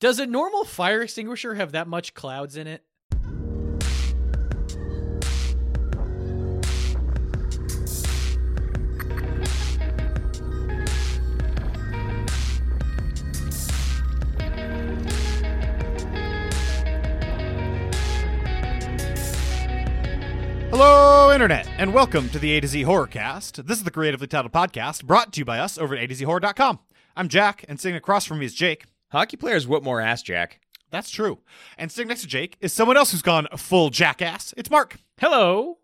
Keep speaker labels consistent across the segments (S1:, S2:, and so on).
S1: Does a normal fire extinguisher have that much clouds in it?
S2: Hello, Internet, and welcome to the A to Z Horrorcast. This is the creatively titled podcast brought to you by us over at A to Z Horror.com. I'm Jack, and sitting across from me is Jake.
S3: Hockey players whoop more ass, Jack.
S2: That's true. And sitting next to Jake is someone else who's gone full jackass. It's Mark.
S1: Hello.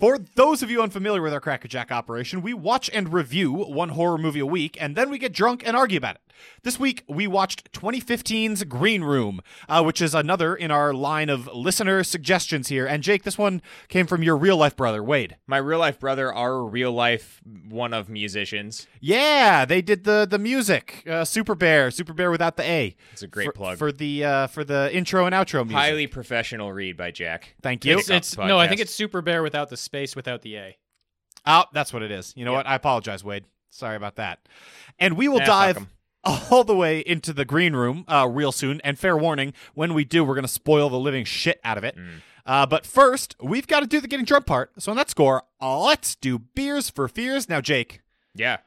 S2: For those of you unfamiliar with our Crackerjack operation, we watch and review one horror movie a week, and then we get drunk and argue about it. This week, we watched 2015's Green Room, uh, which is another in our line of listener suggestions here. And Jake, this one came from your real life brother, Wade.
S3: My real life brother, our real life one of musicians.
S2: Yeah, they did the the music. Uh, Super Bear, Super Bear without the A.
S3: It's a great
S2: for,
S3: plug.
S2: for the uh, for the intro and outro music.
S3: Highly professional read by Jack.
S2: Thank you.
S1: It's, it's no, I think it's Super Bear without the space, without the A.
S2: Oh, that's what it is. You know what? I apologize, Wade. Sorry about that. And we will
S3: Nah, fuck
S2: dive
S3: 'em.
S2: all the way into the green room uh, real soon. And fair warning, when we do, we're going to spoil the living shit out of it.
S3: Mm.
S2: Uh, but first, we've got to do the getting drunk part. So on that score, let's do beers for fears. Now, Jake,
S3: Yeah,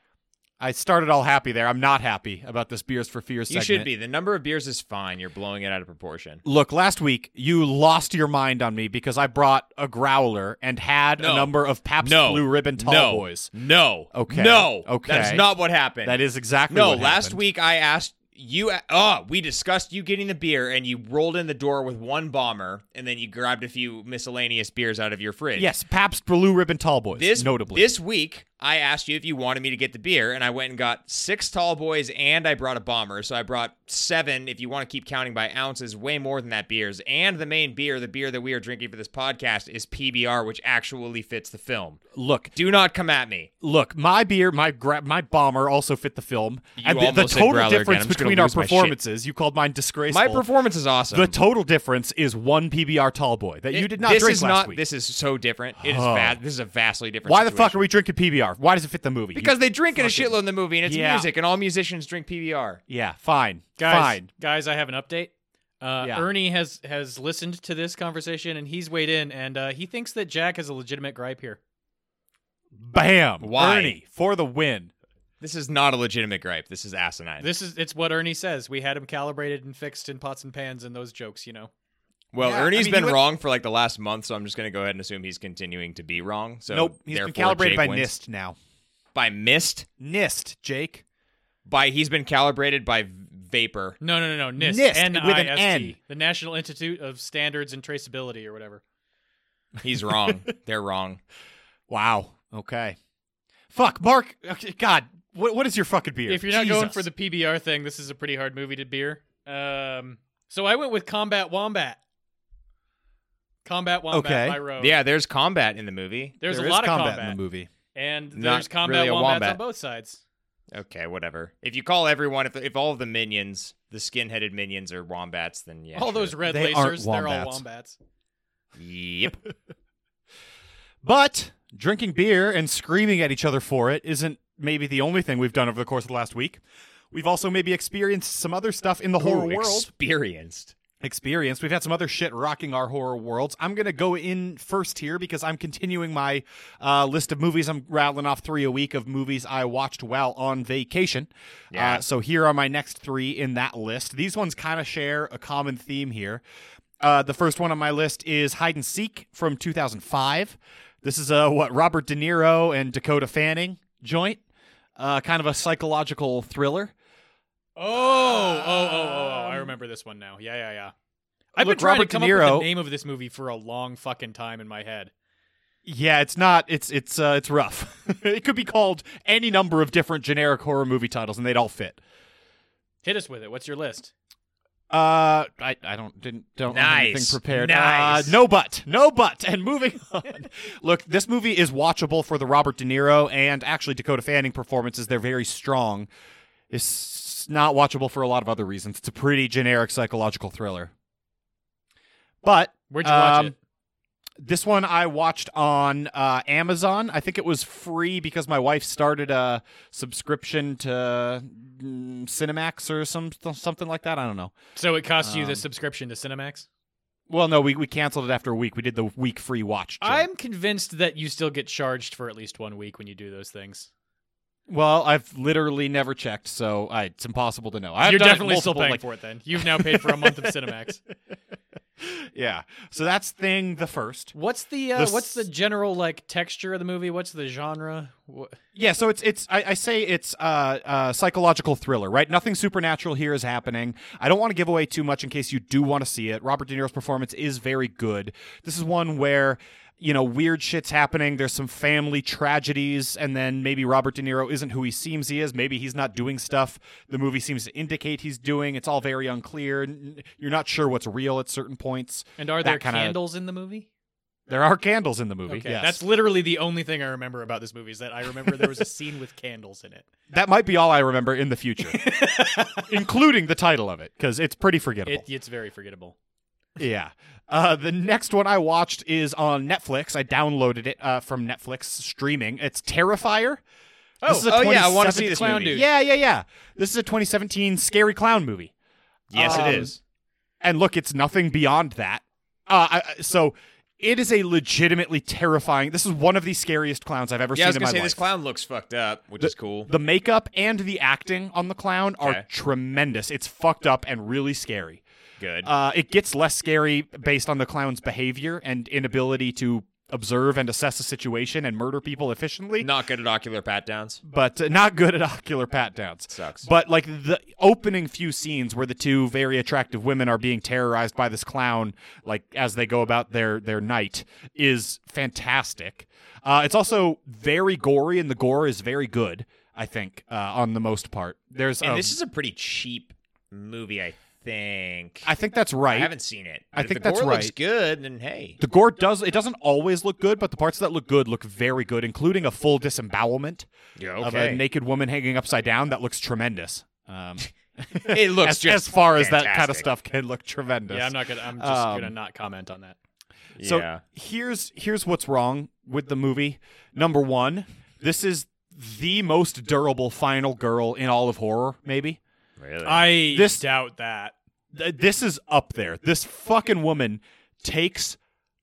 S2: I started all happy there. I'm not happy about this beers for fears.
S3: you
S2: segment.
S3: should be. The number of beers is fine. You're blowing it out of proportion.
S2: Look, last week you lost your mind on me because I brought a growler and had a
S3: No.
S2: number of Pabst
S3: No,
S2: Blue Ribbon Tall
S3: no,
S2: Boys.
S3: No.
S2: Okay.
S3: No.
S2: Okay.
S3: That is not what happened.
S2: That is exactly
S3: no.
S2: what
S3: Last
S2: happened.
S3: week I asked you. Oh, we discussed you getting the beer, and you rolled in the door with one bomber, and then you grabbed a few miscellaneous beers out of your fridge.
S2: Yes, Pabst Blue Ribbon Tall Boys.
S3: This
S2: notably.
S3: this week, I asked you if you wanted me to get the beer, and I went and got six tall boys, and I brought a bomber. So I brought seven, if you want to keep counting by ounces, way more than that beers. And the main beer, the beer that we are drinking for this podcast, is PBR, which actually fits the film.
S2: look,
S3: Do not come at me.
S2: look, my beer, my gra- my bomber also fit the film.
S3: You
S2: and the, the
S3: almost said growler
S2: total
S3: again.
S2: difference
S3: I'm just gonna
S2: between our
S3: lose my shit.
S2: performances, you called mine disgraceful.
S3: My performance is awesome.
S2: the total difference is one PBR Tall Boy that you
S3: It-
S2: did not
S3: this
S2: drink
S3: is
S2: last
S3: not,
S2: week.
S3: This is so different. It is
S2: Oh.
S3: bad. This is a vastly different.
S2: Why the fuck are
S3: situation.
S2: we drinking PBR? Why does it fit the movie? You-
S3: Because they drink in a shitload in the movie, and it's
S2: Yeah.
S3: music, and all musicians drink PBR.
S2: yeah, fine,
S1: Guys,
S2: fine.
S1: guys, I have an update. Uh,
S2: Yeah.
S1: Ernie has has listened to this conversation and he's weighed in and uh, he thinks that Jack has a legitimate gripe here.
S2: Bam,
S3: Why?
S2: Ernie for the win.
S3: This is not a legitimate gripe. This is asinine.
S1: This is it's what Ernie says. We had him calibrated and fixed in pots and pans and those jokes, you know.
S3: Well,
S2: Yeah, I
S3: Ernie's
S2: mean, he
S3: been
S2: went-
S3: wrong for like the last month, so I'm just going to go ahead and assume he's continuing to be wrong. So
S2: nope, he's been
S3: therefore,
S2: calibrated by
S3: Jake wins.
S2: NIST now.
S3: By mist,
S2: NIST, Jake.
S3: by he's been calibrated by v- vapor.
S1: No, no, no, no. NIST,
S2: NIST, with an
S1: NIST,
S2: N.
S1: the National Institute of Standards and Traceability or whatever.
S3: He's wrong. They're wrong.
S2: Wow. Okay. Fuck, Mark. Okay, God, what, what is your fucking beer?
S1: If you're not going
S2: Jesus.
S1: for the PBR thing, this is a pretty hard movie to beer. Um, so I went with Combat Wombat. Combat Wombat
S2: Okay.
S1: by Roe.
S3: Yeah, there's combat in the movie.
S1: There's
S2: There
S1: a
S2: is
S1: lot of
S2: combat,
S1: combat,
S2: in the movie.
S1: and
S3: Not
S1: there's combat
S3: really a
S1: wombats
S3: wombat.
S1: on both sides.
S3: Okay, whatever. If you call everyone, if, if all of the minions, the skin-headed minions are wombats, then yeah.
S1: all
S3: sure.
S1: those red
S2: They aren't
S1: lasers, they're all
S2: wombats.
S1: wombats.
S3: Yep.
S2: But drinking beer and screaming at each other for it isn't maybe the only thing we've done over the course of the last week. We've also maybe experienced some other stuff in the horror
S3: Ooh,
S2: world.
S3: Experienced.
S2: Experience. We've had some other shit rocking our horror worlds. I'm gonna go in first here because I'm continuing my uh, list of movies. I'm rattling off three a week of movies I watched while on vacation.
S3: Yeah.
S2: Uh, so here are my next three in that list. These ones kind of share a common theme here. Uh, the first one on my list is Hide and Seek from 2005. This is a what Robert De Niro and Dakota Fanning joint, uh, kind of a psychological thriller.
S1: Oh, oh, oh, oh, oh! I
S3: Um,
S1: remember this one now. Yeah, yeah, yeah. I've
S2: Oh,
S1: been
S2: Look,
S1: trying
S2: Robert
S1: to come
S2: De
S1: up with
S2: Niro-
S1: the name of this movie for a long fucking time in my head.
S2: Yeah, it's not. It's it's uh, it's rough. it could be called any number of different generic horror movie titles, and they'd all fit.
S1: Hit us with it. What's your list?
S2: Uh, I, I don't didn't don't have anything
S3: Nice.
S2: prepared.
S3: Nice.
S2: Uh, no but no but. And moving on. Look, this movie is watchable for the Robert De Niro and actually Dakota Fanning performances. They're very strong. It's not watchable for a lot of other reasons. It's a pretty generic psychological thriller. But
S1: Where'd you watch
S2: um,
S1: it?
S2: This one I watched on uh, Amazon. I think it was free because my wife started a subscription to mm, Cinemax or some something like that. I don't know.
S1: So it cost you
S2: Um,
S1: the subscription to Cinemax.
S2: Well, no, we, we canceled it after a week. We did the week free watch. Joe.
S1: I'm convinced that you still get charged for at least one week when you do those things.
S2: well, I've literally never checked, so I, it's impossible to know. I've
S1: You're
S2: done it
S1: definitely still
S2: multiple,
S1: paying
S2: like-
S1: for it then. You've now paid for a month of Cinemax.
S2: yeah. So that's thing the first.
S1: What's the uh,
S2: The s-
S1: what's the general like texture of the movie? What's the genre? Wha-
S2: Yeah, so it's it's I, I say it's uh, uh psychological thriller, right? Nothing supernatural here is happening. I don't want to give away too much in case you do want to see it. Robert De Niro's performance is very good. This is one where you know weird shit's happening. There's some family tragedies, and then maybe Robert De Niro isn't who he seems he is. Maybe he's not doing stuff the movie seems to indicate he's doing. It's all very unclear. N- You're not sure what's real at certain points.
S1: And are
S2: That
S1: there
S2: kinda-
S1: candles in the movie?
S2: There are candles in the movie.
S1: Okay,
S2: yes.
S1: that's literally the only thing I remember about this movie is that I remember there was a scene with candles in it.
S2: That might be all I remember in the future, including the title of it, because it's pretty forgettable.
S1: It, it's very forgettable.
S2: yeah. Uh, the next one I watched is on Netflix. I downloaded it uh, from Netflix streaming. It's Terrifier.
S1: Oh,
S2: This is a
S3: oh yeah, I want to
S2: 27th
S3: see this
S1: clown
S3: movie.
S1: dude.
S2: Yeah, yeah, yeah. This is a 2017 scary clown movie.
S3: Yes,
S2: Um,
S3: it is.
S2: And look, it's nothing beyond that. Uh, I, I- so it is a legitimately terrifying. This is one of the scariest clowns I've ever seen
S3: Yeah, I was
S2: in
S3: gonna
S2: my
S3: say
S2: life.
S3: this clown looks fucked up, which is cool.
S2: The makeup and the acting on the clown are
S3: Okay.
S2: tremendous. It's fucked up and really scary.
S3: Good.
S2: Uh, it gets less scary based on the clown's behavior and inability to observe and assess a situation and murder people efficiently,
S3: Not good at ocular pat downs.
S2: but uh, not good at ocular pat downs.
S3: Sucks.
S2: But like the opening few scenes where the two very attractive women are being terrorized by this clown, like as they go about their their night, is fantastic. Uh, it's also very gory, and the gore is very good. I think uh, on the most part, there's.
S3: and
S2: um,
S3: this is a pretty cheap movie, I think.
S2: I think that's
S3: I
S2: right.
S3: haven't seen it.
S2: I
S3: But if
S2: think
S3: the
S2: that's
S3: gore looks
S2: right.
S3: good, then hey.
S2: The gore does it doesn't always look good, but the parts that look good look very good, including a full disembowelment
S3: Yeah,
S2: of a naked woman hanging upside down that looks tremendous. Um,
S3: it looks
S2: as,
S3: just
S2: as far as that kind of
S3: fantastic.
S2: stuff can look tremendous.
S1: Yeah, I'm not gonna. I'm just
S2: Um,
S1: gonna not comment on that.
S2: So
S3: yeah.
S2: here's here's what's wrong with the movie. Number one, this is the most durable final girl in all of horror. Maybe
S3: Really?
S1: I
S2: This-
S1: doubt that.
S2: Th- this is up there. This fucking woman takes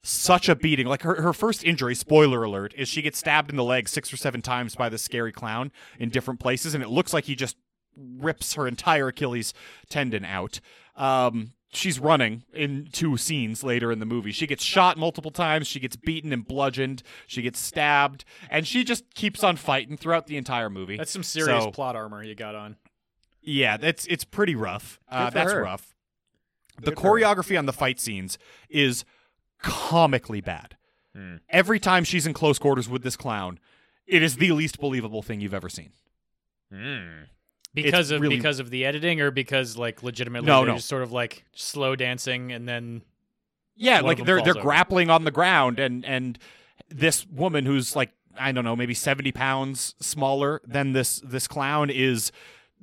S2: such a beating. Like her, her first injury, spoiler alert, is she gets stabbed in the leg six or seven times by this scary clown in different places, and it looks like he just rips her entire Achilles tendon out. Um, she's running in two scenes later in the movie. She gets shot multiple times. She gets beaten and bludgeoned. She gets stabbed, and she just keeps on fighting throughout the entire movie.
S1: That's some serious
S2: So-
S1: plot armor you got on.
S2: yeah, that's it's pretty rough. Uh,
S3: for
S2: that's
S3: her.
S2: rough. The
S3: Good for her.
S2: choreography on the fight scenes is comically bad.
S3: Hmm.
S2: Every time she's in close quarters with this clown, it is the least believable thing you've ever seen.
S3: Mm.
S1: Because of
S2: really-
S1: because of the editing, or because like legitimately,
S2: No,
S1: they're
S2: no.
S1: just sort of like slow dancing, and then
S2: Yeah,
S1: One of
S2: like
S1: them
S2: they're
S1: falls
S2: they're
S1: over.
S2: grappling on the ground, and and this woman who's like I don't know, maybe seventy pounds smaller than this this clown is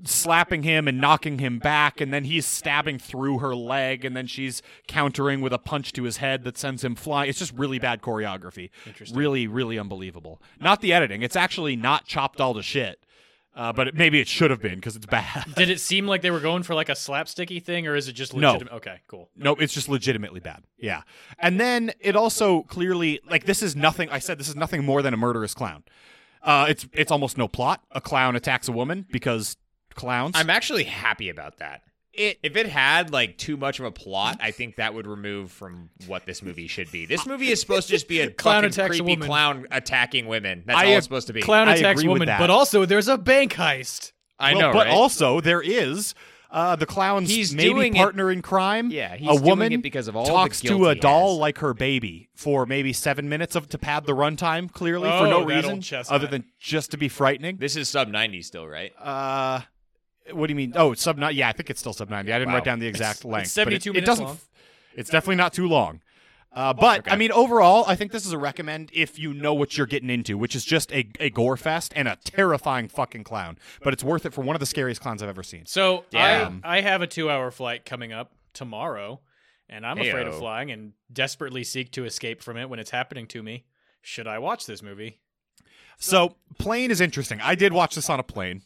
S2: slapping him and knocking him back, and then he's stabbing through her leg, and then she's countering with a punch to his head that sends him flying. It's just really bad choreography.
S1: Interesting.
S2: Really, really unbelievable. Not the editing. It's actually not chopped all to shit. Uh, but it, maybe it should have been because it's bad.
S1: did it seem like they were going for like a slapsticky thing, or is it just
S2: No.
S1: legitimate? Okay, cool.
S2: No, it's just legitimately bad. Yeah. And then it also clearly like this is nothing I said this is nothing more than a murderous clown. Uh it's it's almost no plot. A clown attacks a woman because clowns.
S3: I'm actually happy about that.
S2: It-
S3: if it had like too much of a plot, I think that would remove from what this movie should be. This movie is supposed to just be a
S1: Clown
S3: fucking
S1: attacks a
S3: creepy
S1: woman.
S3: clown attacking women. That's
S2: I
S3: all
S2: have-
S3: it's supposed to be.
S1: Clown
S2: I
S1: attacks
S2: agree with
S1: woman,
S2: that.
S1: but also there's a bank heist.
S3: I
S2: Well,
S3: know,
S2: but
S3: right?
S2: also there is uh, the clown's
S3: He's
S2: maybe
S3: doing it-
S2: partner in crime.
S3: Yeah, he's
S2: a
S3: doing
S2: woman
S3: it because of all the
S2: talks
S3: guilt
S2: to a
S3: he
S2: doll
S3: has.
S2: like her baby for maybe seven minutes of to pad the runtime. Clearly for
S1: Oh,
S2: no
S1: that
S2: reason
S1: old chestnut.
S2: other than just to be frightening.
S3: this is sub 90 still, right?
S2: Uh, what do you mean? Oh, it's sub nine. Yeah, I think it's still sub ninety. I didn't
S3: Wow.
S2: write down the exact length. but
S1: 72
S2: it,
S1: minutes
S2: It doesn't.
S1: long. Oh,
S2: It's definitely not too long. Uh, but
S3: Okay.
S2: I mean, overall, I think this is a recommend if you know what you're getting into, which is just a, a gore fest and a terrifying fucking clown. But it's worth it for one of the scariest clowns I've ever seen.
S1: So
S3: Damn.
S1: I I have a two hour flight coming up tomorrow, and I'm afraid of
S3: Heyo.
S1: flying and desperately seek to escape from it when it's happening to me. Should I watch this movie?
S2: So plane is interesting. I did watch this on a plane.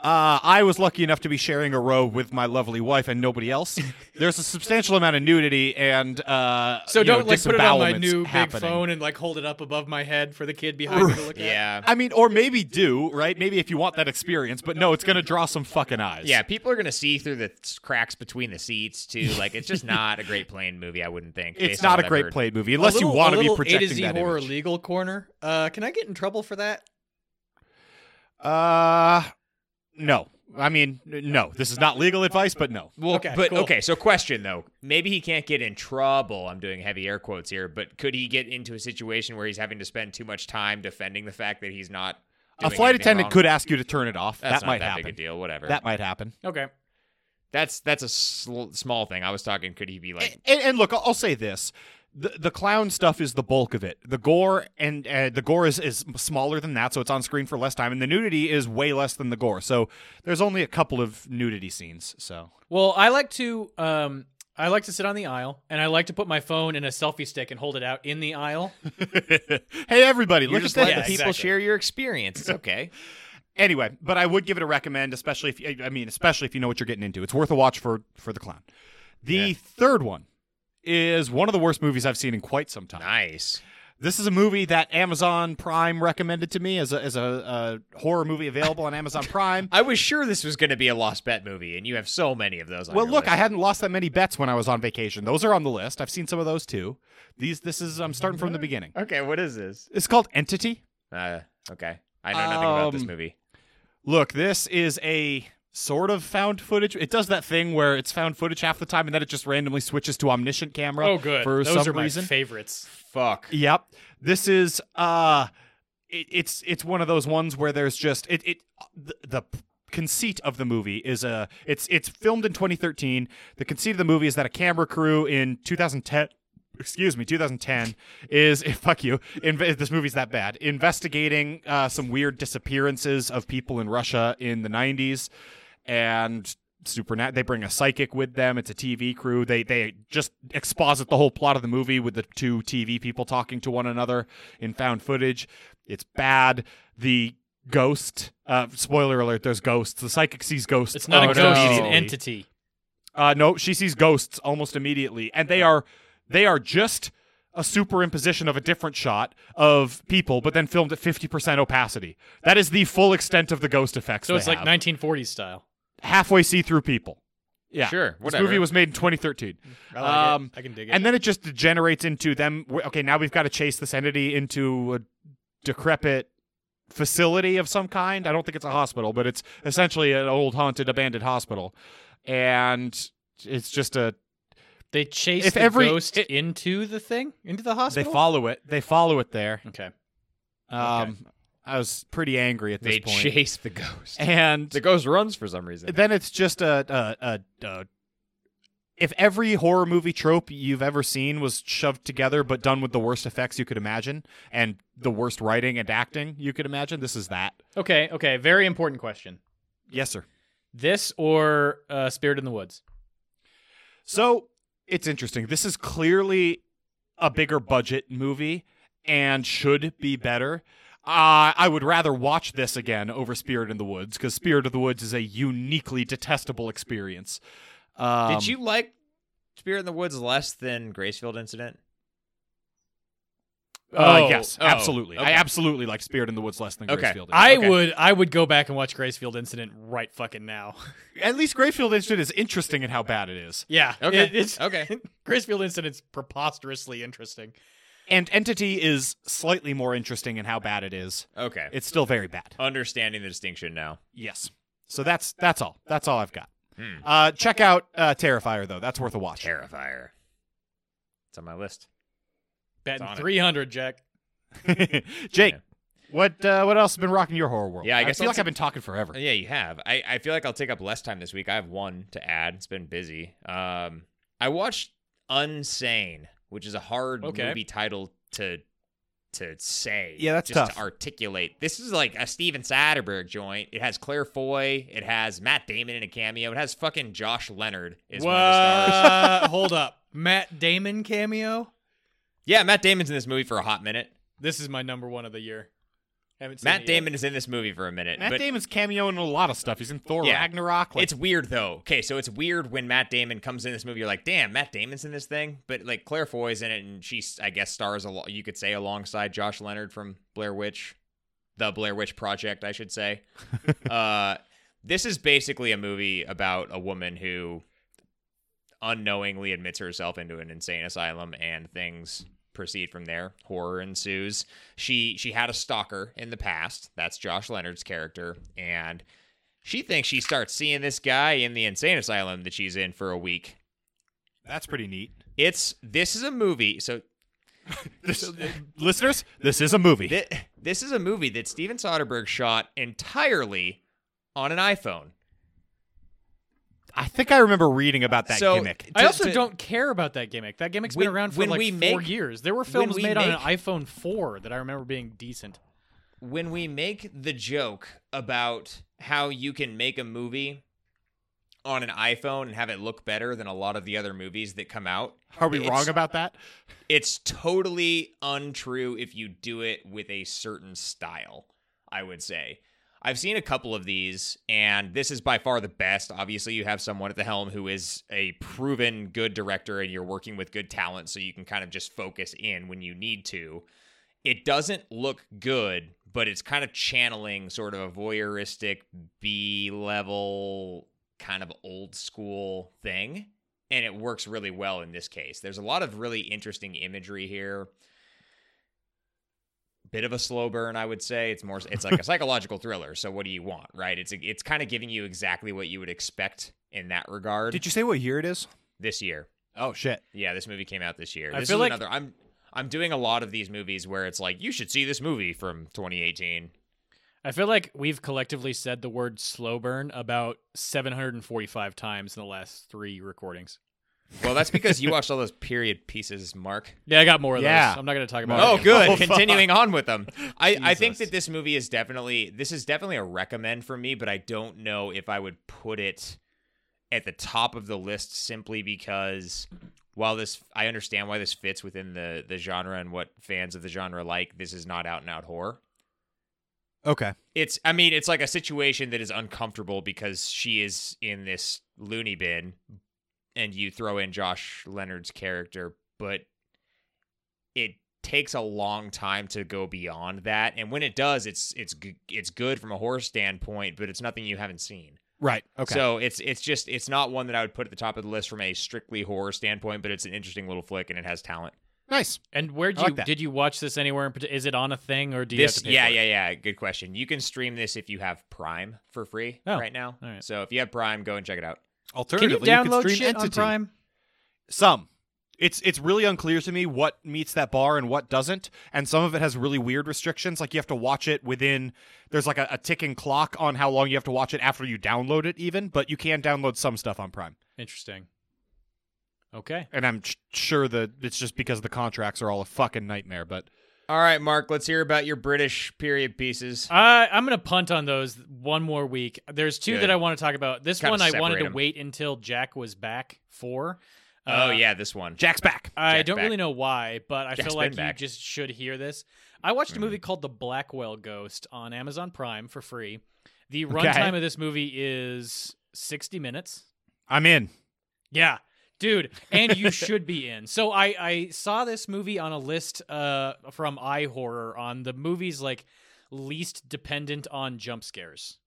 S2: Uh, I was lucky enough to be sharing a row with my lovely wife and nobody else. There's a substantial amount of nudity and uh,
S1: So
S2: you know,
S1: don't like put it on my
S2: disembowelments
S1: new
S2: happening.
S1: big phone and like hold it up above my head for the kid behind me to look at.
S3: Yeah.
S2: I mean, or maybe do right? Maybe if you want that experience, but no, it's gonna draw some fucking eyes.
S3: Yeah, people are gonna see through the s- cracks between the seats too. Like, it's just not a great plane movie. I wouldn't think.
S2: it's
S3: based on
S2: not
S3: what
S2: a
S3: I've
S2: great
S3: heard.
S2: plane movie unless
S1: A little-
S2: you want
S1: a
S2: to be
S1: little A to
S2: projecting
S1: Z
S2: that
S1: horror
S2: image.
S1: legal corner. Uh, can I get in trouble for that?
S2: Uh, no. I mean, n- no. This is not legal advice, but no.
S3: Well,
S1: Okay,
S3: but
S1: cool.
S3: okay. So, question though, maybe he can't get in trouble. I'm doing heavy air quotes here, but could he get into a situation where he's having to spend too much time defending the fact that he's not?
S2: A
S3: doing
S2: flight
S3: anything
S2: attendant
S3: wrong?
S2: could ask you to turn it off.
S3: That's
S2: that
S3: not
S2: might
S3: that
S2: happen.
S3: Big a deal. Whatever.
S2: That might happen.
S1: Okay.
S3: that's that's a sl- small thing. I was talking. Could he be like?
S2: and, and look, I'll I'll say this: the the clown stuff is the bulk of it. The gore and uh, the gore is is smaller than that, so it's on screen for less time, and the nudity is way less than the gore. So there's only a couple of nudity scenes. So
S1: Well, I like to um I like to sit on the aisle and I like to put my phone in a selfie stick and hold it out in the aisle.
S2: hey, everybody,
S3: You're
S2: look at
S3: just
S2: that.
S3: letting
S1: Yeah,
S3: people
S1: exactly.
S3: share your experience. It's okay.
S2: Anyway, but I would give it a recommend, especially if I mean, especially if you know what you're getting into. It's worth a watch for for the clown. The
S3: Yeah.
S2: third one is one of the worst movies I've seen in quite some time.
S3: nice.
S2: This is a movie that Amazon Prime recommended to me as a, as a, a horror movie available on Amazon Prime.
S3: I was sure this was going to be a lost bet movie, and you have so many of those. On
S2: well,
S3: your
S2: look,
S3: list.
S2: I hadn't lost that many bets when I was on vacation. Those are on the list. I've seen some of those too. These, this is. I'm starting from the beginning.
S3: Okay, what is this?
S2: It's called Entity.
S3: Uh, okay, I know nothing about this
S2: Um,
S3: movie.
S2: Look, this is a sort of found footage. It does that thing where it's found footage half the time, and then it just randomly switches to omniscient camera.
S1: Oh good.
S2: For
S1: Those
S2: some
S1: are my
S2: reason,
S1: favorites.
S3: Fuck.
S2: Yep. This is uh it, it's it's one of those ones where there's just it it the, the conceit of the movie is uh it's it's filmed in 2013. The conceit of the movie is that a camera crew in 2010 excuse me 2010 is fuck you inv- this movie's that bad investigating uh, some weird disappearances of people in russia in the 90s and supernat they bring a psychic with them it's a tv crew they they just exposit the whole plot of the movie with the two tv people talking to one another in found footage it's bad the ghost uh spoiler alert there's ghosts the psychic sees ghosts
S1: It's not a
S2: almost
S1: ghost, it's an
S2: immediately.
S1: entity.
S2: Uh, no, she sees ghosts almost immediately, and they are they are just a superimposition of a different shot of people, but then filmed at fifty percent opacity. That is the full extent of the ghost effects.
S1: So
S2: they
S1: it's like
S2: have.
S1: 1940s style.
S2: halfway see through people. Yeah,
S3: Sure.
S2: This
S3: Whatever.
S2: movie was made in 2013,
S1: I, like it.
S2: Um,
S1: I can dig it.
S2: and then it just degenerates into them. w- Okay, now we've got to chase this entity into a decrepit facility of some kind. I don't think it's a hospital, but it's essentially an old haunted, abandoned hospital, and it's just a
S1: they chase
S2: if
S1: the
S2: every-
S1: ghost
S2: it-
S1: into the thing, into the
S2: They
S1: hospital.
S2: follow it. They follow it there.
S1: okay.
S2: Um, I was pretty angry at this
S3: They
S2: point.
S3: chase the ghost.
S2: and
S3: the ghost runs for some reason.
S2: then it's just a, a, a, a if every horror movie trope you've ever seen was shoved together but done with the worst effects you could imagine and the worst writing and acting you could imagine, this is that.
S1: Okay, okay. Very important question.
S2: Yes, sir.
S1: This or uh, Spirit in the Woods?
S2: So it's interesting. This is clearly a bigger budget movie and should be better. Uh, I would rather watch this again over Spirit in the Woods because Spirit of the Woods is a uniquely detestable experience. Um,
S3: Did you like Spirit in the Woods less than Gracefield Incident?
S2: Uh,
S1: Oh,
S2: yes,
S3: oh,
S2: absolutely. I
S3: okay.
S2: absolutely like Spirit in the Woods less than
S3: Okay.
S2: Gracefield.
S1: I
S3: Okay.
S1: would I would go back and watch Gracefield Incident right fucking now.
S2: At least Gracefield Instant is interesting in how bad it is.
S1: yeah.
S3: Okay.
S1: it- it's,
S3: okay.
S1: Gracefield Incident's preposterously interesting.
S2: And Entity is slightly more interesting in how bad it is.
S3: Okay.
S2: It's still very bad.
S3: Understanding the distinction now.
S2: Yes. So that's that's all. That's all I've got.
S3: Hmm.
S2: Uh, check out uh, Terrifier though. That's worth a watch.
S3: Terrifier. It's on my list.
S1: Betting
S3: on it.
S1: 300, Jack.
S2: Jake,
S3: Yeah.
S2: what uh, what else has been rocking your horror world?
S3: Yeah, I guess
S2: feel
S3: let's-
S2: like I've been talking forever.
S3: Yeah, you have. I, I feel like I'll take up less time this week. I have one to add. It's been busy. Um, I watched Unsane, which is a hard
S1: Okay.
S3: movie title to to say.
S2: Yeah, that's
S3: just
S2: tough.
S3: to articulate. This is like a Steven Soderbergh joint. It has Claire Foy. It has Matt Damon in a cameo. It has fucking Josh Leonard is one of the stars.
S1: Wha- Hold up. Matt Damon cameo.
S3: Yeah, Matt Damon's in this movie for a hot minute.
S1: This is my number one of the year. Haven't seen
S3: Matt
S1: it yet.
S3: Damon is in this movie for a minute.
S2: Matt
S3: but
S2: Damon's cameo in a lot of stuff. He's in Thor
S3: Yeah.
S2: Ragnarok. Like,
S3: It's weird though. Okay, so it's weird when Matt Damon comes in this movie. You're like, damn, Matt Damon's in this thing, but like Claire Foy's in it, and she, I guess, stars a lot. You could say alongside Josh Leonard from Blair Witch, the Blair Witch Project, I should say. uh, this is basically a movie about a woman who unknowingly admits herself into an insane asylum, and things proceed from there. Horror ensues. She she had a stalker in the past. That's Josh Leonard's character, and she thinks she starts seeing this guy in the insane asylum that she's in for a week.
S2: that's pretty neat.
S3: It's this is a movie. So
S2: This, listeners, this is a movie.
S3: thi- this is a movie that Steven Soderbergh shot entirely on an iPhone.
S2: I think I remember reading about that
S3: so
S2: gimmick.
S3: to-
S1: I also
S3: to-
S1: don't care about that gimmick. That gimmick's
S3: When-
S1: been around for
S3: when
S1: like
S3: we
S1: four
S3: make-
S1: years. There were films
S3: we
S1: made on an
S3: make-
S1: iPhone 4 that I remember being decent.
S3: when we make the joke about how you can make a movie on an iPhone and have it look better than a lot of the other movies that come out.
S2: Are we
S3: it's-
S2: wrong about that?
S3: It's totally untrue if you do it with a certain style, I would say. I've seen a couple of these, and this is by far the best. Obviously, you have someone at the helm who is a proven good director, and you're working with good talent, so you can kind of just focus in when you need to. It doesn't look good, but it's kind of channeling sort of a voyeuristic B level, kind of old school thing and it works really well in this case. There's a lot of really interesting imagery here. Bit of a slow burn, I would say. It's more it's like a psychological thriller. So what do you want, right? It's it's kind of giving you exactly what you would expect in that regard
S2: Did you say what year it is?
S3: this year.
S2: Oh shit.
S3: Yeah, this movie came out this year.
S1: I
S3: this
S1: feel
S3: is
S1: like-
S3: another I'm I'm doing a lot of these movies where it's like you should see this movie from 2018.
S1: I feel like we've collectively said the word slow burn about 745 times in the last three recordings.
S3: Well, that's because you watched all those period pieces, Mark.
S1: Yeah, I got more of
S2: Yeah.
S1: those. I'm not going to talk about it
S3: Oh,
S1: again.
S3: good.
S2: Oh, fuck.
S3: Continuing on with them, I, I think
S1: Jesus.
S3: that this movie is definitely this is definitely a recommend for me, but I don't know if I would put it at the top of the list simply because while this I understand why this fits within the the genre and what fans of the genre like, this is not out and out horror.
S2: Okay.
S3: It's I mean it's like a situation that is uncomfortable because she is in this loony bin, and you throw in Josh Leonard's character, but it takes a long time to go beyond that. And when it does, it's it's g- it's good from a horror standpoint, but it's nothing you haven't seen.
S2: Right. Okay.
S3: So it's it's just it's not one that I would put at the top of the list from a strictly horror standpoint, but it's an interesting little flick and it has talent.
S2: nice.
S1: And where
S2: I
S1: did
S2: like
S1: you
S2: that.
S1: did you watch this anywhere? In, parti- is it on a thing or do you
S3: This
S1: have to pay
S3: yeah
S1: for it?
S3: yeah yeah good question. You can stream this if you have Prime for free
S1: Oh,
S3: right now.
S1: all right.
S3: So if you have Prime, go and check it out.
S1: Can you
S2: Alternatively,
S1: download
S2: can stream
S1: shit on
S2: Entity.
S1: Prime?
S2: Some. It's it's really unclear to me what meets that bar and what doesn't, and some of it has really weird restrictions. Like you have to watch it within. There's like a, a ticking clock on how long you have to watch it after you download it, even. But you can download some stuff on Prime,
S1: Interesting. Okay.
S2: and I'm ch- sure that it's just because the contracts are all a fucking nightmare. But
S3: All right, Mark, let's hear about your British period pieces.
S1: I Uh, I'm gonna punt on those one more week. There's two
S3: Good.
S1: that I want to talk about. This
S3: Kinda
S1: one I wanted
S3: separate
S1: to
S3: 'em.
S1: wait until Jack was back for.
S3: oh
S1: Uh,
S3: yeah, this one.
S2: Jack's back.
S1: I
S3: Jack's
S1: don't
S3: back.
S1: really know why, but I
S3: Jack's
S1: feel like
S3: been
S1: you
S3: back.
S1: just should hear this. I watched a
S3: Mhm.
S1: movie called The Blackwell Ghost on Amazon Prime for free. The
S2: Okay.
S1: runtime of this movie is 60 minutes.
S2: I'm in.
S1: Yeah, dude, and you should be in. So I I saw this movie on a list uh from iHorror on the movies like least dependent on jump scares.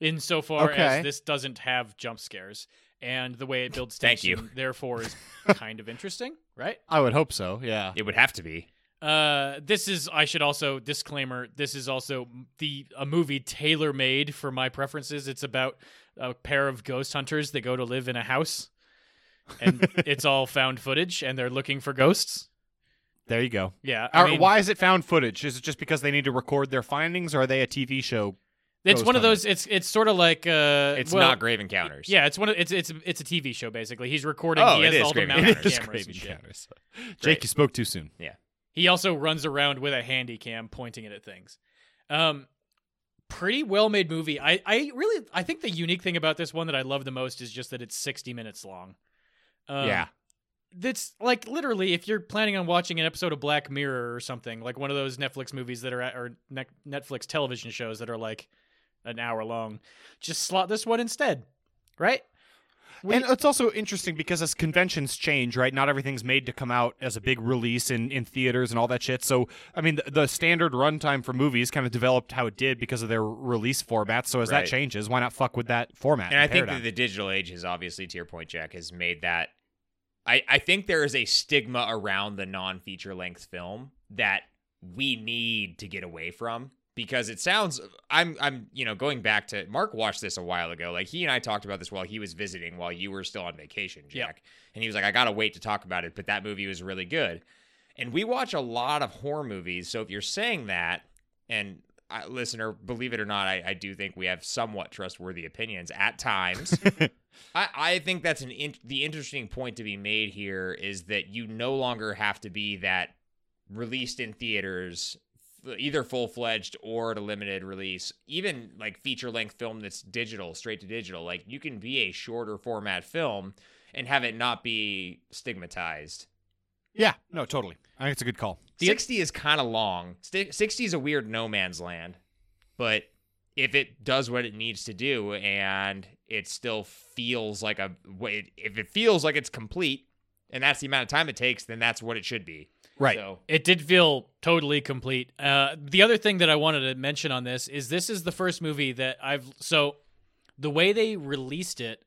S1: Insofar
S2: Okay.
S1: as this doesn't have jump scares and the way it builds
S3: Thank
S1: tension,
S3: you.
S1: therefore is kind of interesting, right?
S2: I would hope so. Yeah.
S3: It would have to be.
S1: Uh, this is I should also disclaimer. This is also the a movie tailor made for my preferences. It's about a pair of ghost hunters that go to live in a house, and it's all found footage, and they're looking for ghosts.
S2: There you go.
S1: Yeah, I
S2: All right,
S1: mean,
S2: why is it found footage? Is it just because they need to record their findings, or are they a TV show?
S1: It's
S2: ghost
S1: one of those. It's it's sort of like uh,
S3: It's
S1: well,
S3: not Grave Encounters.
S1: Yeah, it's one of it's it's it's a TV show basically. He's recording.
S3: Oh,
S1: he
S3: it
S1: has
S3: is
S1: all the
S3: Grave
S1: mounted
S3: Encounters.
S1: cameras and shit.
S2: Encounters. Jake,
S3: Great.
S2: you spoke too soon.
S1: He also runs around with a handy cam pointing it at things. Um, pretty well made movie. I, I really I think the unique thing about this one that I love the most is just that it's 60 minutes long. Um,
S2: yeah.
S1: that's like literally if you're planning on watching an episode of Black Mirror or something, like one of those Netflix movies that are at, or ne- Netflix television shows that are like an hour long, just slot this one instead, right? We-
S2: and it's also interesting because as conventions change, right? Not everything's made to come out as a big release in, in theaters and all that shit. So, I mean, the, the standard runtime for movies kind of developed how it did because of their release format. So, as
S3: Right.
S2: that changes, why not fuck with that format?
S3: And I think
S2: paradigm?
S3: that the digital age has obviously, to your point, Jack, has made that. I, I think there is a stigma around the non feature length film that we need to get away from because it sounds I'm I'm you know going back to Mark watched this a while ago like he and I talked about this while he was visiting while you were still on vacation Jack
S1: Yep.
S3: and he was like I got to wait to talk about it but that movie was really good and we watch a lot of horror movies so if you're saying that and I, listener, believe it or not, I, I do think we have somewhat trustworthy opinions at times. I, I think that's an in, the interesting point to be made here is that you no longer have to be that released in theaters, f- either full fledged or at a limited release, even like feature length film that's digital, straight to digital. Like you can be a shorter format film and have it not be stigmatized.
S2: yeah, no, totally. I think it's a good call.
S3: 60 is kind of long. Sti- 60 is a weird no man's land, but if it does what it needs to do and it still feels like a wa- if it feels like it's complete and that's the amount of time it takes, then that's what it should be.
S2: Right.
S3: So,
S1: It did feel totally complete. Uh, the other thing that I wanted to mention on this is this is the first movie that I've so the way they released it,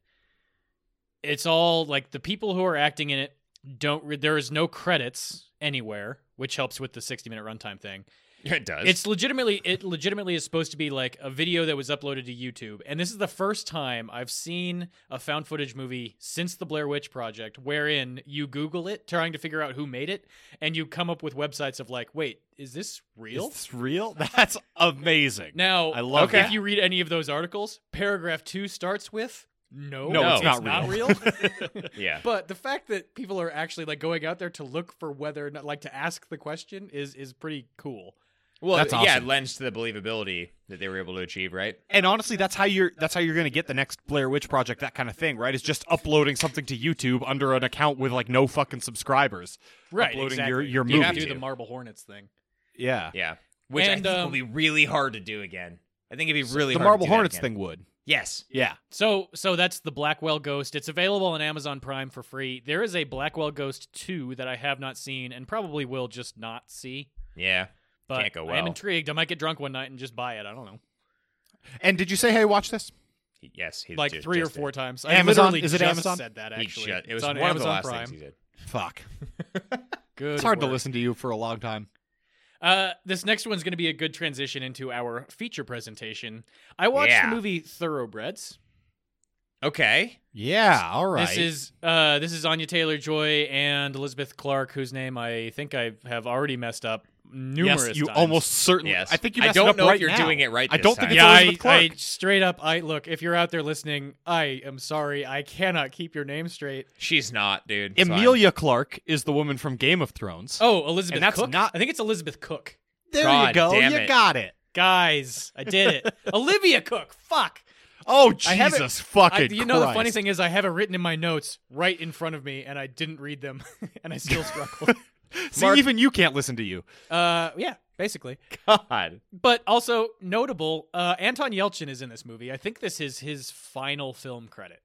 S1: it's all like the people who are acting in it don't. Re- there is no credits anywhere, which helps with the sixty-minute runtime thing.
S3: it does.
S1: It's legitimately it legitimately is supposed to be like a video that was uploaded to YouTube, and this is the first time I've seen a found footage movie since the Blair Witch Project, wherein you Google it, trying to figure out who made it, and you come up with websites of like, wait, is this real?
S2: Is this real? That's amazing.
S1: now,
S2: I love
S1: if
S2: that.
S1: you read any of those articles, paragraph two starts with no,
S2: No,
S3: it's
S1: it's
S2: not
S1: not
S2: real."
S1: real.
S3: yeah.
S1: but the fact that people are actually like going out there to look for whether or not like to ask the question is is pretty cool.
S3: Well,
S2: That's
S3: yeah,
S2: awesome.
S3: it lends to the believability that they were able to achieve, right?
S2: and honestly, that's how you're that's how you're gonna get the next Blair Witch Project, that kind of thing, right? Is just uploading something to YouTube under an account with like no fucking subscribers,
S1: right,
S2: uploading
S1: exactly.
S2: your your
S1: You
S2: movie.
S1: have to do
S3: too.
S1: the Marble Hornets thing.
S2: yeah,
S3: Yeah. Which
S1: And,
S3: I think
S1: um,
S3: will be really hard to do again. I think it'd be really
S2: the
S3: hard
S2: Marble
S3: to do that
S2: Hornets
S3: again.
S2: thing would.
S3: Yes.
S2: Yeah,
S1: So, so that's the Blackwell Ghost. It's available on Amazon Prime for free. There is a Blackwell Ghost two that I have not seen and probably will just not see.
S3: Yeah.
S1: But
S3: Can't go
S1: I am
S3: well.
S1: intrigued. I might get drunk one night and just buy it. I don't know,
S2: And did you say, "Hey, watch this"?
S3: Yes, he
S1: like
S3: just-
S1: three or
S3: just did.
S1: four times. I
S2: Amazon-
S1: literally
S2: is it
S1: just
S2: Amazon?
S1: Said that
S3: He
S1: actually.
S3: shut- It was
S1: it's on
S3: one of the
S1: Amazon
S3: last
S1: Prime.
S3: things he did.
S2: Fuck,
S1: Good.
S2: it's hard to
S1: work.
S2: listen to you for a long time.
S1: Uh, this next one's going to be a good transition into our feature presentation. I watched
S3: Yeah.
S1: the movie Thoroughbreds.
S3: Okay.
S2: Yeah, all right.
S1: This is uh, this is Anya Taylor Joy and Elizabeth Clark, whose name I think I have already messed up numerous.
S2: yes, you
S1: times.
S2: almost certainly.
S3: Yes.
S2: I think you.
S3: I
S2: messed it
S3: don't
S2: up
S3: know if
S2: right
S3: you're
S2: now.
S3: doing it right
S2: I
S3: this
S2: don't think
S3: time.
S2: it's
S1: Yeah, I,
S2: Elizabeth
S1: I
S2: Clark.
S1: straight up. I look. If you're out there listening, I am sorry. I cannot keep your name straight.
S3: She's not, dude. It's fine.
S2: Amelia Clark is the woman from Game of Thrones.
S1: Oh, Elizabeth
S2: And that's
S1: Cook.
S2: not-
S1: I think it's Elizabeth Cook.
S2: there you
S3: God
S2: go.
S3: damn
S2: You
S3: it.
S2: got it.
S1: Guys, I did it. Olivia Cook. Fuck.
S2: Oh
S1: I haven't-
S2: Jesus
S1: I,
S2: fucking
S1: you know the funny
S2: Christ.
S1: thing is, I have it written in my notes right in front of me, and I didn't read them, and I still struggled.
S2: See,
S3: Mark-
S2: even you can't listen to you.
S1: uh, yeah, basically.
S3: God.
S1: But also notable, uh, Anton Yelchin is in this movie. I think this is his final film credit.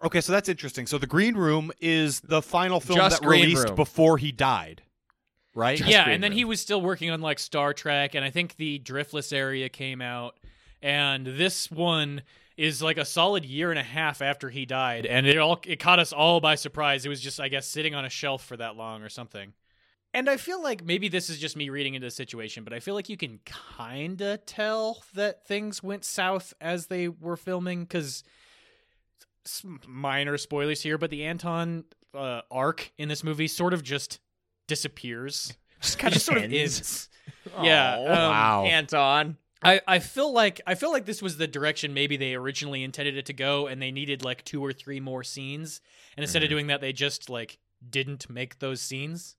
S2: Okay, so that's interesting. So the Green Room is the final film
S3: Just
S2: that
S3: Green
S2: released
S3: Room.
S2: before he died, right?
S3: Just-
S1: yeah,
S3: Green
S1: and then
S3: Room.
S1: he was still working on like Star Trek, and I think the Driftless area came out, and this one is like a solid year and a half after he died, and it all it caught us all by surprise. It was just, I guess, sitting on a shelf for that long or something. And I feel like maybe this is just me reading into the situation, but I feel like you can kinda tell that things went south as they were filming because minor spoilers here, but the Anton uh, arc in this movie sort of just disappears.
S3: Just
S1: It just sort of is. Yeah.
S3: Aw.
S1: um,
S2: Wow.
S3: Anton.
S1: I, I feel like I feel like this was the direction maybe they originally intended it to go, and they needed like two or three
S2: Mm-hmm.
S1: more scenes. And instead
S3: Mhm.
S1: of doing that, they just like didn't make those scenes.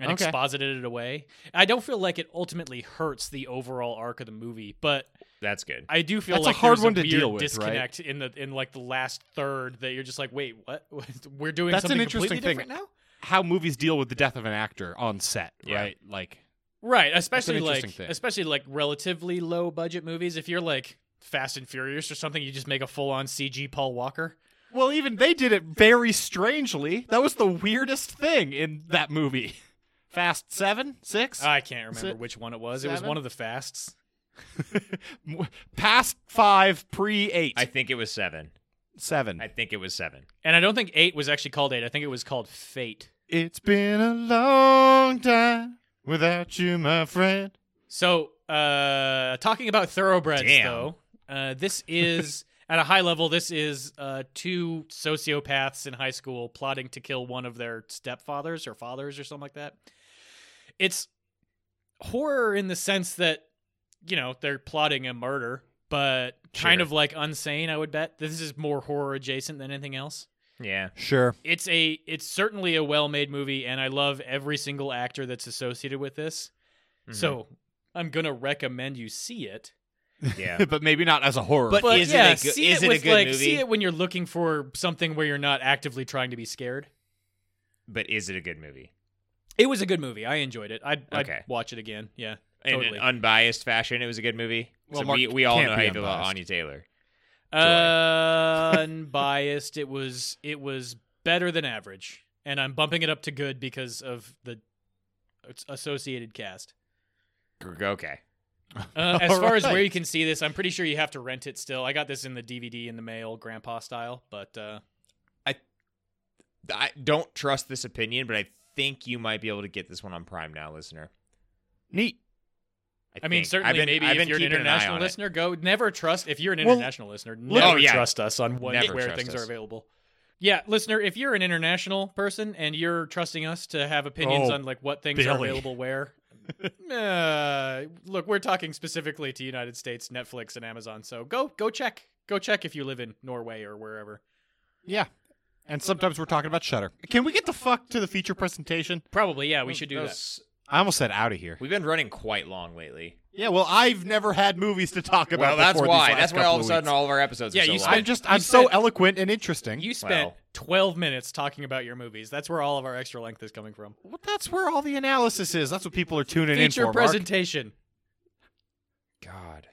S1: and
S2: Okay.
S1: exposited it away. I don't feel like it ultimately hurts the overall arc of the movie, but
S3: That's good.
S1: I do feel
S2: That's a
S1: like
S2: hard
S1: there's
S2: one
S1: a
S2: to
S1: weird
S2: deal with, right?
S1: disconnect in the in like the last third that you're just like, wait, what? We're doing
S2: That's an
S1: something
S2: interesting
S1: completely
S2: thing.
S1: different now,
S2: How movies deal with the death of an actor on set,
S3: Yeah.
S2: right? Like,
S1: right? Especially
S2: interesting
S1: like
S2: thing.
S1: especially like relatively low budget movies. If you're like Fast and Furious or something, you just make a full on CG Paul Walker.
S2: well, even they did it very strangely. That was the weirdest thing in that movie. Fast seven, six,
S3: Uh,
S1: I can't remember
S2: Six-
S1: which one it was. It was
S2: seven?
S1: one of the fasts.
S2: past five, pre eight,
S3: I think it was seven.
S2: seven.
S3: I think it was seven.
S1: And I don't think eight was actually called eight. I think it was called Fate.
S2: It's been a long time without you, my friend.
S1: So, uh, talking about thoroughbreds,
S3: Damn.
S1: though, uh, this is at a high level. This is uh, two sociopaths in high school plotting to kill one of their stepfathers or fathers or something like that. It's horror in the sense that you know they're plotting a murder, but kind
S3: Sure.
S1: of like unsane. I would bet this is more horror adjacent than anything else.
S3: Yeah.
S2: Sure.
S1: it's a it's certainly a well-made movie and i love every single actor that's associated with this
S3: Mhm.
S1: so i'm gonna recommend you see it
S3: yeah.
S2: but maybe not as a horror.
S3: But-
S1: but
S3: is it
S1: yeah
S3: a good-
S1: see it,
S3: is it a
S1: with,
S3: good
S1: like
S3: movie?
S1: see it when you're looking for something where you're not actively trying to be scared
S3: But is it a good movie?
S1: it was a good movie i enjoyed it i'd,
S3: Okay.
S1: I'd watch it again yeah
S3: In
S1: Totally.
S3: an unbiased fashion, it was a good movie.
S2: Well,
S3: So
S2: Mark
S3: we, we all
S2: can't
S3: know
S2: be
S3: how you feel about
S2: unbiased.
S3: Anya Taylor.
S1: uh unbiased it was it was better than average and i'm bumping it up to good because of the associated cast
S3: Okay.
S1: Uh, as
S2: All
S1: far as
S2: right.
S1: where you can see this, I'm pretty sure you have to rent it still. I got this in the DVD in the mail, grandpa style, but uh,
S3: I don't trust this opinion, but I think you might be able to get this one on Prime now, listener.
S2: Neat.
S1: I, mean,
S3: think.
S1: certainly
S3: I've been,
S1: maybe
S3: I've
S1: if
S3: been
S1: you're an
S3: keeping eye
S1: international
S3: on it.
S1: listener, go never trust. If you're an
S2: Well,
S1: international listener,
S2: look-
S1: never
S3: Oh, yeah.
S1: trust us on what
S3: Never
S1: where
S3: trust
S1: things
S3: us.
S1: are available. Yeah, listener, if you're an international person and you're trusting us to have opinions
S2: Oh,
S1: on like what things are
S2: Billy.
S1: available where, uh, look, we're talking specifically to United States, Netflix, and Amazon. So go go check go check if you live in Norway or wherever.
S2: Yeah. And sometimes we're talking about Shutter. Can we get the fuck to the feature presentation?
S1: Probably, yeah, we should do that.
S3: Those-
S2: I almost said out of here.
S3: We've been running quite long lately.
S2: Yeah, well, I've never had movies to talk about.
S3: Well, that's
S2: before these
S3: why.
S2: last
S3: That's why
S2: couple
S3: all of a sudden
S2: weeks.
S3: all of our episodes
S1: Yeah,
S3: are so
S1: you
S3: long.
S2: I'm just.
S1: You
S2: I'm so
S1: said-
S2: eloquent and interesting.
S1: You spent
S3: Wow.
S1: 12 minutes talking about your movies. That's where all of our extra length is coming from.
S2: well, that's where all the analysis is. That's what people are tuning in for.
S1: Feature
S2: Mark.
S1: presentation.
S3: God.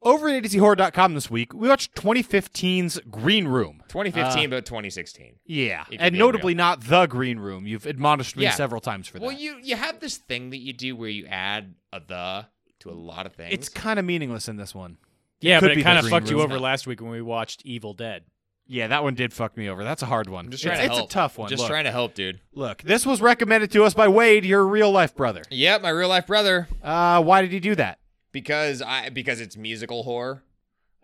S2: Over at ADCHorror.com this week, we watched 2015's Green Room.
S3: 2015, but 2016.
S2: Yeah,
S3: If you're
S2: and
S3: being
S2: notably not the Green Room. You've admonished me
S3: Yeah.
S2: several times for that.
S3: Well, you you have this thing that you do where you add a the to a lot of things.
S2: it's kind of meaningless in this one.
S1: Yeah,
S2: Could
S1: but
S2: be
S1: it kind
S2: the
S1: of fucked
S2: Green
S1: you
S2: Room.
S1: over last week when we watched Evil Dead.
S2: Yeah, that one did fuck me over. That's a hard one.
S3: I'm just
S2: it's,
S3: trying to
S2: it's
S3: help.
S2: a tough one.
S3: Just
S2: look,
S3: trying to help, dude.
S2: look, this was recommended to us by Wade, your real life brother.
S3: Yep, my real life brother.
S2: Uh, why did he do that?
S3: Because I because it's musical horror.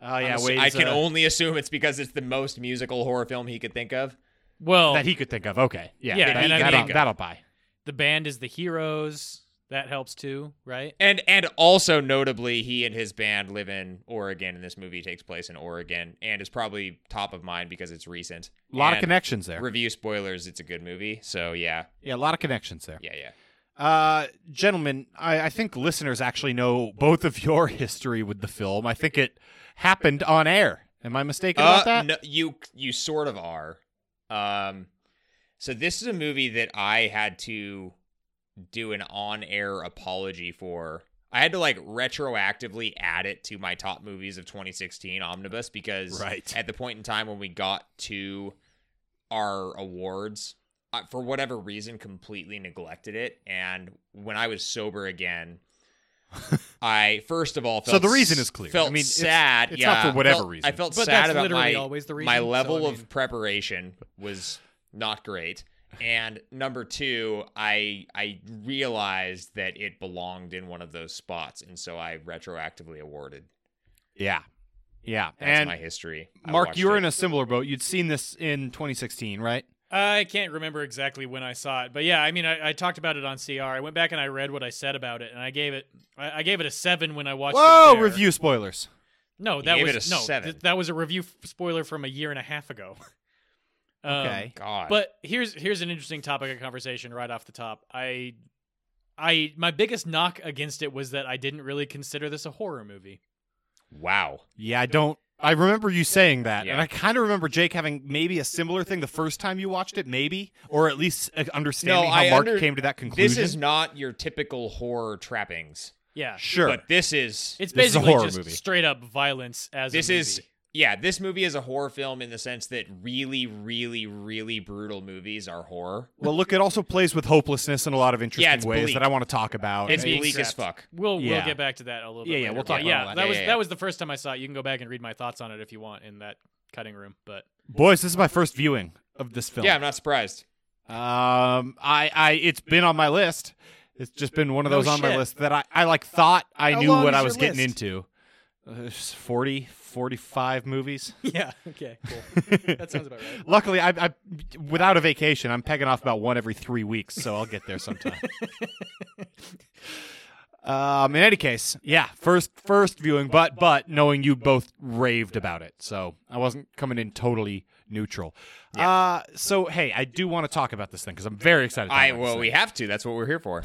S2: Oh
S3: I'm
S2: yeah,
S3: assu-
S2: Wade's,
S3: I can
S2: uh,
S3: only assume it's because it's the most musical horror film he could think of.
S1: Well,
S2: that he could think of. Okay, yeah,
S1: Yeah,
S2: that-
S1: and I
S2: that'll,
S1: mean-
S2: that'll buy.
S1: the band is the heroes. That helps too, right?
S3: And and also notably, he and his band live in Oregon, and this movie takes place in Oregon, and is probably top of mind because it's recent.
S2: A lot of
S3: And
S2: connections there.
S3: Review spoilers. It's a good movie. So yeah,
S2: Yeah, a lot of connections there.
S3: yeah, yeah.
S2: Uh, gentlemen, I, I think listeners actually know both of your history with the film. I think it happened on air. Am I mistaken about
S3: Uh,
S2: that?
S3: No, you you sort of are. Um, so this is a movie that I had to do an on-air apology for. I had to like retroactively add it to my top movies of 2016 omnibus because
S2: Right.
S3: at the point in time when we got to our awards, I, for whatever reason, completely neglected it. And when I was sober again, I first of all
S2: So
S3: felt
S2: the reason
S3: s-
S2: is clear. I
S3: Felt
S2: mean, it's-
S3: sad.
S2: it's
S3: yeah,
S2: not for whatever
S3: felt- I
S2: reason.
S3: felt
S1: But
S3: sad
S1: that's
S3: about
S1: literally
S3: my
S1: always the reason.
S3: my
S1: so, I
S3: level
S1: mean-
S3: of preparation was not great. And number two, I I realized that it belonged in one of those spots, and so I retroactively awarded.
S2: yeah, yeah.
S3: That's
S2: and
S3: my history. I
S2: Mark,
S3: watched
S2: you were
S3: it.
S2: in a similar boat. You'd seen this in 2016, right?
S1: I can't remember exactly when I saw it, but yeah, I mean, I, I talked about it on CR. I went back and I read what I said about it, and I gave it, I, I gave it a seven when I watched. it
S2: Whoa,
S1: there.
S2: review spoilers.
S1: No, that
S3: gave
S1: was
S3: it a
S1: no.
S3: seven.
S1: th- that was a review f- spoiler from a year and a half ago. Um,
S2: Okay.
S3: God.
S1: But here's here's an interesting topic of conversation right off the top. I I my biggest knock against it was that I didn't really consider this a horror movie.
S3: wow.
S2: Yeah, I don't. I remember you saying that,
S3: Yeah.
S2: and I kind of remember Jake having maybe a similar thing the first time you watched it, maybe, or at least uh, understanding
S3: No,
S2: how
S3: I
S2: Mark
S3: under-
S2: came to that
S3: This
S2: conclusion.
S3: is not your typical horror trappings.
S1: Yeah.
S2: sure.
S3: But this is
S1: It's
S2: This is a
S1: basically
S2: horror
S1: just
S2: movie.
S1: straight up violence as a
S3: this is
S1: movie.
S3: yeah, this movie is a horror film in the sense that really, really, really brutal movies are horror.
S2: well, look, it also plays with hopelessness in a lot of interesting
S3: it's
S2: ways
S3: bleak.
S2: that I want to talk about.
S3: It's
S1: Being
S3: bleak as
S1: trapped.
S3: fuck.
S1: We'll
S2: Yeah.
S1: we'll get back to that a little bit.
S2: Yeah, yeah,
S1: later,
S2: we'll
S1: but
S2: talk about
S1: yeah,
S2: all that.
S1: that
S3: Yeah,
S1: was
S3: yeah, yeah.
S1: that was the first time I saw it. You can go back and read my thoughts on it if you want in that cutting room. But
S2: Boys, this is my first viewing of this film.
S3: Yeah, I'm not surprised.
S2: Um, I, I, it's been on my list. It's just been one of
S4: No
S2: those on my
S4: shit.
S2: list that I, I like thought I
S4: How
S2: knew
S4: long
S2: what
S4: is
S2: I
S4: your
S2: was getting
S4: list?
S2: into. Uh, 40, 45 movies.
S1: yeah, okay, cool. that sounds about right.
S2: Luckily, I, I, without a vacation, I'm pegging off about one every three weeks, so I'll get there sometime. um, in any case, yeah, first first viewing, but but knowing you both raved about it, so I wasn't coming in totally neutral. Uh, so hey, I do want to talk about this thing because I'm very excited. to talk
S3: I
S2: about
S3: well,
S2: this
S3: we have to. That's what we're here for.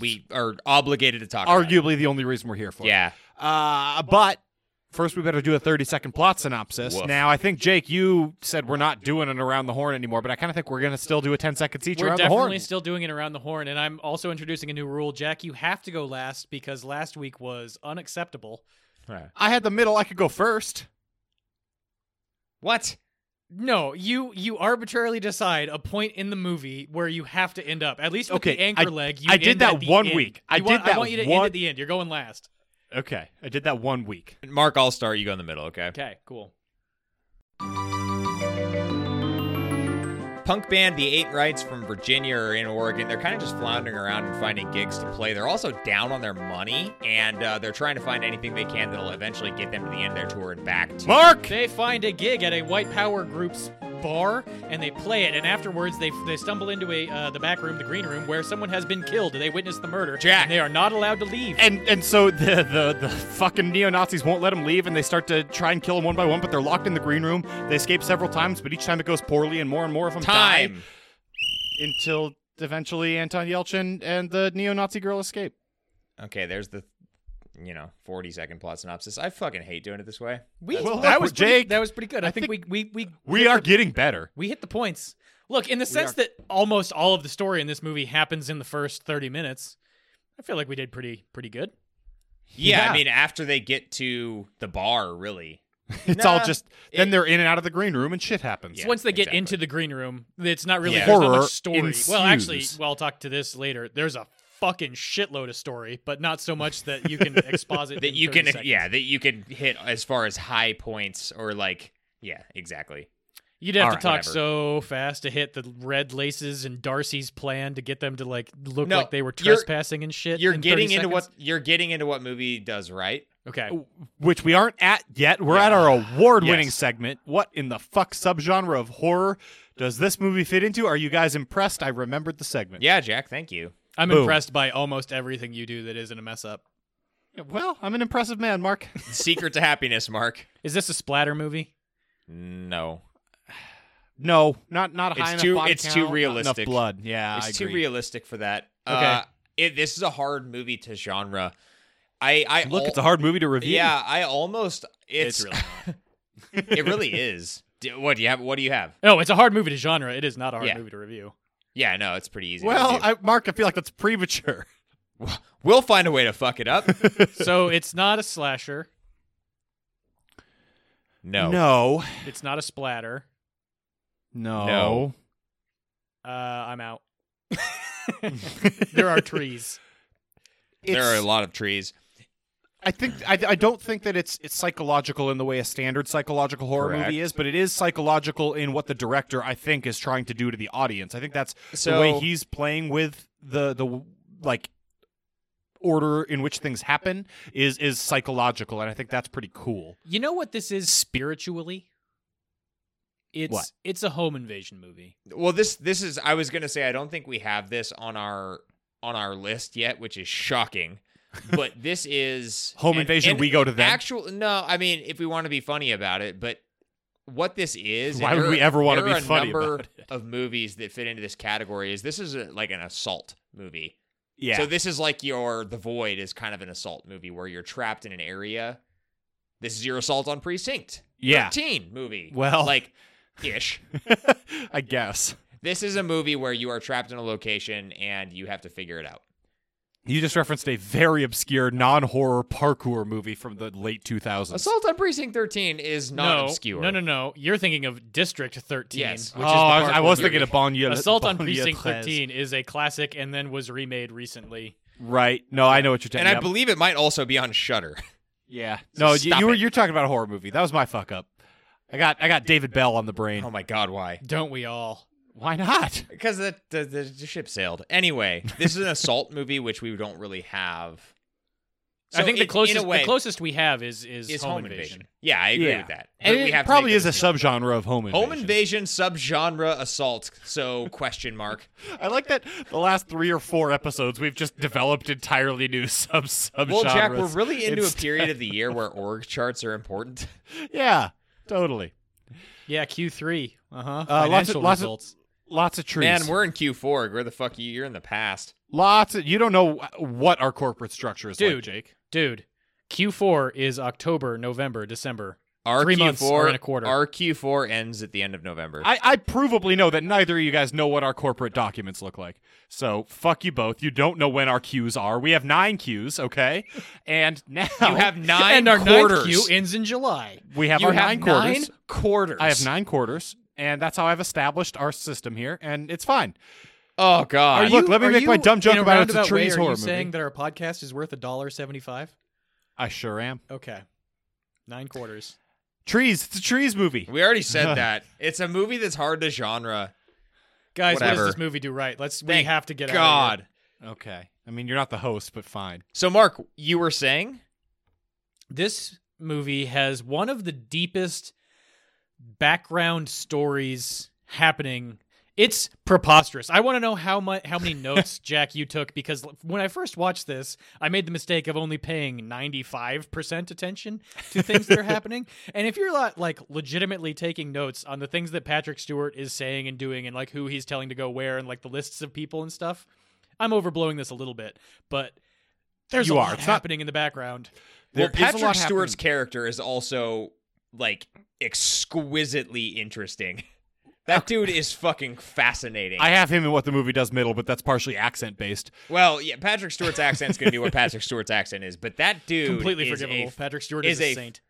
S3: We are obligated to talk.
S2: thing.
S3: about it.
S2: arguably the only reason we're here for. it.
S3: Yeah.
S2: Uh, but first, we better do a 30 second plot synopsis.
S3: Woof.
S2: Now, I think, Jake, you said we're not doing an around the horn anymore, but I kind of think we're going to still do a 10 seconds each
S1: We're
S2: around the horn.
S1: definitely still doing it around the horn, and I'm also introducing a new rule. Jack, you have to go last because last week was unacceptable.
S2: I had the middle, I could go first.
S3: What?
S1: No, you you arbitrarily decide a point in the movie where you have to end up. At least with
S2: Okay,
S1: the anchor
S2: I-
S1: leg, you
S2: I did
S1: end
S2: that
S1: at the
S2: one
S1: end.
S2: week. I
S1: You want-
S2: did that
S1: I want you to
S2: one-
S1: end at the end. You're going last.
S2: Okay, I did that one week.
S3: Mark, I'll start. You go in the middle, okay?
S1: Okay, cool.
S3: Punk band The Eight Rights from Virginia or in Oregon, they're kind of just floundering around and finding gigs to play. They're also down on their money, and uh, they're trying to find anything they can that'll eventually get them to the end of their tour and back to
S2: Mark!
S1: They find a gig at a white power group's bar and they play it and afterwards they they stumble into a uh, the back room the green room where someone has been killed they witness the murder
S3: Jack.
S1: and they are not allowed to leave
S2: And and so the, the, the fucking neo Nazis won't let him leave, and they start to try and kill him one by one. But they're locked in the green room. They escape several times, but each time it goes poorly, and more and more of them die
S3: time.
S2: until eventually Anton Yelchin and the neo Nazi girl escape.
S3: Okay, there's the, you know, 40 second plot synopsis. I fucking hate doing it this way. We,
S2: Well, that was
S1: pretty-
S2: Jake.
S1: that was pretty good i,
S2: I
S1: think,
S2: think-
S1: we we we
S2: We are getting better.
S1: we hit the points look in the sense that almost all of the story in this movie happens in the first 30 minutes i feel like we did pretty pretty good
S3: yeah,
S2: Yeah.
S3: I mean, after they get to the bar, really.
S2: It's
S3: Nah,
S2: all just then they're in and out of the green room and shit happens.
S3: Yeah,
S1: once they get
S3: exactly.
S1: into the green room it's not really
S3: Yeah.
S1: there's not
S2: Horror
S1: much story
S2: ensues.
S1: well actually well i'll talk to this later there's a fucking shitload of story but not so much that you can exposit
S3: that
S1: in
S3: you
S1: 30
S3: can
S1: seconds.
S3: yeah that you can hit as far as high points or like yeah exactly
S1: You'd have
S3: All
S1: to
S3: right,
S1: talk
S3: whatever.
S1: so fast to hit the red laces and Darcy's plan to get them to like look
S3: No,
S1: like they were
S3: you're-
S1: trespassing and shit.
S3: you're
S1: in 30
S3: getting into what
S1: seconds.
S3: you're getting into what movie does right
S1: Okay.
S2: Which we aren't at yet. We're at our award winning
S3: Yes.
S2: segment. What in the fuck subgenre of horror does this movie fit into? Are you guys impressed? I remembered the segment.
S3: yeah jack thank you
S1: I'm
S2: Boom.
S1: impressed by almost everything you do that isn't a mess up.
S2: Well, I'm an impressive man, Mark.
S3: secret to happiness mark
S1: Is this a splatter movie?
S3: no
S2: No, not not high enough.
S3: It's too-
S2: body
S3: it's
S2: count,
S3: too
S2: not
S3: realistic.
S2: Enough blood. Yeah, I
S3: it's too
S2: agree.
S3: realistic for that
S1: Okay.
S3: uh, it, this is a hard movie to genre i i
S2: Look,
S3: al-
S2: it's a hard movie to review.
S3: yeah i almost it's,
S1: It's really
S3: it really is D- what do you have what do you have
S1: No, it's a hard movie to genre. It is not a hard
S3: Yeah.
S1: movie to review.
S3: yeah no it's pretty easy to
S2: Well,
S3: do.
S2: I, Mark, I feel like that's premature.
S3: we'll find a way to fuck it up
S1: so it's not a slasher.
S3: no
S2: no,
S1: It's not a splatter.
S2: no.
S3: No.
S1: Uh, I'm out. there are trees.
S3: there are a
S2: It's-
S3: lot of trees
S2: I think I, I don't think that it's it's psychological in the way a standard psychological horror
S3: Correct.
S2: movie is, but it is psychological in what the director I think is trying to do to the audience. I think that's the
S3: So-
S2: way he's playing with the the like order in which things happen is is psychological, and I think that's pretty cool.
S1: You know what this is spiritually? It's
S2: What?
S1: it's a home invasion movie.
S3: well this this is i was gonna say i don't think we have this on our on our list yet which is shocking but this is
S2: Home invasion, we go to them.
S3: Actual no, I mean if we want to be funny about it, but what this is and
S2: Why would
S3: there
S2: we
S3: are-
S2: ever wanna
S3: there
S2: be
S3: are a
S2: funny
S3: number
S2: about
S3: of movies that fit into this category is this is a, like an assault movie.
S2: Yeah.
S3: So this is like your The Void is kind of an assault movie where you're trapped in an area. This is your assault on precinct.
S2: Yeah.
S3: 13 movie.
S2: Well-
S3: like ish.
S2: I guess.
S3: This is a movie where you are trapped in a location and you have to figure it out.
S2: You just referenced a very obscure non horror parkour movie from the late 2000s.
S3: Assault on Precinct 13 is not
S1: no,
S3: obscure.
S1: No, no, no. You're thinking of District 13.
S3: Yes.
S2: oh,
S1: Which is the
S2: I was,
S1: parkour
S2: I was
S1: movie.
S2: thinking of Bon Yue-
S1: Assault on
S2: Bon Yue
S1: Precinct
S2: Tres.
S1: 13 is a classic and then was remade recently.
S2: Right. No, I know what you're talking
S3: And
S2: about.
S3: I believe it might also be on Shutter.
S2: Yeah. No, you,
S3: stop
S2: you were
S3: it.
S2: you're talking about a horror movie. That was my fuck up. I got I got David Bell on the brain.
S3: Oh my god, why?
S1: Don't we all?
S2: Why not?
S3: Because the, the, the, the ship sailed. Anyway, this is an assault movie, which we don't really have. So
S1: I think
S3: it-
S1: the
S3: in
S1: closest
S3: a way,
S1: the closest we have is is,
S3: is
S1: home, invasion.
S3: Yeah, I agree
S2: Yeah.
S3: with that.
S2: And
S3: But we
S2: it
S3: have to
S2: probably
S3: make
S2: is a
S3: this-
S2: subgenre of home invasion.
S3: home invasion subgenre assault. So question mark.
S2: I like that the last three or four episodes we've just developed entirely new sub subgenres.
S3: Well, Jack, we're really into a
S2: It's-
S3: period of the year where org charts are important.
S2: yeah, totally.
S1: Yeah, Q3. Uh-huh.
S2: Uh, lots of-
S1: Financial
S2: lots of-
S1: results.
S2: Lots of trees.
S3: Man, we're in Q4. Where the fuck you? You're in the past.
S2: lots. Of, you don't know wh- what our corporate structure is, like,
S1: Dude.
S2: Jake.
S1: Dude, Q4 is October, November, December.
S3: Our
S1: Three
S3: Q4,
S1: months or and a quarter.
S3: Our Q4 ends at the end of November.
S2: I, I provably know that neither of you guys know what our corporate documents look like. So fuck you both. You don't know when our queues are. We have nine queues, okay? And now
S3: you have nine
S1: and our
S3: quarters.
S1: ninth Q ends in July.
S2: we have
S3: you
S2: our
S3: have
S2: nine, quarters.
S3: quarters.
S2: I have nine quarters, and that's how I've established our system here, and it's fine.
S3: Oh
S2: Are
S3: god.
S2: you- Look, let me make my dumb joke
S1: in a
S2: about it's a
S1: roundabout way,
S2: trees
S1: are
S2: horror
S1: you
S2: movie.
S1: saying that our podcast is worth a dollar seventy-five?
S2: I sure am.
S1: Okay, nine quarters.
S2: Trees. It's a trees movie.
S3: we already said that. It's a movie that's hard to genre.
S1: Guys, what
S3: Whatever.
S1: does this movie do right? Let's. we
S3: Thank
S1: have to get Out of
S3: God.
S1: here.
S2: Okay. I mean, you're not the host, but fine.
S3: So Mark, you were saying?
S1: This movie has one of the deepest background stories happening. It's preposterous. I want to know how much, how many notes, Jack, you took because when I first watched this, I made the mistake of only paying ninety five percent attention to things that are happening. And if you're not like legitimately taking notes on the things that Patrick Stewart is saying and doing, and like who he's telling to go where, and like the lists of people and stuff, I'm overblowing this a little bit, but there's
S2: You
S1: a
S2: are.
S1: lot
S2: It's not-
S1: happening in the background.
S3: Well,
S2: There is a
S3: Patrick
S2: lot
S3: Stewart's
S2: happening.
S3: character is also like exquisitely interesting. That dude is fucking fascinating.
S2: I have him in what the movie does middle, but that's partially accent based.
S3: well, yeah, Patrick Stewart's accent's gonna be what Patrick Stewart's accent is, but that dude
S1: completely
S3: is a
S1: forgivable. Patrick Stewart is,
S3: is a
S1: a saint.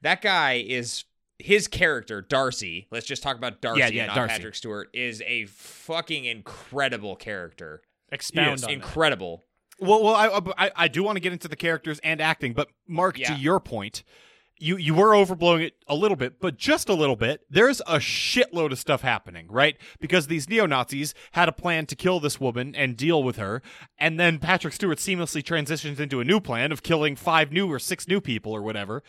S3: that guy is his character Darcy. Let's just talk about Darcy,
S2: Yeah, yeah,
S3: not
S2: Darcy.
S3: Patrick Stewart. Is a fucking incredible character.
S1: Expound on that.
S3: incredible.
S2: Well, well, I I, I do want to get into the characters and acting, but Mark,
S3: Yeah.
S2: to your point, you you were overblowing it a little bit, but just a little bit. There's a shitload of stuff happening, right? Because these neo Nazis had a plan to kill this woman and deal with her, and then Patrick Stewart seamlessly transitions into a new plan of killing five new or six new people or whatever,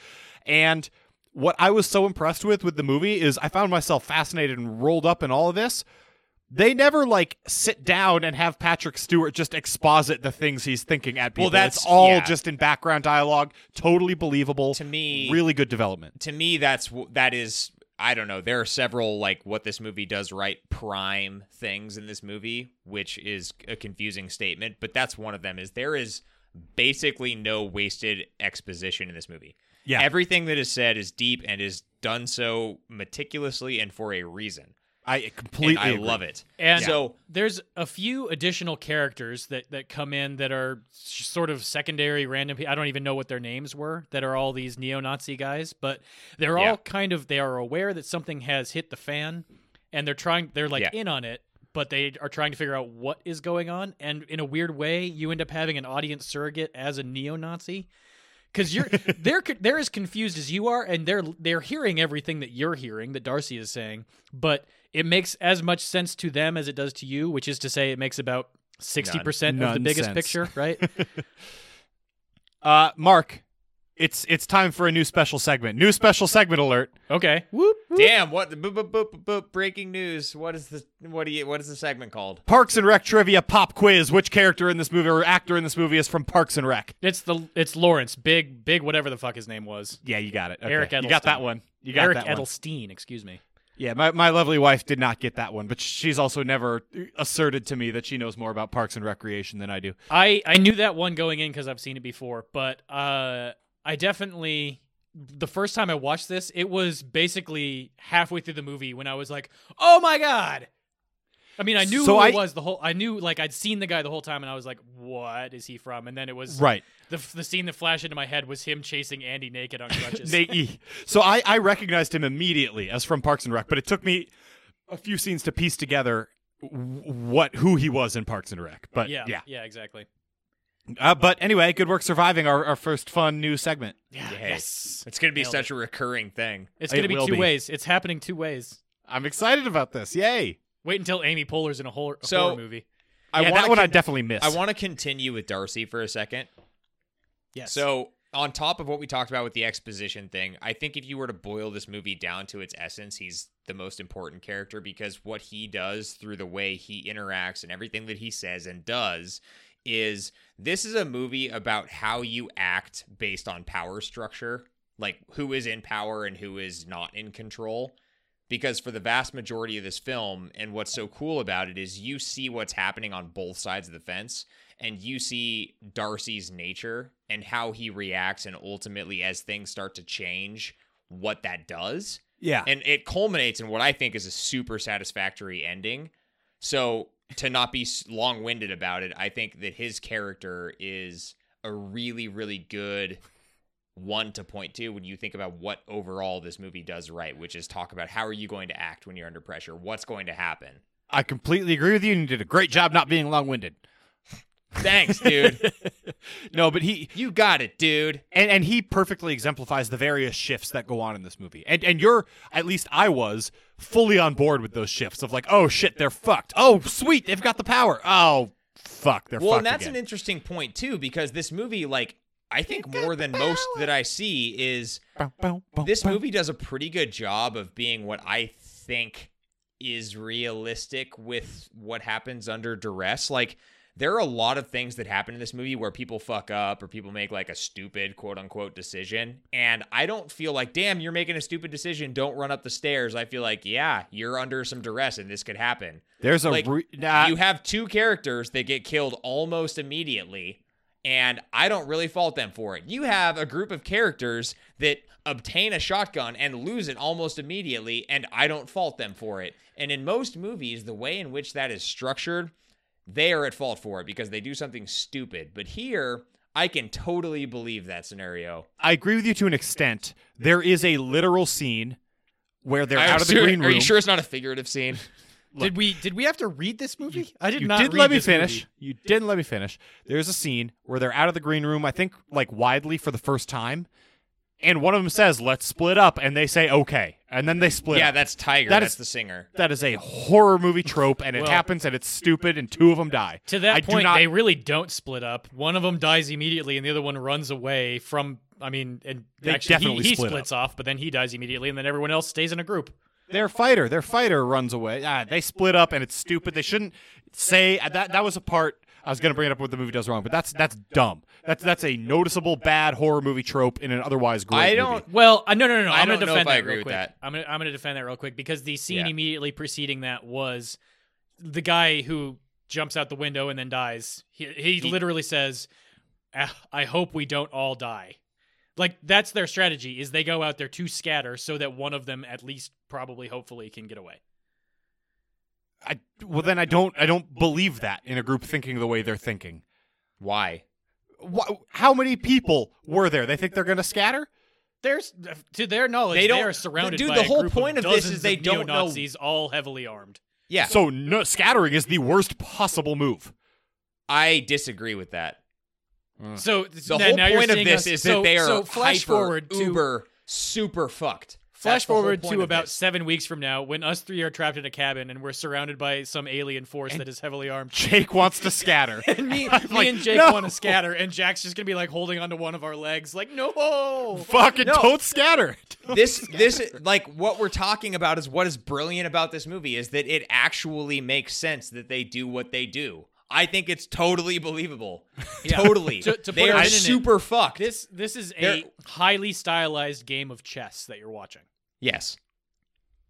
S2: and. What I was so impressed with with the movie is I found myself fascinated and rolled up in all of this they never like sit down and have Patrick Stewart just exposit the things he's thinking at people.
S3: Well, that's-
S2: It's all
S3: yeah.
S2: just in background dialogue. Totally believable.
S3: To me-
S2: really good development.
S3: To me, that's w- that is. I don't know. There are several like what this movie does right prime things in this movie, which is a confusing statement, but that's one of them. Is there is basically no wasted exposition in this movie.
S2: Yeah.
S3: everything that is said is deep and is done so meticulously and for a reason.
S2: I
S3: And
S2: completely
S3: I
S2: agree.
S3: love it.
S1: And
S3: so
S1: there's a few additional characters that that come in that are s- sort of secondary random. pe- I don't even know what their names were. That are all these neo-Nazi guys, but they're
S3: Yeah.
S1: all kind of they are aware that something has hit the fan, and they're trying. They're like
S3: Yeah.
S1: in on it, but they are trying to figure out what is going on. And in a weird way, you end up having an audience surrogate as a neo-Nazi. Because you're they're co- they're as confused as you are, and they're they're hearing everything that you're hearing that Darcy is saying, but it makes as much sense to them as it does to you, which is to say, it makes about sixty percent of the biggest
S2: Nonsense.
S1: picture, right?
S2: Uh, Mark, It's it's time for a new special segment. New special segment alert.
S1: Okay. Whoop.
S3: Damn! What boop, boop, boop, boop, boop, breaking news? What is the what do you what is the segment called?
S2: Parks and Rec trivia pop quiz. Which character in this movie or actor in this movie is from Parks and Rec?
S1: It's the it's Lawrence, big big whatever the fuck his name was.
S2: Yeah, you got it. Okay.
S1: Eric
S2: You
S1: Edelstein.
S2: got that one. You got
S1: Eric
S2: that one.
S1: Edelstein, excuse me.
S2: Yeah, my, my lovely wife did not get that one, but she's also never asserted to me that she knows more about Parks and Recreation than I do.
S1: I I knew that one going in because I've seen it before, but uh, I definitely the first time I watched this, it was basically halfway through the movie when I was like, "Oh my god!" I mean, I knew
S2: So
S1: who
S2: I-
S1: it was the whole. I knew like I'd seen the guy the whole time, and I was like, "What is he from?" And then it was
S2: Right.
S1: the the scene that flashed into my head was him chasing Andy naked on crutches.
S2: Nate. So I, I recognized him immediately as from Parks and Rec, but it took me a few scenes to piece together w- what who he was in Parks and Rec. But
S1: yeah,
S2: yeah.
S1: yeah, exactly.
S2: Uh, but anyway, good work surviving our, our first fun new segment.
S1: Yeah,
S3: Yes.
S1: yes.
S3: It's gonna be
S1: Nailed
S3: such a recurring thing.
S1: It's
S2: It
S1: gonna be
S2: will
S1: two
S2: be.
S1: ways. It's happening two ways.
S2: I'm excited about this. Yay.
S1: Wait until Amy Poehler's in a horror,
S3: So-
S1: horror movie.
S3: I
S2: yeah,
S3: wanna
S2: that one I
S3: con-
S2: definitely missed.
S3: I want to continue with Darcy for a second.
S1: Yes.
S3: So, on top of what we talked about with the exposition thing, I think if you were to boil this movie down to its essence, he's the most important character because what he does through the way he interacts and everything that he says and does is this is a movie about how you act based on power structure, like who is in power and who is not in control. Because for the vast majority of this film, and what's so cool about it is you see what's happening on both sides of the fence and you see Darcy's nature and how he reacts, and ultimately, as things start to change, what that does.
S2: yeah.
S3: And it culminates in what I think is a super satisfactory ending. So, to not be long winded about it, I think that his character is a really, really good one to point to when you think about what overall this movie does right, which is talk about how are you going to act when you're under pressure? What's going to happen?
S2: I completely agree with you, and you did a great job not being long winded.
S3: Thanks, dude.
S2: no, but he
S3: you got it, dude.
S2: and, and he perfectly exemplifies the various shifts that go on in this movie. And and you're at least I was fully on board with those shifts of like, oh shit, they're fucked. Oh sweet, they've got the power. Oh fuck, they're
S3: well
S2: fucked
S3: and that's
S2: again.
S3: an interesting point too because this movie like i think more than most that i see is
S2: Bow, bow, bow,
S3: this
S2: bow.
S3: movie does a pretty good job of being what i think is realistic with what happens under duress like there are a lot of things that happen in this movie where people fuck up or people make like a stupid quote unquote decision and i don't feel like damn you're making a stupid decision don't run up the stairs i feel like yeah you're under some duress and this could happen
S2: There's a
S3: like,
S2: re- nah,
S3: you have two characters that get killed almost immediately, and I don't really fault them for it. You have a group of characters that obtain a shotgun and lose it almost immediately, and I don't fault them for it. And in most movies, the way in which that is structured, they are at fault for it because they do something stupid. But here, I can totally believe that scenario.
S2: I agree with you to an extent. There is a literal scene where they're
S3: I'm
S2: out of the
S3: sure-
S2: green room.
S3: Are you sure it's not a figurative scene?
S1: did we did we have to read this movie? I did
S2: you
S1: not.
S2: did
S1: read
S2: let me
S1: this movie.
S2: finish. You didn't let me finish. There's a scene where they're out of the green room, I think like widely for the first time, and one of them says, "Let's split up," and they say, "Okay," and then they split.
S3: yeah,
S2: up.
S3: that's Tiger.
S2: That
S3: that's
S2: is-
S3: the singer.
S2: that is a horror movie trope, and it
S1: Well-
S2: happens, and it's stupid, and two of them die.
S1: To that
S2: I do
S1: point,
S2: not-
S1: they really don't split up. One of them dies immediately, and the other one runs away from. I mean, and
S2: They
S1: actually, he-
S2: definitely
S1: he,
S2: split
S1: splits off, but then he dies immediately, and then everyone else stays in a group.
S2: their fighter, their fighter runs away. Ah, they split up, and it's stupid. They shouldn't say uh, that. That was a part I was going to bring it up. What the movie does wrong, but that's that's dumb. That's that's a noticeable bad horror movie trope in an otherwise great.
S3: I
S2: movie.
S3: don't
S1: Well, uh, no, no, no, no.
S3: I
S1: am gonna
S3: don't know
S1: defend
S3: if I
S1: that
S3: agree
S1: real
S3: with
S1: quick.
S3: that.
S1: I'm gonna I'm gonna defend that real quick because the scene
S3: Yeah.
S1: immediately preceding that was the guy who jumps out the window and then dies. He he, literally says, "Ah, "I hope we don't all die." Like that's their strategy is they go out there to scatter so that one of them at least probably hopefully can get away.
S2: I well then I don't I don't believe that in a group thinking the way they're thinking.
S3: Why?
S2: Wh- how many people were there? They think they're going to scatter?
S1: There's to their knowledge,
S3: They
S1: they,
S3: don't-
S1: are surrounded.
S3: dude,
S1: by
S3: the
S1: a
S3: whole
S1: group
S3: point of
S1: of,
S3: this
S1: dozens
S3: is they
S1: of
S3: don't know-
S1: Nazis, all heavily armed.
S3: Yeah.
S2: So no, scattering is the worst possible move.
S3: I disagree with that.
S1: So
S3: The
S1: now,
S3: whole
S1: now you're
S3: point of
S1: seeing
S3: this
S1: us-
S3: is
S1: so,
S3: that they are
S1: so flash
S3: hyper,
S1: forward to
S3: uber super fucked.
S1: Flash
S3: That's the whole
S1: forward
S3: point
S1: to
S3: of
S1: about
S3: this.
S1: seven weeks from now, when us three are trapped in a cabin and we're surrounded by some alien force that is heavily armed.
S2: Jake wants to scatter.
S1: And me, me
S2: like,
S1: and Jake
S2: "No."
S1: want to scatter, and Jack's just gonna be like holding onto one of our legs, like no.
S2: Fucking
S3: No.
S2: don't scatter.
S3: this this like what we're talking about is what is brilliant about this movie is that it actually makes sense that they do what they do. I think it's totally believable. Totally.
S1: To- to
S3: they
S1: put a
S3: are
S1: pin in it,
S3: super fucked.
S1: This this is a
S3: There-
S1: highly stylized game of chess that you're watching.
S3: yes.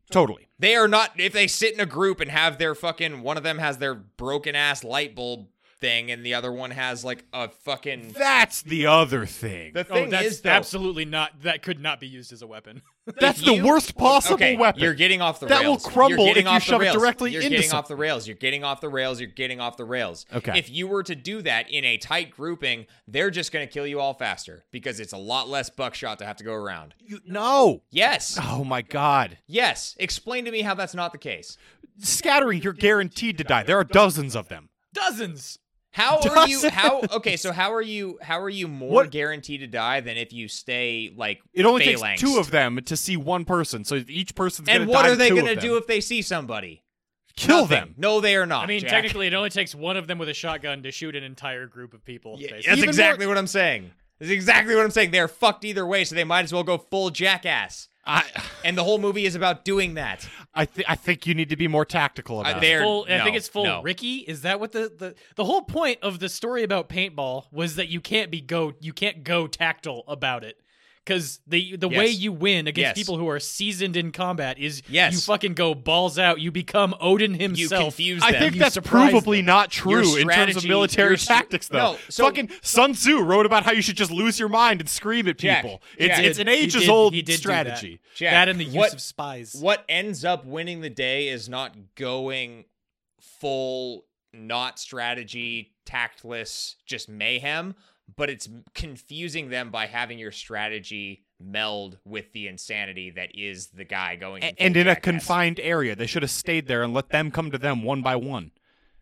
S2: Totally.
S3: They are not if they sit in a group and have their fucking one of them has their broken ass light bulb thing and the other one has like a fucking
S2: That's the other thing.
S3: the
S1: Oh,
S3: thing
S1: that's
S3: is though,
S1: absolutely not. That could not be used as a weapon.
S2: That's the
S3: you-
S2: worst possible
S3: okay,
S2: weapon.
S3: You're getting off the
S2: That will
S3: rails. You're
S2: crumble
S3: getting
S2: if you
S3: off the
S2: shove it
S3: rails.
S2: directly
S3: You're
S2: into
S3: getting off the
S2: something.
S3: rails. You're getting off the rails. You're getting off the rails.
S2: Okay.
S3: If you were to do that in a tight grouping, they're just going to kill you all faster because it's a lot less buckshot to have to go around.
S2: You- no.
S3: Yes.
S2: Oh my god.
S3: Yes. Explain to me how that's not the case.
S2: Scattering, you're guaranteed to die. There are dozens of them.
S1: Dozens.
S3: How are you
S2: Dozens.
S3: how okay, so how are you how are you more
S2: What-
S3: guaranteed to die than if you stay like
S2: It only
S3: phalanxed?
S2: takes two of them to see one person, so each person's
S3: And
S2: gonna
S3: what
S2: die
S3: are they
S2: going
S3: gonna
S2: to
S3: do if they see somebody?
S2: Kill
S3: Nothing.
S2: them.
S3: No, they are not.
S1: I mean,
S3: Jack.
S1: technically, it only takes one of them with a shotgun to shoot an entire group of people.
S3: Yeah,
S1: basically.
S3: that's
S2: Even
S3: exactly what I'm saying. That's exactly what I'm saying. They're fucked either way, so they might as well go full jackass.
S2: I
S3: And the whole movie is about doing that.
S2: I, th- I think you need to be more tactical
S3: I-
S2: about it.
S3: they're-
S1: full, I think
S3: no,
S1: it's full
S3: no.
S1: Ricky. Is that what the, the the whole point of the story about paintball was that you can't be go you can't go tactile about it because the the
S3: Yes.
S1: way you win against
S3: Yes.
S1: people who are seasoned in combat is
S3: Yes.
S1: you fucking go balls out. You become Odin himself.
S3: confuse
S2: I
S3: them.
S2: think
S1: You
S2: that's
S1: surprise
S2: provably
S1: them.
S2: not true
S3: Your
S2: in terms of
S3: strategy-
S2: military
S3: your str-
S2: tactics, though.
S3: No, so-
S2: Fucking Sun Tzu wrote about how you should just lose your mind and scream at
S3: Jack,
S2: people.
S3: Jack.
S2: It's,
S3: He
S2: it's an
S1: He did-
S2: ages old
S1: he did do that.
S2: strategy.
S3: Jack,
S1: that and the use
S3: what-
S1: of spies.
S3: What ends up winning the day is not going full, not strategy, tactless, just mayhem, but it's confusing them by having your strategy meld with the insanity that is the guy going.
S2: A-
S3: full
S2: and in a
S3: jackass.
S2: confined area. They should have stayed there and let them come to them one by one.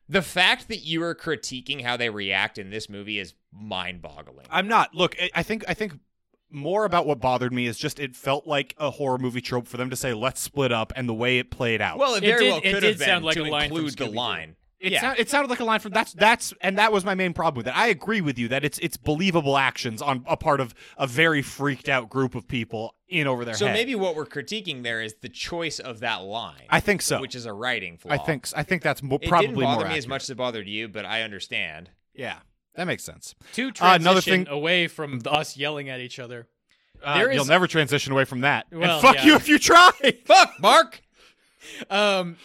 S3: The fact that you are critiquing how they react in this movie is mind-boggling.
S2: I'm not. Look, I- I think I think more about what bothered me is just it felt like a horror movie trope for them to say let's split up and the way it played out.
S3: Well, it
S1: It
S3: very
S1: did-
S3: well
S1: it
S3: could
S1: did
S3: have been
S1: sound like a
S3: to
S1: line from
S3: include the
S1: Scooby-Doo.
S3: line.
S2: It,
S3: yeah.
S2: sound- it sounded like a line from that's that's and that was my main problem with it. I agree with you that it's it's believable actions on a part of a very freaked out group of people in over their
S3: so
S2: head.
S3: maybe what we're critiquing there is the choice of that line,
S2: I think so.
S3: which is a writing flaw.
S2: I think s- I think that's mo-
S3: it
S2: probably
S3: didn't
S2: more
S3: bother me as
S2: accurate.
S3: much as it bothered you, but I understand.
S2: Yeah, that makes sense.
S1: to
S2: Uh,
S1: transition
S2: another thing-
S1: away from the- us yelling at each other.
S2: Uh,
S1: There
S2: you'll
S1: is-
S2: never transition away from that.
S1: Well,
S2: and fuck
S1: yeah.
S2: you if you try.
S3: Fuck, Mark.
S1: Um,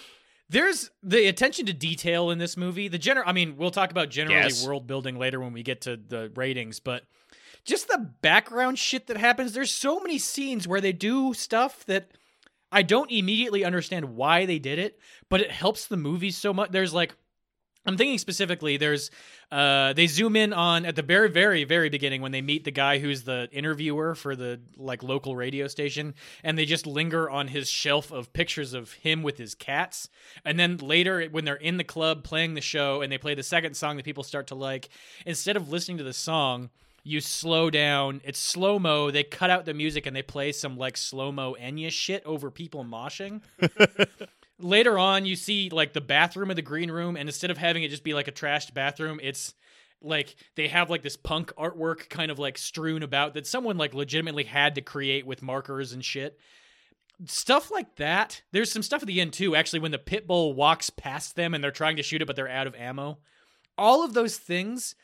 S1: there's the attention to detail in this movie. The general, I mean, we'll talk about generally
S3: Yes.
S1: world building later when we get to the ratings, but just the background shit that happens. There's so many scenes where they do stuff that I don't immediately understand why they did it, but it helps the movie so much. There's like I'm thinking specifically. There's, uh, they zoom in on at the very, very, very beginning when they meet the guy who's the interviewer for the like local radio station, and they just linger on his shelf of pictures of him with his cats. And then later, when they're in the club playing the show and they play the second song that people start to like, instead of listening to the song, you slow down. It's slow mo. They cut out the music and they play some like slow mo Enya shit over people moshing later on you see like the bathroom of the green room and instead of having it just be like a trashed bathroom it's like they have like this punk artwork kind of like strewn about that someone like legitimately had to create with markers and shit stuff like that there's some stuff at the end too actually when the pit bull walks past them and they're trying to shoot it but they're out of ammo all of those things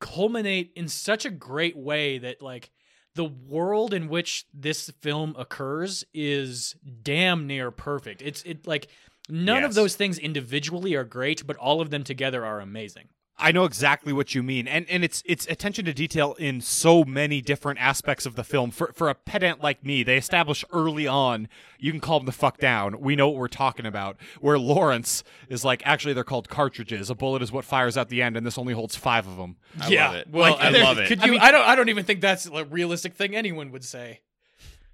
S1: culminate in such a great way that like the world in which this film occurs is damn near perfect. It's it like none of
S3: Yes.
S1: those things individually are great, but all of them together are amazing.
S2: I know exactly what you mean, and and it's it's attention to detail in so many different aspects of the film. For for a pedant like me, they establish early on you can calm the fuck down. We know what we're talking about. Where Lawrence is like, actually, they're called cartridges. A bullet is what fires out the end, and this only holds five of them.
S3: I love it.
S1: well,
S3: Like, I love it.
S1: Could
S2: I
S1: you? I,
S2: mean-
S1: don't. I don't even think that's a realistic thing anyone would say.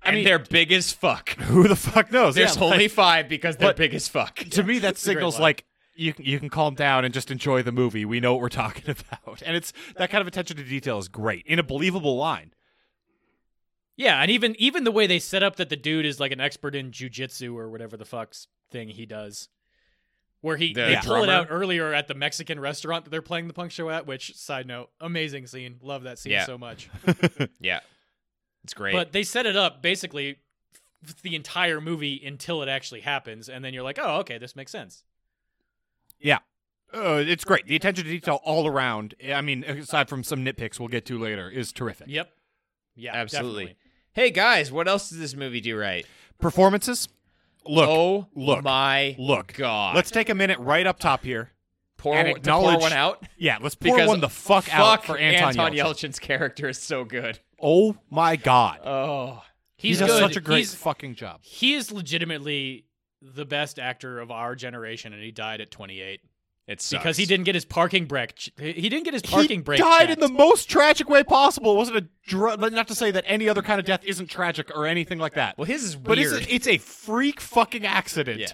S3: I mean, they're big as fuck.
S2: Who the fuck knows?
S3: There's
S2: Yeah, like,
S3: only five because they're
S2: But-
S3: big as fuck.
S2: to me that signals
S1: line.
S2: like. You, can- you can calm down and just enjoy the movie. We know what we're talking about. And it's that kind of attention to detail is great in a believable line.
S1: Yeah, and even even the way they set up that the dude is like an expert in jujitsu or whatever the fuck's thing he does, where he
S3: The
S1: they pull it
S3: drummer?
S1: out earlier at the Mexican restaurant that they're playing the punk show at. Which side note, amazing scene, love that scene
S3: Yeah.
S1: so much.
S3: Yeah, it's great.
S1: But they set it up basically f- the entire movie until it actually happens, and then you're like, oh, okay, this makes sense.
S2: Uh, it's great. The attention to detail all around. I mean, aside from some nitpicks we'll get to later, is terrific.
S1: Yep. Yeah,
S3: Absolutely.
S1: definitely.
S3: hey guys, what else does this movie do right?
S2: Performances. Look,
S3: oh
S2: look,
S3: my
S2: look.
S3: god!
S2: Let's take a minute right up top here.
S3: pour,
S2: and
S3: one- to pour
S2: acknowledge-
S3: one out
S2: Yeah, let's pour
S3: because
S2: one the fuck, out for Anton, Yelchin.
S3: Yelchin's character is so good.
S2: Oh my god,
S3: Oh,
S1: He's
S2: he does
S1: good.
S2: such a great
S1: He's-
S2: fucking job.
S1: he is legitimately the best actor of our generation, and he died at 28
S3: it's
S1: because he didn't get his parking brake. ch- He didn't get his parking
S2: he
S1: brake.
S2: died
S1: checked.
S2: in the most tragic way possible. It wasn't a dr- but not to say that any other kind of death isn't tragic or anything like that.
S3: Well, his is weird.
S2: but it's a, it's a freak fucking accident.
S3: Yeah.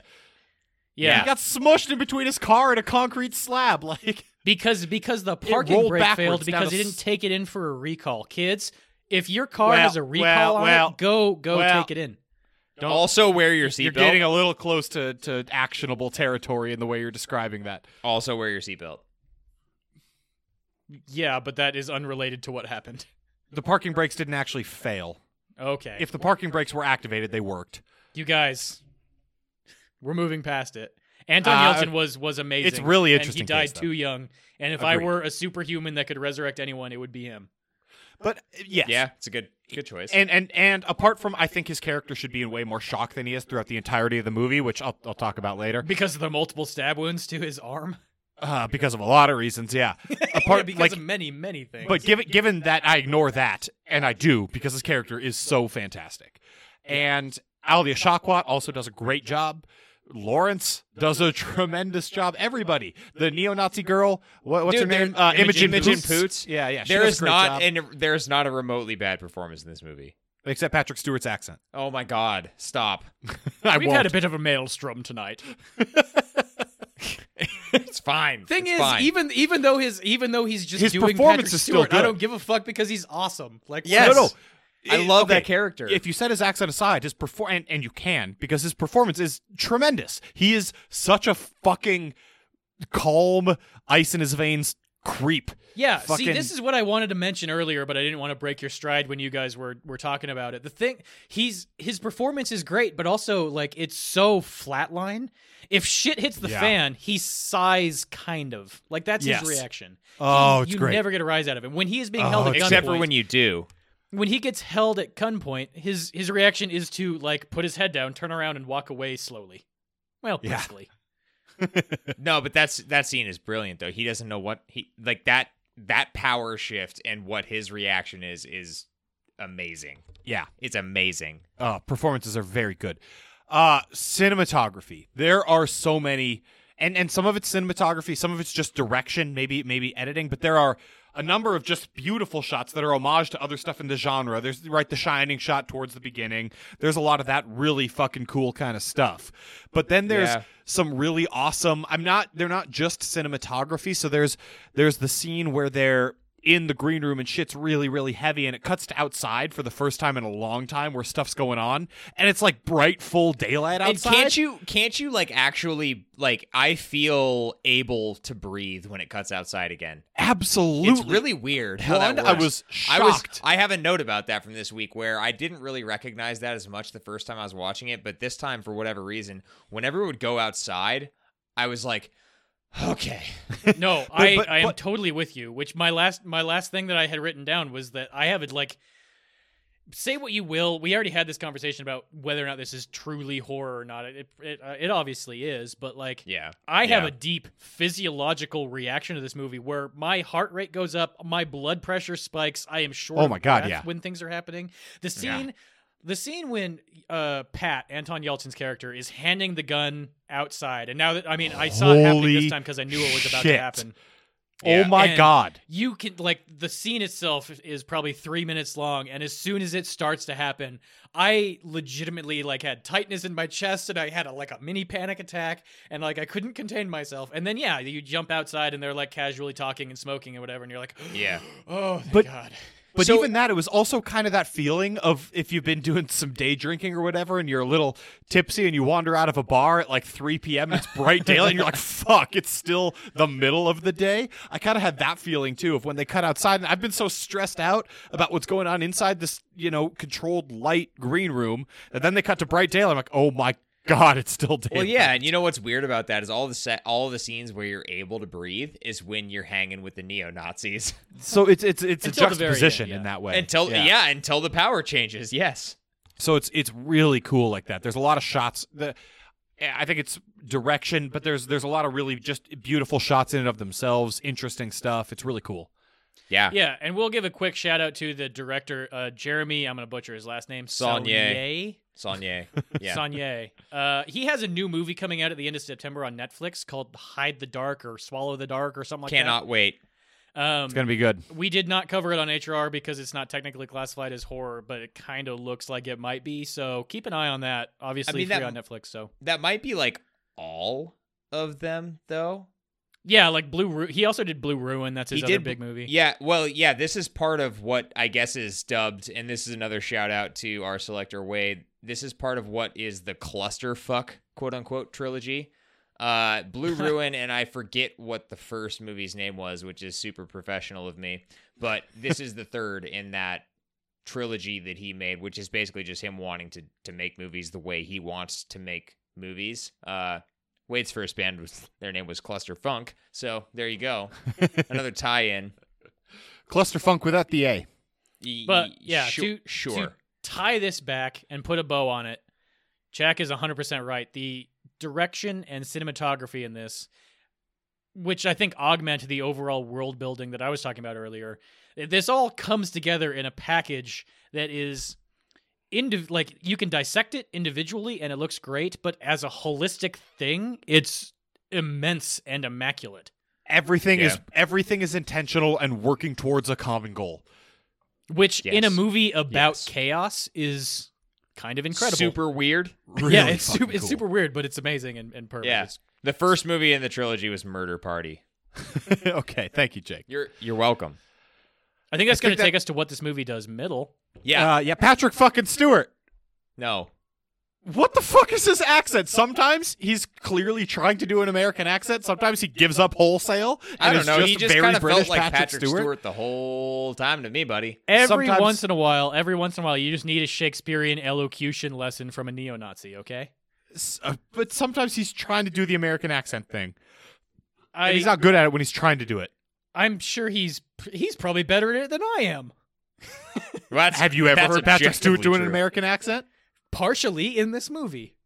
S1: yeah.
S2: He got smushed in between his car and a concrete slab. Like
S1: because because the parking
S2: rolled
S1: brake failed
S2: backwards down
S1: because
S2: a
S1: he
S2: s-
S1: didn't take it in for a recall. Kids, if your car
S2: Well,
S1: has a recall
S2: well,
S1: on
S2: well,
S1: it, go go
S2: well.
S1: take it in.
S2: don't-
S3: also wear your
S2: you're
S3: seatbelt.
S2: getting a little close to, to actionable territory in the way you're describing that.
S3: also wear your seatbelt.
S1: Yeah, but that is unrelated to what happened.
S2: The parking brakes didn't actually fail.
S1: Okay,
S2: If the parking brakes were activated, they worked.
S1: you guys, we're moving past it. Anton
S2: Uh,
S1: Yelchin was was amazing.
S2: it's really
S1: And he
S2: interesting
S1: died
S2: case, though.
S1: too young. And if I
S2: Agreed.
S1: were a superhuman that could resurrect anyone, it would be him.
S2: But uh, yes,
S3: Yeah, it's a good good choice.
S2: And and and apart from, I think his character should be in way more shock than he is throughout the entirety of the movie, which I'll, I'll talk about later,
S1: Because of the multiple stab wounds to his arm.
S2: uh, because of a lot of reasons. Yeah,
S1: Yeah,
S2: apart
S1: because
S2: like,
S1: of many, many things.
S2: but given given that I ignore that, and I do because his character is so fantastic, and Alia Shakwat also does a great job. Lawrence does a tremendous job. Everybody, the neo-Nazi girl, what, what's
S3: Dude,
S2: her
S3: they're-
S2: name? Uh,
S3: Imogen-
S2: Imogen,
S3: Imogen
S2: Poots.
S3: Poots.
S2: Yeah, yeah. she
S3: there
S2: does a
S3: is
S2: great
S3: not
S2: job,
S3: an there is not a remotely bad performance in this movie.
S2: except Patrick Stewart's accent.
S3: Oh my god! Stop.
S2: I
S1: We've
S2: won't.
S1: had a bit of a maelstrom tonight.
S3: it's fine.
S1: Thing
S3: It's
S1: is,
S3: fine.
S1: even even though his even though he's just
S2: His
S1: doing
S2: performance
S1: Patrick
S2: is still
S1: Stewart, I
S2: good.
S1: don't give a fuck because he's awesome. Like
S3: Yes.
S2: No, no.
S3: I
S2: It-
S3: love that
S2: okay,
S3: character.
S2: If you set his accent aside, his perform and, and you can because his performance is tremendous. He is such a fucking calm, ice in his veins creep.
S1: Yeah, see,
S2: Fucking-
S1: this is what I wanted to mention earlier, but I didn't want to break your stride when you guys were were talking about it. The thing, he's his performance is great, but also like it's so flatline. If shit hits the
S2: Yeah.
S1: fan, he sighs kind of like that's
S2: Yes.
S1: his reaction.
S2: Oh,
S1: He-
S2: it's
S1: you
S2: great.
S1: never get a rise out of him when he is being
S2: Oh,
S1: held at
S2: it's-
S3: except
S1: gunpoint.
S3: for when you do.
S1: when he gets held at gunpoint, his his reaction is to like put his head down, turn around, and walk away slowly. Well,
S2: Yeah.
S1: briskly.
S3: No, but that's that scene is brilliant though. He doesn't know what he like that that power shift and what his reaction is is amazing.
S2: Yeah,
S3: It's amazing.
S2: uh, performances are very good. Uh, cinematography. There are so many, and and some of it's cinematography, some of it's just direction, maybe maybe editing, but there are a number of just beautiful shots that are homage to other stuff in the genre. There's right the shining shot towards the beginning. There's a lot of that really fucking cool kind of stuff. But then there's
S3: Yeah.
S2: some really awesome. I'm not. They're not just cinematography. So there's there's the scene where they're in the green room and shit's really really heavy and it cuts to outside for the first time in a long time where stuff's going on and it's like bright full daylight
S3: And
S2: outside.
S3: can't you can't you like actually like I feel able to breathe when it cuts outside again.
S2: Absolutely.
S3: It's really weird how that
S2: One, I
S3: works.
S2: was
S3: I was
S2: shocked.
S3: I have a note about that from this week where I didn't really recognize that as much the first time I was watching it, but this time for whatever reason, whenever it would go outside, I was like, okay.
S1: No, I,
S2: but-
S1: I am
S2: but-
S1: totally with you. Which my last my last thing that I had written down was that I have it like say what you will. We already had this conversation about whether or not this is truly horror or not. It it, uh, it obviously is, but like
S3: Yeah.
S1: I have
S3: Yeah.
S1: a deep physiological reaction to this movie where my heart rate goes up, my blood pressure spikes. I am short.
S2: Oh
S1: of
S2: my God,
S1: breath
S2: yeah.
S1: When things are happening, the
S3: Yeah.
S1: scene, the scene when uh, Pat Anton Yelchin's character is handing the gun outside, and now that I mean, I saw it happening
S2: Holy
S1: this time because I knew it was about
S2: shit.
S1: to happen.
S2: oh
S3: Yeah.
S2: my
S1: And-
S2: god.
S1: You can like the scene itself is probably three minutes long, and as soon as it starts to happen, I legitimately like had tightness in my chest, and I had a, like a mini panic attack, and like I couldn't contain myself. And then yeah, you jump outside, and they're like casually talking and smoking and whatever, and you're like,
S3: Yeah.
S1: oh, thank
S2: But-
S1: God.
S2: But
S3: So-
S2: even that, it was also kind of that feeling of if you've been doing some day drinking or whatever, and you're a little tipsy, and you wander out of a bar at like 3 p.m. and it's bright daylight, and you're like, "Fuck!" It's still the middle of the day. I kind of had that feeling too of when they cut outside, and I've been so stressed out about what's going on inside this, you know, controlled light green room, and then they cut to bright daylight. I'm like, "Oh my god, it's still daylight."
S3: Well, yeah, and you know what's weird about that is all the set, all the scenes where you're able to breathe is when you're hanging with the neo Nazis
S2: So it's it's it's
S1: Until
S2: a
S1: the very end,
S2: juxtaposition
S1: yeah.
S2: in that way.
S3: until yeah. until the power changes. Yes,
S2: So it's it's really cool like that. There's a lot of shots. The I think it's direction, but there's there's a lot of really just beautiful shots in and of themselves, interesting stuff. It's really cool.
S3: yeah,
S1: Yeah, and we'll give a quick shout out to the director, uh, Jeremy. I'm gonna butcher his last name.
S3: Saulnier. Sonya, yeah,
S1: Saunier. Uh, he has a new movie coming out at the end of September on Netflix called Hide the Dark or Swallow the Dark or something like
S3: cannot wait.
S1: that. Um,
S2: It's gonna be good.
S1: we did not cover it on HRR because it's not technically classified as horror, but it kind of looks like it might be. So keep an eye on that. Obviously,
S3: mean,
S1: free
S3: that-
S1: on Netflix. So
S3: That might be like all of them though.
S1: yeah, like Blue. Ru- he also did Blue Ruin. That's his
S3: He
S1: other
S3: did-
S1: big movie.
S3: Yeah, well, yeah, this is part of what I guess is dubbed, and this is another shout out to our selector Wade. This is part of what is the clusterfuck quote unquote trilogy. Uh, Blue Ruin, and I forget what the first movie's name was, which is super professional of me, but this is the third in that trilogy that he made, which is basically just him wanting to to make movies the way he wants to make movies. Uh, Wade's first band was their name was Cluster Funk, so there you go, another tie-in.
S2: Cluster funk without the A.
S3: Y-
S1: But,
S3: y-
S1: yeah,
S3: shu-
S1: to-
S3: sure.
S1: Tie this back and put a bow on it. Jack is 100% right. The direction and cinematography in this, which I think augment the overall world building that I was talking about earlier, this all comes together in a package that is indiv- like you can dissect it individually and it looks great, but as a holistic thing, it's immense and immaculate.
S2: Everything is
S3: Yeah.
S2: everything is intentional and working towards a common goal.
S1: Which in a
S3: Yes.
S1: movie about
S3: Yes.
S1: chaos is kind of incredible.
S3: Super weird.
S2: Really
S1: yeah, it's
S2: fucking
S1: super, it's
S2: cool.
S1: super weird, but it's amazing and, and perfect.
S3: Yeah.
S1: It's-
S3: The first movie in the trilogy was Murder Party.
S2: okay, thank you, Jake.
S3: You're you're welcome.
S1: I think that's
S2: I
S1: going
S2: think
S1: to take us to what this movie does middle.
S3: Yeah.
S2: uh, yeah. Patrick fucking Stewart.
S3: no.
S2: What the fuck is his accent? Sometimes he's clearly trying to do an American accent. Sometimes he gives up wholesale. And
S3: I don't
S2: is
S3: know. he just
S2: very
S3: kind of
S2: British
S3: felt like Patrick, Stewart.
S2: Stewart.
S3: the whole time to me, buddy.
S1: Every
S2: Sometimes-
S1: once in a while, every once in a while, you just need a Shakespearean elocution lesson from a neo-Nazi. Okay,
S2: S- uh, but sometimes he's trying to do the American accent thing.
S1: I,
S2: and he's not good at it when he's trying to do it.
S1: I'm sure he's he's probably better at it than I am.
S3: Well, that's-
S2: Have you ever
S3: that's
S2: heard Patrick Stewart
S3: objectively
S2: doing an
S3: true.
S2: American accent?
S1: Partially in this movie.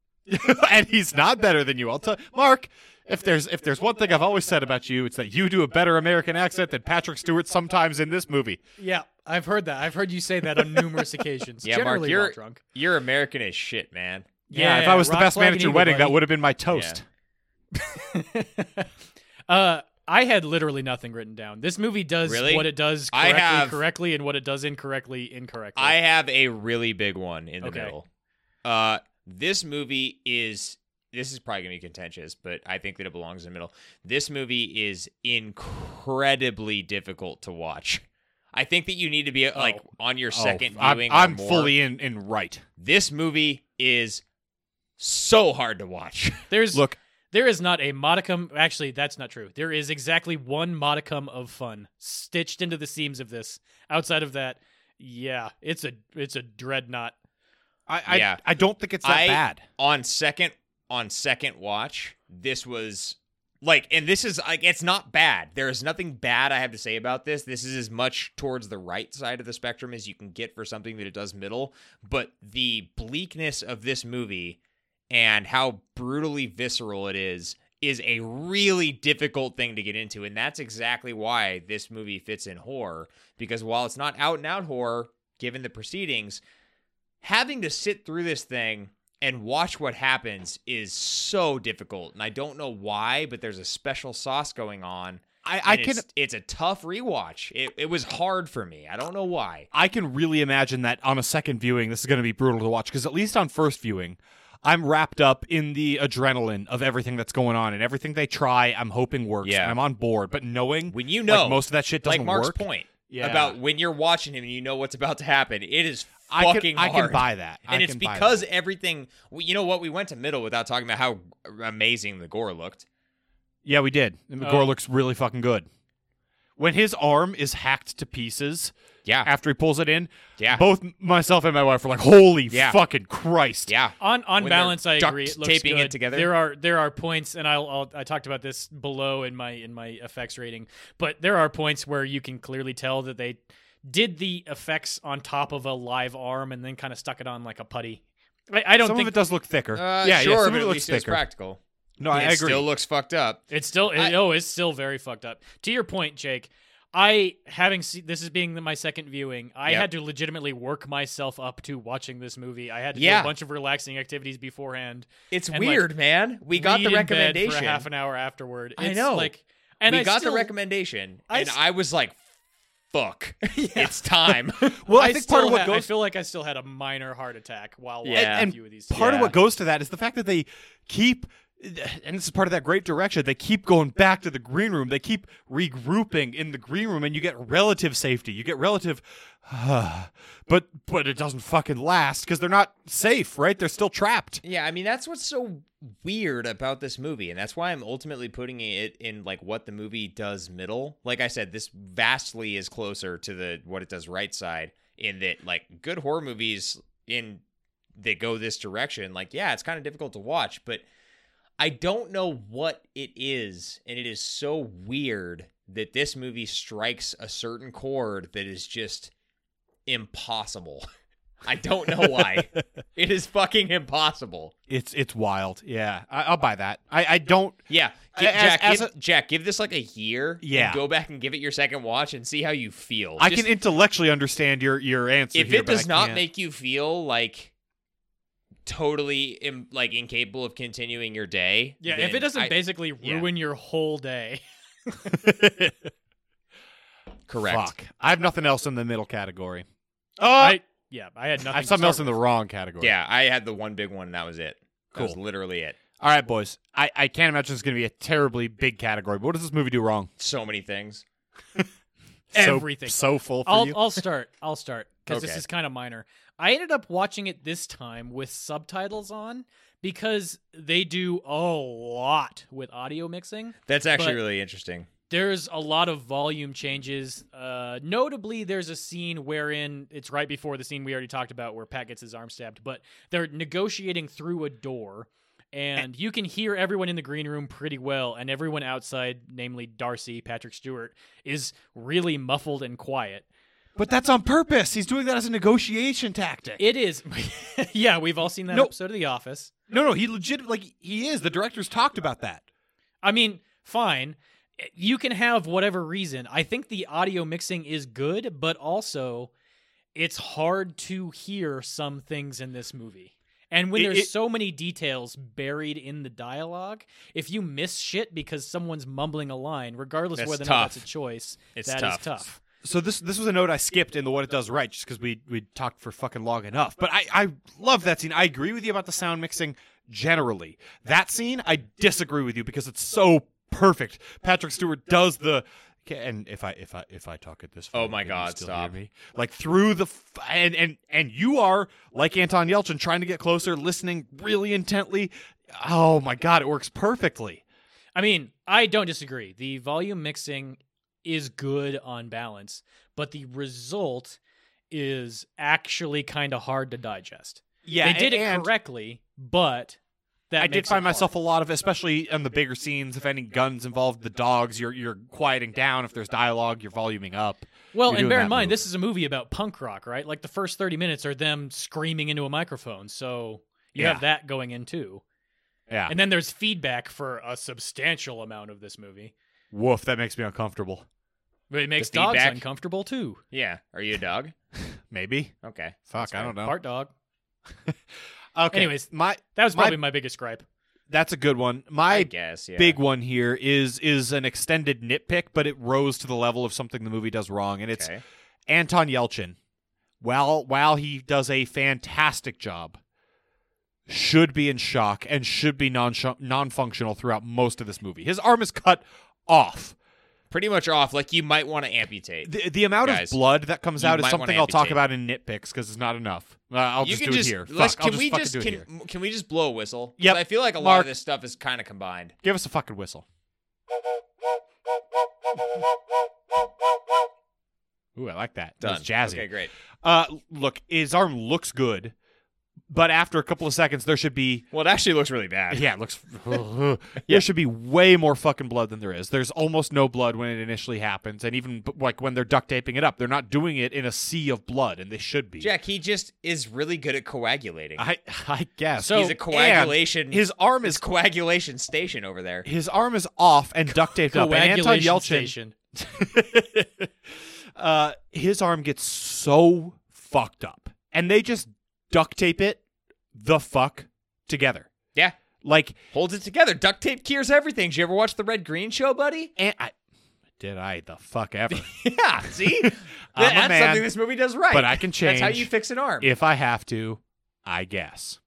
S2: and he's not better than you. I'll tell Mark. If there's if there's one thing I've always said about you, it's that you do a better American accent than Patrick Stewart sometimes in this movie.
S1: Yeah, I've heard that. I've heard you say that on numerous occasions.
S3: Yeah, Mark,
S1: generally while
S3: you're-
S1: drunk.
S3: You're American as shit, man.
S2: Yeah, if I was the
S1: rock
S2: best
S1: flag
S2: man
S1: and
S2: at your
S1: eagle,
S2: wedding,
S1: buddy.
S2: that would have been my toast.
S1: uh, I had literally nothing written down. This movie does
S3: Really?
S1: what it does
S3: I
S1: correctly,
S3: have-
S1: correctly, and what it does incorrectly, incorrectly.
S3: I have a really big one in the
S1: Okay.
S3: middle. Uh, this movie is this is probably gonna be contentious, but I think that it belongs in the middle. This movie is incredibly difficult to watch. I think that you need to be like on your second
S2: Oh, I'm-
S3: viewing. or
S2: I'm,
S3: more.
S2: fully in in right.
S3: This movie is so hard to watch.
S1: There's
S2: Look,
S1: There is not a modicum. Actually, that's not true. There is exactly one modicum of fun stitched into the seams of this. Outside of that, yeah, it's a it's a dreadnought.
S2: I I,
S3: Yeah.
S2: I don't think it's that
S3: I-
S2: bad.
S3: on second on second watch, this was like and this is like it's not bad. There is nothing bad I have to say about this. This is as much towards the right side of the spectrum as you can get for something that it does middle, but the bleakness of this movie and how brutally visceral it is is a really difficult thing to get into and that's exactly why this movie fits in horror because while it's not out and out horror given the proceedings having to sit through this thing and watch what happens is so difficult and i don't know why but there's a special sauce going on
S2: I, I
S3: and
S2: can
S3: it's, it's a tough rewatch it, it was hard for me i don't know why
S2: I can really imagine that on a second viewing, this is going to be brutal to watch because at least on first viewing, I'm wrapped up in the adrenaline of everything that's going on and everything they try. I'm hoping works.
S3: Yeah.
S2: and I'm on board, but knowing
S3: when you
S2: like,
S3: know
S2: most of that shit doesn't
S3: like mark's
S2: work.
S3: point
S2: Yeah.
S3: about when you're watching him and you know what's about to happen. It is
S2: I can-
S3: fucking
S2: I
S3: hard.
S2: can buy that. I
S3: and it's
S2: can buy
S3: because everything. well, You know what? We went to middle without talking about how amazing the gore looked.
S2: Yeah, we did. And
S1: Oh.
S2: Gore looks really fucking good. When his arm is hacked to pieces
S3: Yeah,
S2: after he pulls it in,
S3: Yeah.
S2: both myself and my wife were like, "Holy
S3: Yeah.
S2: fucking Christ!"
S3: yeah.
S1: On on
S3: When they're
S1: balance, I
S3: duct
S1: agree. It looks
S3: taping it
S1: good.
S3: together.
S1: There are there are points, and I'll, I'll I talked about this below in my in my effects rating, but there are points where you can clearly tell that they did the effects on top of a live arm and then kind of stuck it on like a putty. I, I don't
S2: some
S1: think
S2: of it does look thicker.
S3: Uh,
S2: yeah,
S3: sure,
S2: yeah, some of
S3: but
S2: it
S3: at
S2: looks
S3: least it was
S2: thicker.
S3: practical.
S2: No, I
S3: it
S2: agree.
S3: still looks fucked up.
S1: It's still it,
S3: I-
S1: oh, it's still very fucked up. To your point, Jake, I having seen this is being my second viewing. I
S3: Yep.
S1: had to legitimately work myself up to watching this movie. I had to
S3: Yeah.
S1: do a bunch of relaxing activities beforehand.
S3: It's
S1: And, like,
S3: weird, man. We got
S1: read
S3: the
S1: in bed
S3: recommendation.
S1: for a half an hour afterward.
S3: I
S1: It's
S3: know.
S1: like, and
S3: we
S1: I
S3: got
S1: still,
S3: the recommendation,
S1: I
S3: and
S1: s-
S3: I was like, "Fuck, it's time."
S2: well, I,
S1: I
S2: think
S1: still
S2: part of what
S1: ha- I
S2: goes
S1: feel like I still had a minor heart attack while watching
S3: Yeah.
S1: a
S2: And
S1: few of these.
S2: part of
S3: Yeah.
S2: what goes to that is the fact that they keep and this is part of that great direction they keep going back to the green room they keep regrouping in the green room and you get relative safety you get relative but but it doesn't fucking last because they're not safe right they're still trapped
S3: yeah, I mean that's what's so weird about this movie, and that's why I'm ultimately putting it in like what the movie does middle. Like I said, this vastly is closer to the what it does right side in that like good horror movies in that go this direction. Like yeah, it's kind of difficult to watch, but I don't know what it is, and it is so weird that this movie strikes a certain chord that is just impossible. I don't know why. it is fucking impossible.
S2: it's it's wild yeah I, i'll buy that i i don't
S3: Yeah,
S2: A-
S3: give,
S2: as-
S3: Jack,
S2: as
S3: give, Jack, give this like a year. and
S2: Yeah.
S3: go back and give it your second watch and see how you feel.
S2: i
S3: Just-
S2: can intellectually understand your your answer
S3: if
S2: here,
S3: it
S2: but
S3: does
S2: I
S3: not
S2: can't.
S3: make you feel like totally Im- like incapable of continuing your day,
S1: yeah, if
S3: then
S1: it doesn't
S3: I-
S1: basically
S3: yeah.
S1: ruin your whole day,
S3: correct.
S2: fuck i have nothing else in the middle category oh
S1: I yeah, I had nothing.
S2: I have
S1: to
S2: something else
S1: start
S2: in the
S1: with.
S2: wrong category
S3: Yeah, I had the one big one. And that was it. That was
S2: Cool.
S3: literally it.
S2: All right, boys. I, I can't imagine it's going to be a terribly big category. But what does this movie do wrong?
S3: So many things.
S2: So-
S1: Everything.
S2: so, full for
S1: I'll
S2: you.
S1: I'll start. I'll start because this
S3: Okay.
S1: is kind of minor. I ended up watching it this time with subtitles on because they do a lot with audio mixing.
S3: That's actually
S1: But-
S3: really interesting.
S1: There's a lot of volume changes. Uh, notably, there's a scene wherein it's right before the scene we already talked about where Pat gets his arm stabbed, but they're negotiating through a door. And you can hear everyone in the green room pretty well, and everyone outside, namely Darcy, Patrick Stewart, is really muffled and quiet.
S2: but that's on purpose. He's doing that as a negotiation tactic.
S1: It is. yeah, we've all seen that
S2: No.
S1: episode of The Office.
S2: no, no, he legit like he is. The directors talked about that.
S1: I mean, fine. You can have whatever reason. I think the audio mixing is good, but also it's hard to hear some things in this movie. And when
S2: It-
S1: there's
S2: it-
S1: so many details buried in the dialogue, if you miss shit because someone's mumbling a line, regardless of
S3: That's
S1: whether or not
S3: tough.
S1: that's a choice,
S3: It's
S1: that is
S3: tough.
S1: tough.
S2: So this this was a note I skipped in the what it does right, just because we we talked for fucking long enough. But I I love that scene. I agree with you about the sound mixing generally. That scene I disagree with you because it's so perfect. Patrick Stewart does the and if I if I if I talk at this,
S3: Oh
S2: volume,
S3: my
S2: can you
S3: God,
S2: still
S3: stop.
S2: hear me? Like through the f- and and and you are like Anton Yelchin trying to get closer, listening really intently. Oh my God, it works perfectly.
S1: I mean, I don't disagree. The volume mixing is good on balance, but the result is actually kind of hard to digest.
S2: Yeah,
S1: they did
S2: and-
S1: it correctly, but that
S2: I did
S1: makes it
S2: find myself
S1: hard.
S2: a lot of, especially in the bigger scenes, if any guns involved, the dogs, you're you're quieting down. If there's dialogue, you're voluming up.
S1: well, and
S2: you're doing
S1: bear
S2: that
S1: in mind,
S2: move.
S1: this is a movie about punk rock, right? Like the first thirty minutes are them screaming into a microphone, so you
S2: Yeah.
S1: have that going in too.
S2: Yeah.
S1: And then there's feedback for a substantial amount of this movie,
S2: Woof, that makes me uncomfortable.
S1: but it makes
S3: The
S1: dogs
S3: feedback?
S1: uncomfortable too.
S3: Yeah. Are you a dog?
S2: Maybe.
S3: Okay.
S2: Fuck, I
S3: fair.
S2: don't know.
S1: Part dog.
S2: okay.
S1: Anyways,
S2: my
S1: That was
S2: My-
S1: probably my, biggest gripe.
S2: that's a good one.
S3: I,
S2: My
S3: guess. Yeah.
S2: big one here is is an extended nitpick, but it rose to the level of something the movie does wrong, and it's
S3: Okay.
S2: Anton Yelchin, while while he does a fantastic job, should be in shock and should be non non functional throughout most of this movie. His arm is cut off.
S3: pretty much off. Like you might want to amputate.
S2: The, the amount
S3: Guys,
S2: of blood that comes
S3: you
S2: out is
S3: might wanna
S2: something I'll talk
S3: amputate.
S2: about in nitpicks because it's not enough. Uh, I'll
S3: you
S2: just
S3: can
S2: do
S3: just
S2: it here.
S3: let's-
S2: Fuck, I'll
S3: can we
S2: fucking
S3: just
S2: do it here.
S3: can, can we just blow a whistle? 'Cause
S2: Yep.
S3: I feel like a lot
S2: Mark.
S3: of this stuff is kind of combined.
S2: Give us a fucking whistle. Ooh, I like that. That's jazzy.
S3: Okay, great.
S2: Uh, look, his arm looks good, but after a couple of seconds, there should be
S3: Well, it actually looks really bad.
S2: yeah, it looks there should be way more fucking blood than there is. There's almost no blood when it initially happens, and even b- like when they're duct taping it up, they're not doing it in a sea of blood, and they should be.
S3: Jack, he just is really good at coagulating.
S2: I I guess
S1: So-
S3: He's a
S1: and
S3: coagulation.
S2: Uh, his arm
S3: his
S2: is
S3: coagulation station over there.
S2: his arm is off and duct taped up. And Anton
S1: Coagulation
S2: Yelchin,
S1: station.
S2: uh, his arm gets so fucked up, and they just duct tape it the fuck together.
S3: Yeah,
S2: Like,
S3: holds it together. Duct tape cures everything. Did you ever watch the Red Green Show, buddy?
S2: and I, did I the fuck ever?
S3: Yeah. See,
S2: I'm a
S3: that's
S2: man,
S3: something this movie does right.
S2: but I can change.
S3: That's how you fix an arm.
S2: if I have to, I guess.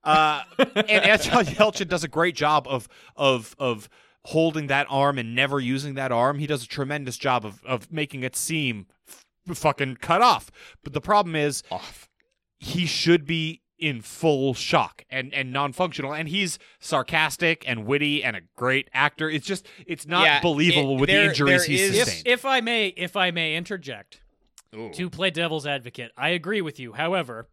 S2: Uh, and Anton Yelchin does a great job of of of holding that arm and never using that arm. He does a tremendous job of of making it seem f- fucking cut off. But the problem is,
S3: Off.
S2: he should be in full shock and and non-functional and he's sarcastic and witty and a great actor it's just it's not
S3: Yeah,
S2: believable
S3: it-
S2: with
S3: there-
S2: the injuries
S3: there
S2: he's
S3: is-
S1: If,
S2: sustained
S1: if I may, if I may interject
S3: Ooh.
S1: to play devil's advocate, I agree with you. However,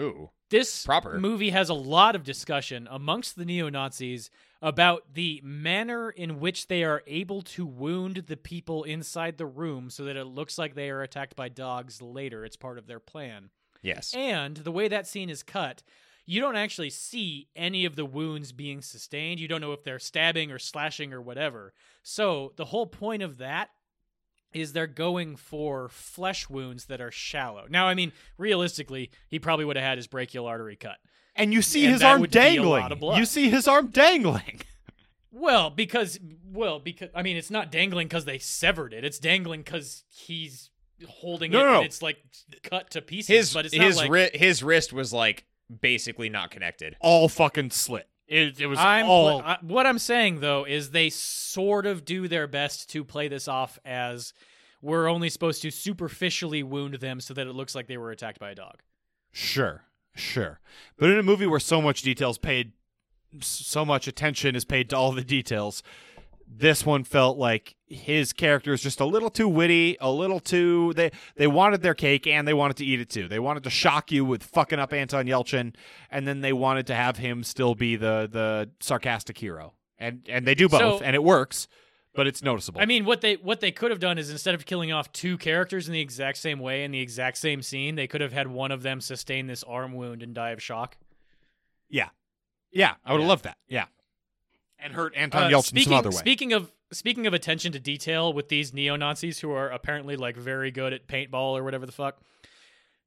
S3: Ooh.
S1: this
S3: Proper.
S1: movie has a lot of discussion amongst the neo Nazis about the manner in which they are able to wound the people inside the room so that it looks like they are attacked by dogs later. It's part of their plan.
S3: Yes.
S1: And the way that scene is cut, you don't actually see any of the wounds being sustained. You don't know if they're stabbing or slashing or whatever. So the whole point of that is they're going for flesh wounds that are shallow. Now, I mean, realistically, he probably would have had his brachial artery cut.
S2: and you see
S1: and
S2: his
S1: that
S2: arm
S1: would be a
S2: dangling
S1: lot of blood.
S2: you see his arm dangling
S1: Well, because well, because I mean, it's not dangling because they severed it. It's dangling because he's holding
S2: No,
S1: it.
S2: no, no.
S1: and It's like cut to pieces.
S3: his
S1: but it's
S3: his
S1: not like,
S3: wri- his wrist was like basically not connected.
S2: all fucking slit it, it was
S1: I'm
S2: all
S1: I, what I'm saying though is they sort of do their best to play this off as we're only supposed to superficially wound them so that it looks like they were attacked by a dog.
S2: Sure, sure. But in a movie where so much details paid, so much attention is paid to all the details, this one felt like his character is just a little too witty, a little too they they wanted their cake and they wanted to eat it too. They wanted to shock you with fucking up Anton Yelchin, and then they wanted to have him still be the the sarcastic hero. And and they do both,
S1: So-
S2: and it works, but it's noticeable.
S1: I mean, what they what they could have done is instead of killing off two characters in the exact same way in the exact same scene, they could have had one of them sustain this arm wound and die of shock.
S2: yeah, I would have
S3: Yeah.
S2: loved that. Yeah, and hurt Anton
S1: Uh,
S2: Yelchin
S1: speaking,
S2: some other way.
S1: Speaking of speaking of attention to detail with these neo Nazis who are apparently like very good at paintball or whatever the fuck.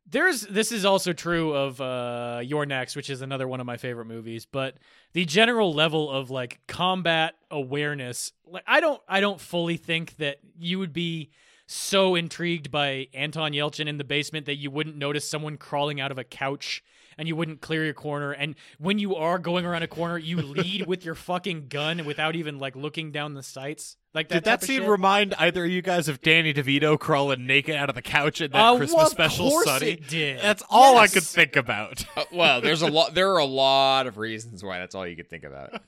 S1: There's this is also true of uh, Your Next, which is another one of my favorite movies. But the general level of like combat awareness, like I don't I don't fully think that you would be so intrigued by Anton Yelchin in the basement that you wouldn't notice someone crawling out of a couch and you wouldn't clear your corner. And when you are going around a corner, you lead with your fucking gun without even like looking down the sights. Like that
S2: Did that
S1: type of
S2: scene
S1: shit.
S2: remind either of you guys of Danny DeVito crawling naked out of the couch in that
S1: Uh,
S2: Christmas
S1: well, of
S2: special,
S1: course
S2: Sonny?
S1: it did.
S2: That's all
S1: Yes.
S2: I could think about.
S3: Uh, well, there's a lot. There are a lot of reasons why that's all you could think about.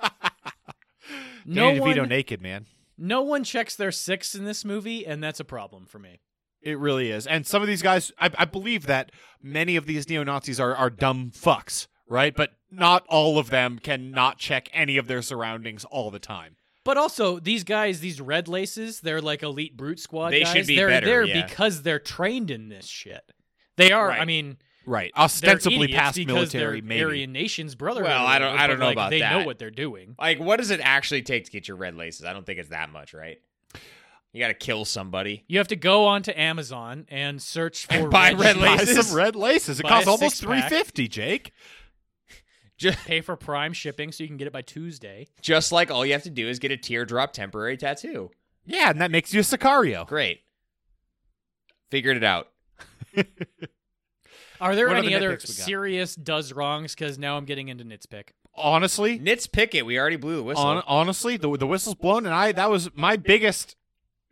S1: no
S2: Danny
S1: one,
S2: DeVito naked, man.
S1: no one checks their six in this movie, and that's a problem for me.
S2: It really is. And some of these guys, I, I believe that many of these neo Nazis are, are dumb fucks, right? But not all of them cannot check any of their surroundings all the time.
S1: But also, these guys, these red laces, they're like elite brute squad
S3: They
S1: guys.
S3: should be
S1: they're
S3: better,
S1: there
S3: yeah.
S1: because they're trained in this shit. They are.
S3: Right.
S1: I mean,
S2: Right.
S1: they're
S2: Ostensibly
S1: idiots
S2: past
S1: because
S2: military,
S1: they're
S2: maybe.
S1: Aryan Nations brotherhood.
S3: Well,
S1: or
S3: I don't-
S1: whatever,
S3: I don't
S1: but,
S3: know
S1: like,
S3: about
S1: they
S3: that.
S1: know what they're doing.
S3: Like, what does it actually take to get your red laces? I don't think it's that much, right? You got to kill somebody.
S1: You have to go onto Amazon and search for
S3: And buy red
S2: Buy
S1: laces.
S3: laces.
S2: some red laces. It
S1: Buy a
S2: costs almost
S1: six-pack.
S2: three fifty, Jake.
S1: Pay for Prime shipping so you can get it by Tuesday.
S3: Just like all you have to do is get a teardrop temporary tattoo.
S2: Yeah, and that makes you a Sicario.
S3: Great. Figured it out.
S1: Are there
S2: What other
S1: any other,
S2: nitpicks we got?
S1: serious does wrongs? Because now I'm getting into nits pick.
S2: Honestly,
S3: Nits Pickett, we already blew the whistle.
S2: Hon- honestly, the the whistle's blown, and I that was my biggest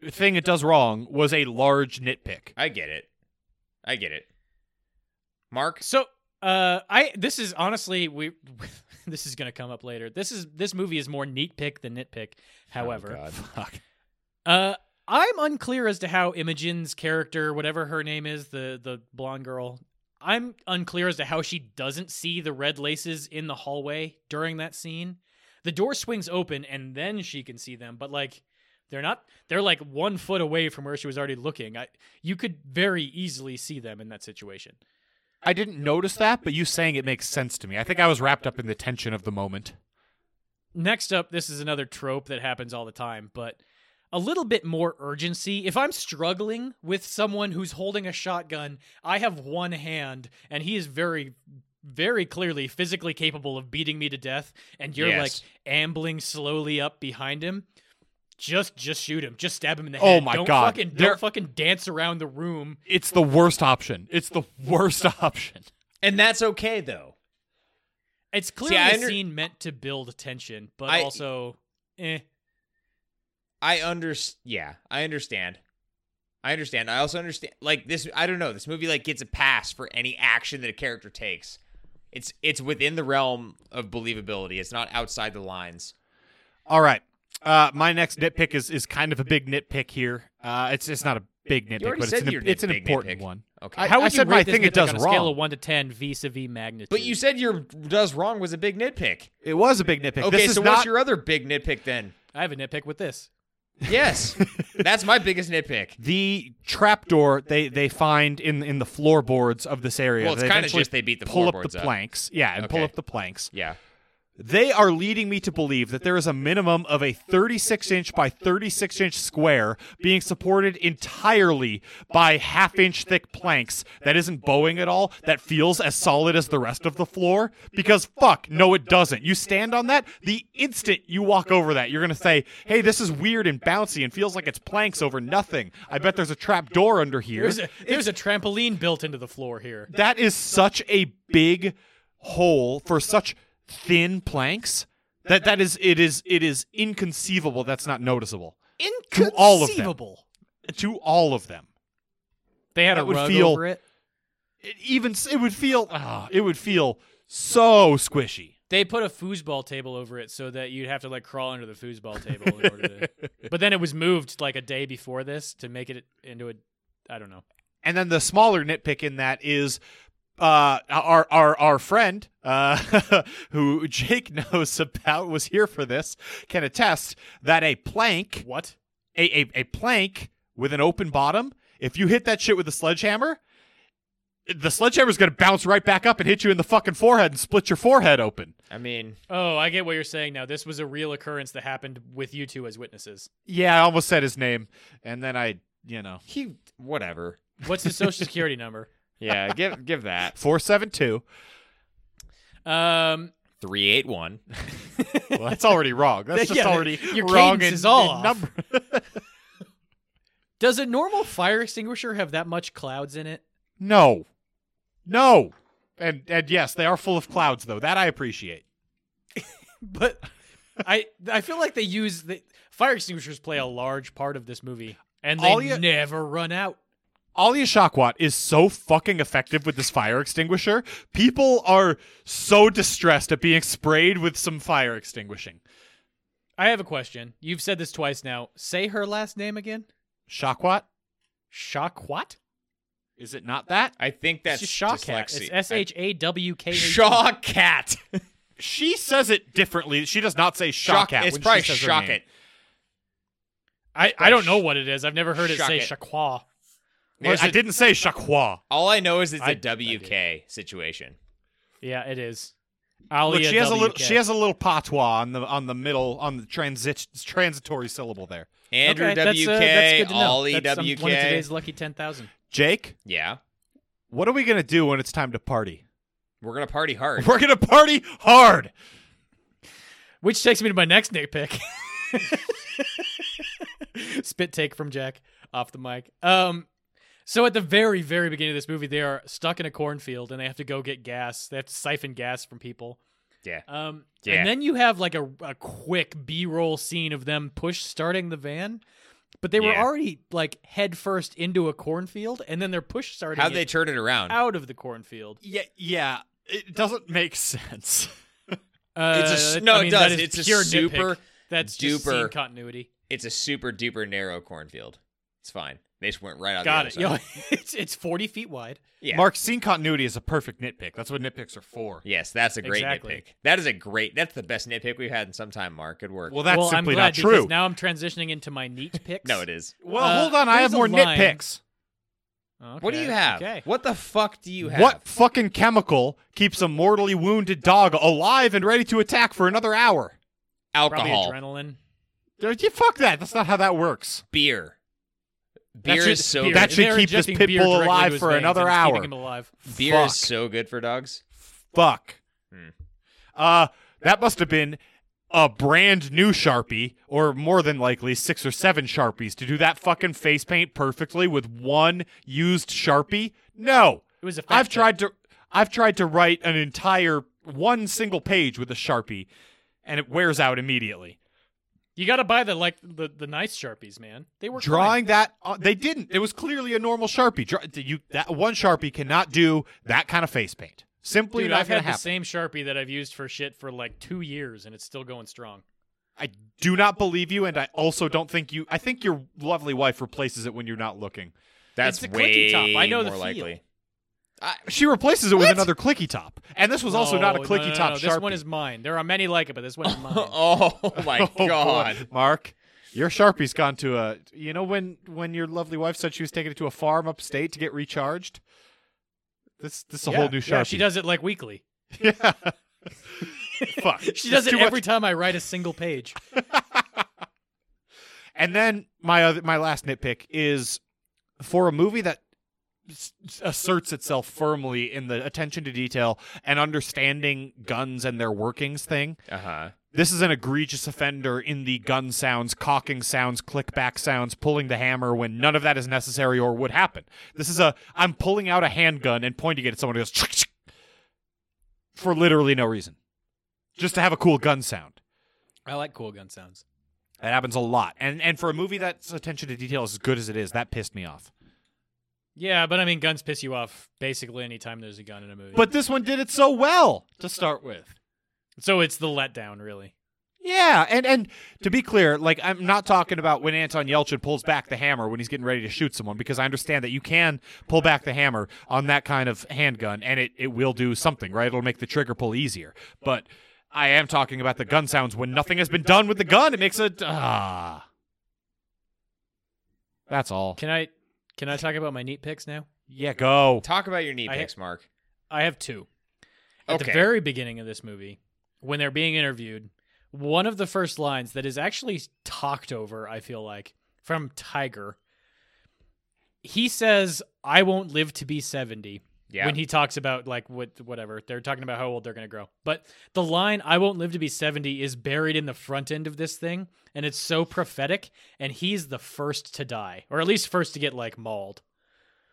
S2: thing it does wrong was a large nitpick.
S3: I get it. I get it. Mark,
S1: So, uh, I this is honestly we this is gonna come up later. This is this movie is more neat pick than nitpick.
S2: Oh,
S1: However,
S3: Oh God.
S2: Fuck.
S1: uh, I'm unclear as to how Imogen's character, whatever her name is, the the blonde girl, I'm unclear as to how she doesn't see the red laces in the hallway during that scene. The door swings open and then she can see them, but like they're not they're like one foot away from where she was already looking. I you could very easily see them in that situation.
S2: I didn't notice that, but you saying it makes sense to me. I think I was wrapped up in the tension of the moment.
S1: Next up, this is another trope that happens all the time, but a little bit more urgency. If I'm struggling with someone who's holding a shotgun, I have one hand, and he is very, very clearly physically capable of beating me to death, and you're
S3: Yes.
S1: like ambling slowly up behind him. Just, just shoot him. Just stab him in the
S2: Oh
S1: head.
S2: my
S1: don't
S2: God.
S1: Fucking,
S2: There-
S1: don't fucking dance around the room.
S2: It's the worst option. It's the worst option.
S3: and that's okay though.
S1: It's clearly
S3: I
S1: a
S3: under-
S1: scene meant to build tension, but
S3: I-
S1: also, eh.
S3: I under yeah, I understand. I understand. I also understand like this I don't know, this movie like gets a pass for any action that a character takes. It's it's within the realm of believability. It's not outside the lines.
S2: All right. Uh, my next nitpick is, is kind of a big nitpick here. Uh, it's it's not a big nitpick,
S3: already
S2: but
S3: said
S2: it's an,
S3: your
S2: it's an
S3: nitpick,
S2: important
S3: nitpick.
S2: one.
S3: Okay.
S2: I-
S1: How would you
S2: said
S1: rate
S2: I
S1: this
S2: think it
S1: nitpick
S2: does
S1: on a
S2: wrong.
S1: scale of one to ten vis-a-vis magnitude?
S3: but you said your does wrong was a big nitpick.
S2: It was a big nitpick.
S3: Okay,
S2: this is
S3: so
S2: not
S3: what's your other big nitpick then?
S1: I have a nitpick with this.
S3: Yes. that's my biggest nitpick.
S2: the trapdoor they they find in in the floorboards of this area.
S3: Well, it's
S2: They
S3: kinda
S2: eventually
S3: just they beat the
S2: pull up
S3: floorboards
S2: the
S3: up.
S2: planks. Yeah, and pull
S3: Okay.
S2: up the planks.
S3: Yeah.
S2: They are leading me to believe that there is a minimum of a 36 inch by 36 inch square being supported entirely by half inch thick planks that isn't bowing at all, that feels as solid as the rest of the floor. Because fuck, no, it doesn't. You stand on that, the instant you walk over that, you're going to say, hey, this is weird and bouncy and feels like it's planks over nothing. I bet there's a trap door under here.
S1: There's a, there's a trampoline built into the floor here.
S2: That is such a big hole for such thin planks. That that is it is it is inconceivable. That's not noticeable
S1: Inconceivable.
S2: all of them. to all of them.
S1: They had
S2: That
S1: a
S2: would
S1: rug
S2: feel-
S1: over it.
S2: It even s- it would feel ah, it would feel so squishy.
S1: They put a foosball table over it so that you'd have to like crawl under the foosball table in order to. But then it was moved like a day before this to make it into a. I don't know.
S2: And then the smaller nitpick in that is uh our our our friend uh who Jake knows about was here for this can attest that a plank
S1: What?
S2: a, a, a plank with an open bottom, if you hit that shit with a sledgehammer, the sledgehammer's gonna bounce right back up and hit you in the fucking forehead and split your forehead open.
S3: I mean,
S1: Oh, I get what you're saying now. This was a real occurrence that happened with you two as witnesses.
S2: Yeah, I almost said his name, and then I, you know,
S3: he whatever.
S1: What's his social security number?
S3: Yeah, give give that.
S2: four seven two.
S1: Um,
S3: 381.
S2: Well, that's already wrong. That's just
S1: Yeah,
S2: already
S1: your
S2: wrong.
S1: cadence
S2: in-
S1: is all
S2: in
S1: off.
S2: number.
S1: does a normal fire extinguisher have that much clouds in it?
S2: No, no, and and yes, they are full of clouds though. That I appreciate.
S1: but I I feel like they use the fire extinguishers play a large part of this movie, and they
S2: All you-
S1: never run out.
S2: Alia Shakwat is so fucking effective with this fire extinguisher. People are so distressed at being sprayed with some fire extinguishing.
S1: I have a question. You've said this twice now. Say her last name again.
S2: Shakwat?
S1: Shock what?
S2: Is it not that?
S3: I think that's
S1: it's just Shaw Cat. It's
S3: dyslexia.
S1: S H A W K.
S3: I-
S1: A T.
S3: Shaw Cat.
S2: She says it differently. She does not say
S3: Shock
S2: shock
S3: it.
S2: at.
S3: It's
S2: when she
S3: probably
S2: says her
S3: shock
S2: name.
S3: it.
S1: I, I don't know what it is. I've never heard it
S3: Shock
S1: say
S3: it.
S1: Shaqua.
S2: Or is
S3: I
S2: it- didn't say Shakwa.
S3: All I know is it's
S1: I- I
S3: a
S1: did.
S3: WK situation.
S1: Yeah, it is.
S2: Look,
S1: Alia
S2: she has a little.
S1: WK.
S2: She has a little patois on the on the middle on the transit transitory syllable there.
S3: Andrew
S1: okay, that's,
S3: WK,
S1: uh, that's good to know.
S3: Ollie
S1: That's, um,
S3: WK.
S1: One of today's lucky ten thousand.
S2: Jake,
S3: E yeah.
S2: what are we gonna do when it's time to party?
S3: We're going to party hard.
S2: We're gonna party hard.
S1: Which takes me to my next nitpick. Spit take from Jack off the mic. Um, so at the very, very beginning of this movie, they are stuck in a cornfield and they have to go get gas. They have to siphon gas from people.
S3: Yeah.
S1: Um,
S3: Yeah.
S1: And then you have like a, a quick B roll scene of them push starting the van. but they were
S3: Yeah.
S1: already like head first into a cornfield, and then their push started
S3: How'd they turn it around?
S1: out of the cornfield.
S2: Yeah, yeah. It doesn't make sense.
S1: Uh,
S3: It's a s-
S1: that-
S3: no,
S1: I
S3: it
S1: mean,
S3: does.
S1: That is
S3: It's a
S1: pure nitpick.
S3: super
S1: That's just scene
S3: duper-
S1: continuity.
S3: It's a super duper narrow cornfield. It's fine. They just went right out.
S1: Got
S3: the
S1: it.
S3: other
S1: Yo,
S3: side.
S1: it's it's forty feet wide.
S3: Yeah.
S2: Mark, scene continuity is a perfect nitpick. That's what nitpicks are for.
S3: Yes, that's a great
S1: Exactly.
S3: nitpick. That is a great. That's the best nitpick we've had in some time. Mark, good work.
S2: Well, that's
S1: well,
S2: simply
S1: I'm glad
S2: not true.
S1: Because now I'm transitioning into my neat picks.
S3: no, it is.
S2: well,
S1: Uh,
S2: hold on. I
S1: there's
S2: have more
S1: a line.
S2: nitpicks.
S1: Okay,
S3: What do you have?
S1: Okay.
S3: What the fuck do you have?
S2: What fucking chemical keeps a mortally wounded dog alive and ready to attack for another hour?
S1: Probably
S3: alcohol?
S1: adrenaline.
S2: Dude, You fuck that. That's not how that works.
S3: Beer. Beer
S1: That's
S3: is
S1: just
S3: so
S1: beer.
S3: good.
S2: That should
S1: They're
S2: keep this
S1: injecting
S2: pit
S1: beer
S2: bull
S1: directly
S2: alive
S1: into his
S2: for
S1: veins
S2: another
S1: and it's
S2: hour.
S1: Keeping him alive.
S3: beer
S2: fuck.
S3: is so good for dogs.
S2: Fuck.
S3: Hmm.
S2: Uh, that must have been a brand new Sharpie, or more than likely six or seven Sharpies, to do that fucking face paint perfectly with one used Sharpie. No,
S1: It was a.
S2: I've
S1: fact
S2: tried to, I've tried to write an entire one single page with a Sharpie, and it wears out immediately.
S1: You got to buy the like the, the nice sharpies, man. They were
S2: Drawing that, uh, they didn't. It was clearly a normal Sharpie. Draw, you that one Sharpie cannot do that kind of face paint. Simply
S1: Dude,
S2: not
S1: I've
S2: gonna
S1: had the
S2: happen.
S1: same sharpie that I've used for shit for like two years, and it's still going strong.
S2: I do not believe you, and I also don't think you. I think your lovely wife replaces it when you're not looking.
S3: That's
S1: It's a
S3: way
S1: clicky top. I know the
S3: more likely.
S1: feel.
S2: She replaces it with another clicky top, and this was also not a
S1: No, no,
S2: clicky
S1: no, no,
S2: top
S1: no.
S2: sharpie.
S1: This one is mine. There are many like it, but this one is mine.
S3: oh my
S2: Oh, boy.
S3: god.
S2: Mark, your sharpie's gone to a. You know when when your lovely wife said she was taking it to a farm upstate to get recharged. This this is a
S1: yeah,
S2: whole new sharpie.
S1: Yeah, she does it like weekly.
S2: Yeah. Fuck.
S1: She does
S2: It's
S1: it
S2: too much-
S1: every time I write a single page.
S2: And then my other, my last nitpick is for a movie that s- asserts itself firmly in the attention to detail and understanding guns and their workings thing.
S3: Uh huh.
S2: This is an egregious offender in the gun sounds, cocking sounds, click back sounds, pulling the hammer when none of that is necessary or would happen. This is a I'm pulling out a handgun and pointing it at someone who goes "Chick, chick," for literally no reason. Just to have a cool gun sound.
S1: I like cool gun sounds.
S2: That happens a lot. And and for a movie that's attention to detail is as good as it is, that pissed me off.
S1: Yeah, but I mean, guns piss you off basically anytime there's a gun in a movie.
S2: But this one did it so well to start with.
S1: so it's the letdown, really.
S2: Yeah, and and to be clear, like I'm not talking about when Anton Yelchin pulls back the hammer when he's getting ready to shoot someone because I understand that you can pull back the hammer on that kind of handgun and it it will do something, right? It'll make the trigger pull easier. But I am talking about the gun sounds when nothing has been done with the gun. It makes a ah. That's all.
S1: Can I can I talk about my neat picks now?
S2: Yeah, go.
S3: Talk about your knee
S1: I-
S3: picks, Mark.
S1: I have two. At
S3: Okay.
S1: the very beginning of this movie, when they're being interviewed, one of the first lines that is actually talked over, I feel like, from Tiger, he says, I won't live to be 70.
S3: Yeah.
S1: When he talks about, like, what, whatever, they're talking about how old they're going to grow. But the line, I won't live to be 70, is buried in the front end of this thing. And it's so prophetic. And he's the first to die, or at least first to get, like, mauled.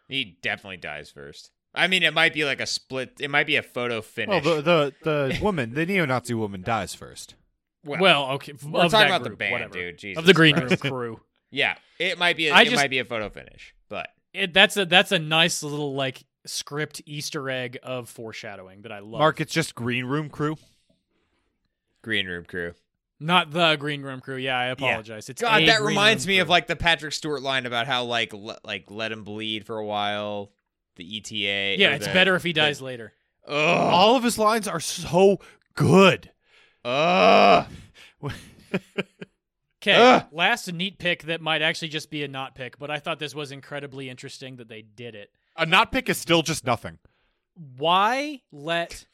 S3: He definitely dies first. I mean, it might be like a split. It might be a photo finish.
S2: Well, the the, the woman, the neo-Nazi woman, dies first.
S3: Well,
S1: Well, okay.
S3: we're
S1: of
S3: talking
S1: that
S3: about the
S1: group,
S3: band,
S1: whatever.
S3: dude. Jesus
S1: of the Green Room
S3: Christ.
S1: crew.
S3: yeah, it might be. A,
S1: I
S3: it
S1: just-
S3: might be a photo finish, but
S1: It, that's a that's a nice little like script Easter egg of foreshadowing that I love.
S2: Mark, it's just green room crew.
S3: Green Room Crew.
S1: not the Green Room Crew. Yeah, I apologize. It's
S3: God,
S1: a
S3: that
S1: Green
S3: reminds
S1: Room
S3: me of
S1: Crew.
S3: like the Patrick Stewart line about how like le- like let him bleed for a while. The ETA.
S1: yeah.
S3: or
S1: It's
S3: the-
S1: better if he dies later.
S3: Ugh.
S2: All of his lines are so good.
S3: Ugh.
S1: Okay,
S3: Ugh.
S1: last neat pick that might actually just be a not pick, but I thought this was incredibly interesting that they did it.
S2: A not pick is still just nothing.
S1: Why let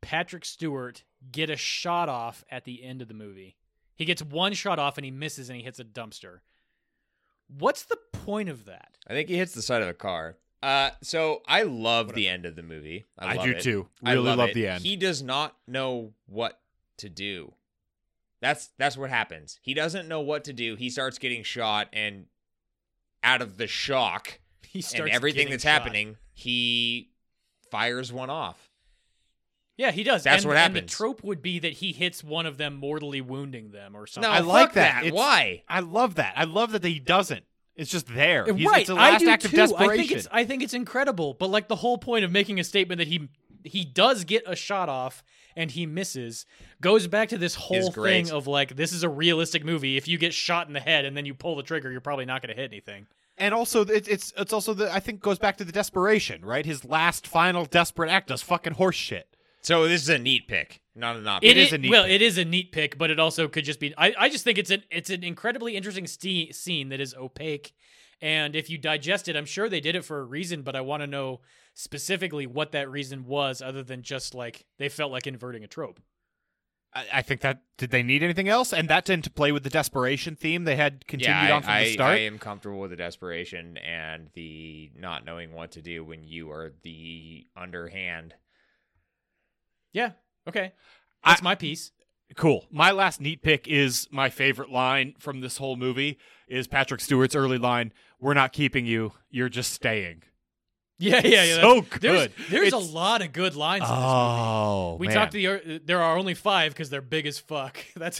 S1: Patrick Stewart get a shot off at the end of the movie? He gets one shot off and he misses and he hits a dumpster. What's the point of that?
S3: I think he hits the side of a car. Uh, so I love the end of the movie. I, love
S2: do
S3: it.
S2: too.
S3: I
S2: Really love,
S3: it.
S2: the end.
S3: He does not know what to do. That's that's what happens. He doesn't know what to do. He starts getting shot, and out of the shock
S1: He starts
S3: and everything
S1: getting
S3: that's
S1: shot.
S3: happening, he fires one off.
S1: Yeah, he does.
S3: That's
S1: and,
S3: what
S1: and the
S3: happens.
S1: trope would be that he hits one of them, mortally wounding them or something.
S3: No,
S2: I
S3: fuck
S2: like that.
S3: that.
S2: It's-
S3: Why?
S2: I love that. I love that he doesn't. It's just there. He's,
S1: right,
S2: It's a
S1: I
S2: last
S1: do
S2: act
S1: too.
S2: of desperation.
S1: I think it's I think it's incredible, but like the whole point of making a statement that he he does get a shot off and he misses goes back to this whole
S3: great.
S1: thing of like this is a realistic movie. If you get shot in the head and then you pull the trigger, you're probably not going to hit anything.
S2: and also, it, it's it's also the I think goes back to the desperation, right? His last, final, desperate act does fucking horse shit.
S3: So this is a neat pick, not an op.
S1: It
S2: is a neat
S1: well,
S2: pick.
S1: it is a neat pick, but it also could just be. I, I just think it's an it's an incredibly interesting ste scene that is opaque, and if you digest it, I'm sure they did it for a reason. But I want to know specifically what that reason was, other than just like they felt like inverting a trope.
S2: I, I think that did they need anything else? And that didn't play with the desperation theme they had continued
S3: yeah, I-
S2: on from
S3: I,
S2: the start.
S3: I am comfortable with the desperation and the not knowing what to do when you are the underhand.
S1: Yeah. Okay. That's
S2: I-
S1: my piece.
S2: Cool. My last neat pick is my favorite line from this whole movie is Patrick Stewart's early line, "We're not keeping you. You're just staying."
S1: Yeah, yeah, yeah.
S2: So
S1: that's- There's,
S2: good.
S1: there's a
S2: It's-
S1: lot of good lines. in this movie.
S2: Oh,
S1: We
S2: man.
S1: talked to the. uh, There are only five because they're big as fuck. That's.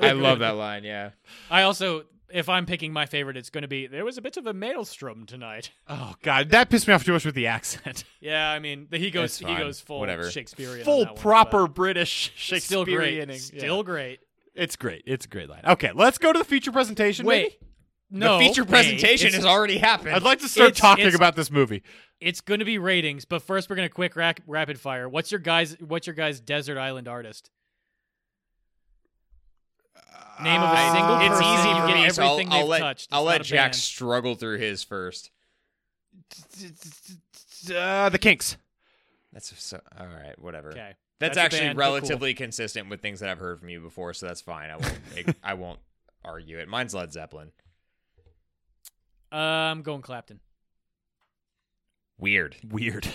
S3: I love that line. Yeah,
S1: I also, if I'm picking my favorite, it's going to be there was a bit of a maelstrom tonight.
S2: Oh god, that pissed me off too much with the accent.
S1: Yeah, I mean the- he
S3: It's
S1: goes he
S3: fine.
S1: goes full
S3: Whatever.
S1: Shakespearean, on
S2: Full
S1: that one,
S2: proper
S1: but
S2: British
S1: it's still
S2: Shakespearean.
S1: great, still great.
S2: it's great. It's a great line. Okay, let's go to the feature presentation.
S1: Wait,
S2: maybe?
S1: no,
S3: the feature
S1: wait,
S3: presentation
S1: it's-
S3: has already happened.
S2: I'd like to start
S1: It's-
S2: talking
S1: it's-
S2: about this movie.
S1: It's going to be ratings, but first we're going to quick rac- rapid fire. What's your guys? What's your guys' desert island artist? Name of a
S2: I-
S1: single
S3: Uh, it's
S1: person
S3: easy
S1: you
S3: for
S1: get
S3: me, so I'll,
S1: everything
S3: I'll
S1: they've
S3: let
S1: touched. It's
S3: I'll
S1: not
S3: let
S1: a
S3: Jack
S1: band.
S3: struggle through his first.
S2: Uh, the Kinks.
S3: That's so, all right. Whatever.
S1: Okay,
S3: That's,
S1: That's a
S3: actually
S1: band, but cool.
S3: relatively consistent with things that I've heard from you before, so that's fine. I won't. ig- I won't argue it. Mine's Led Zeppelin.
S1: uh, I'm going Clapton.
S3: Weird.
S2: Weird.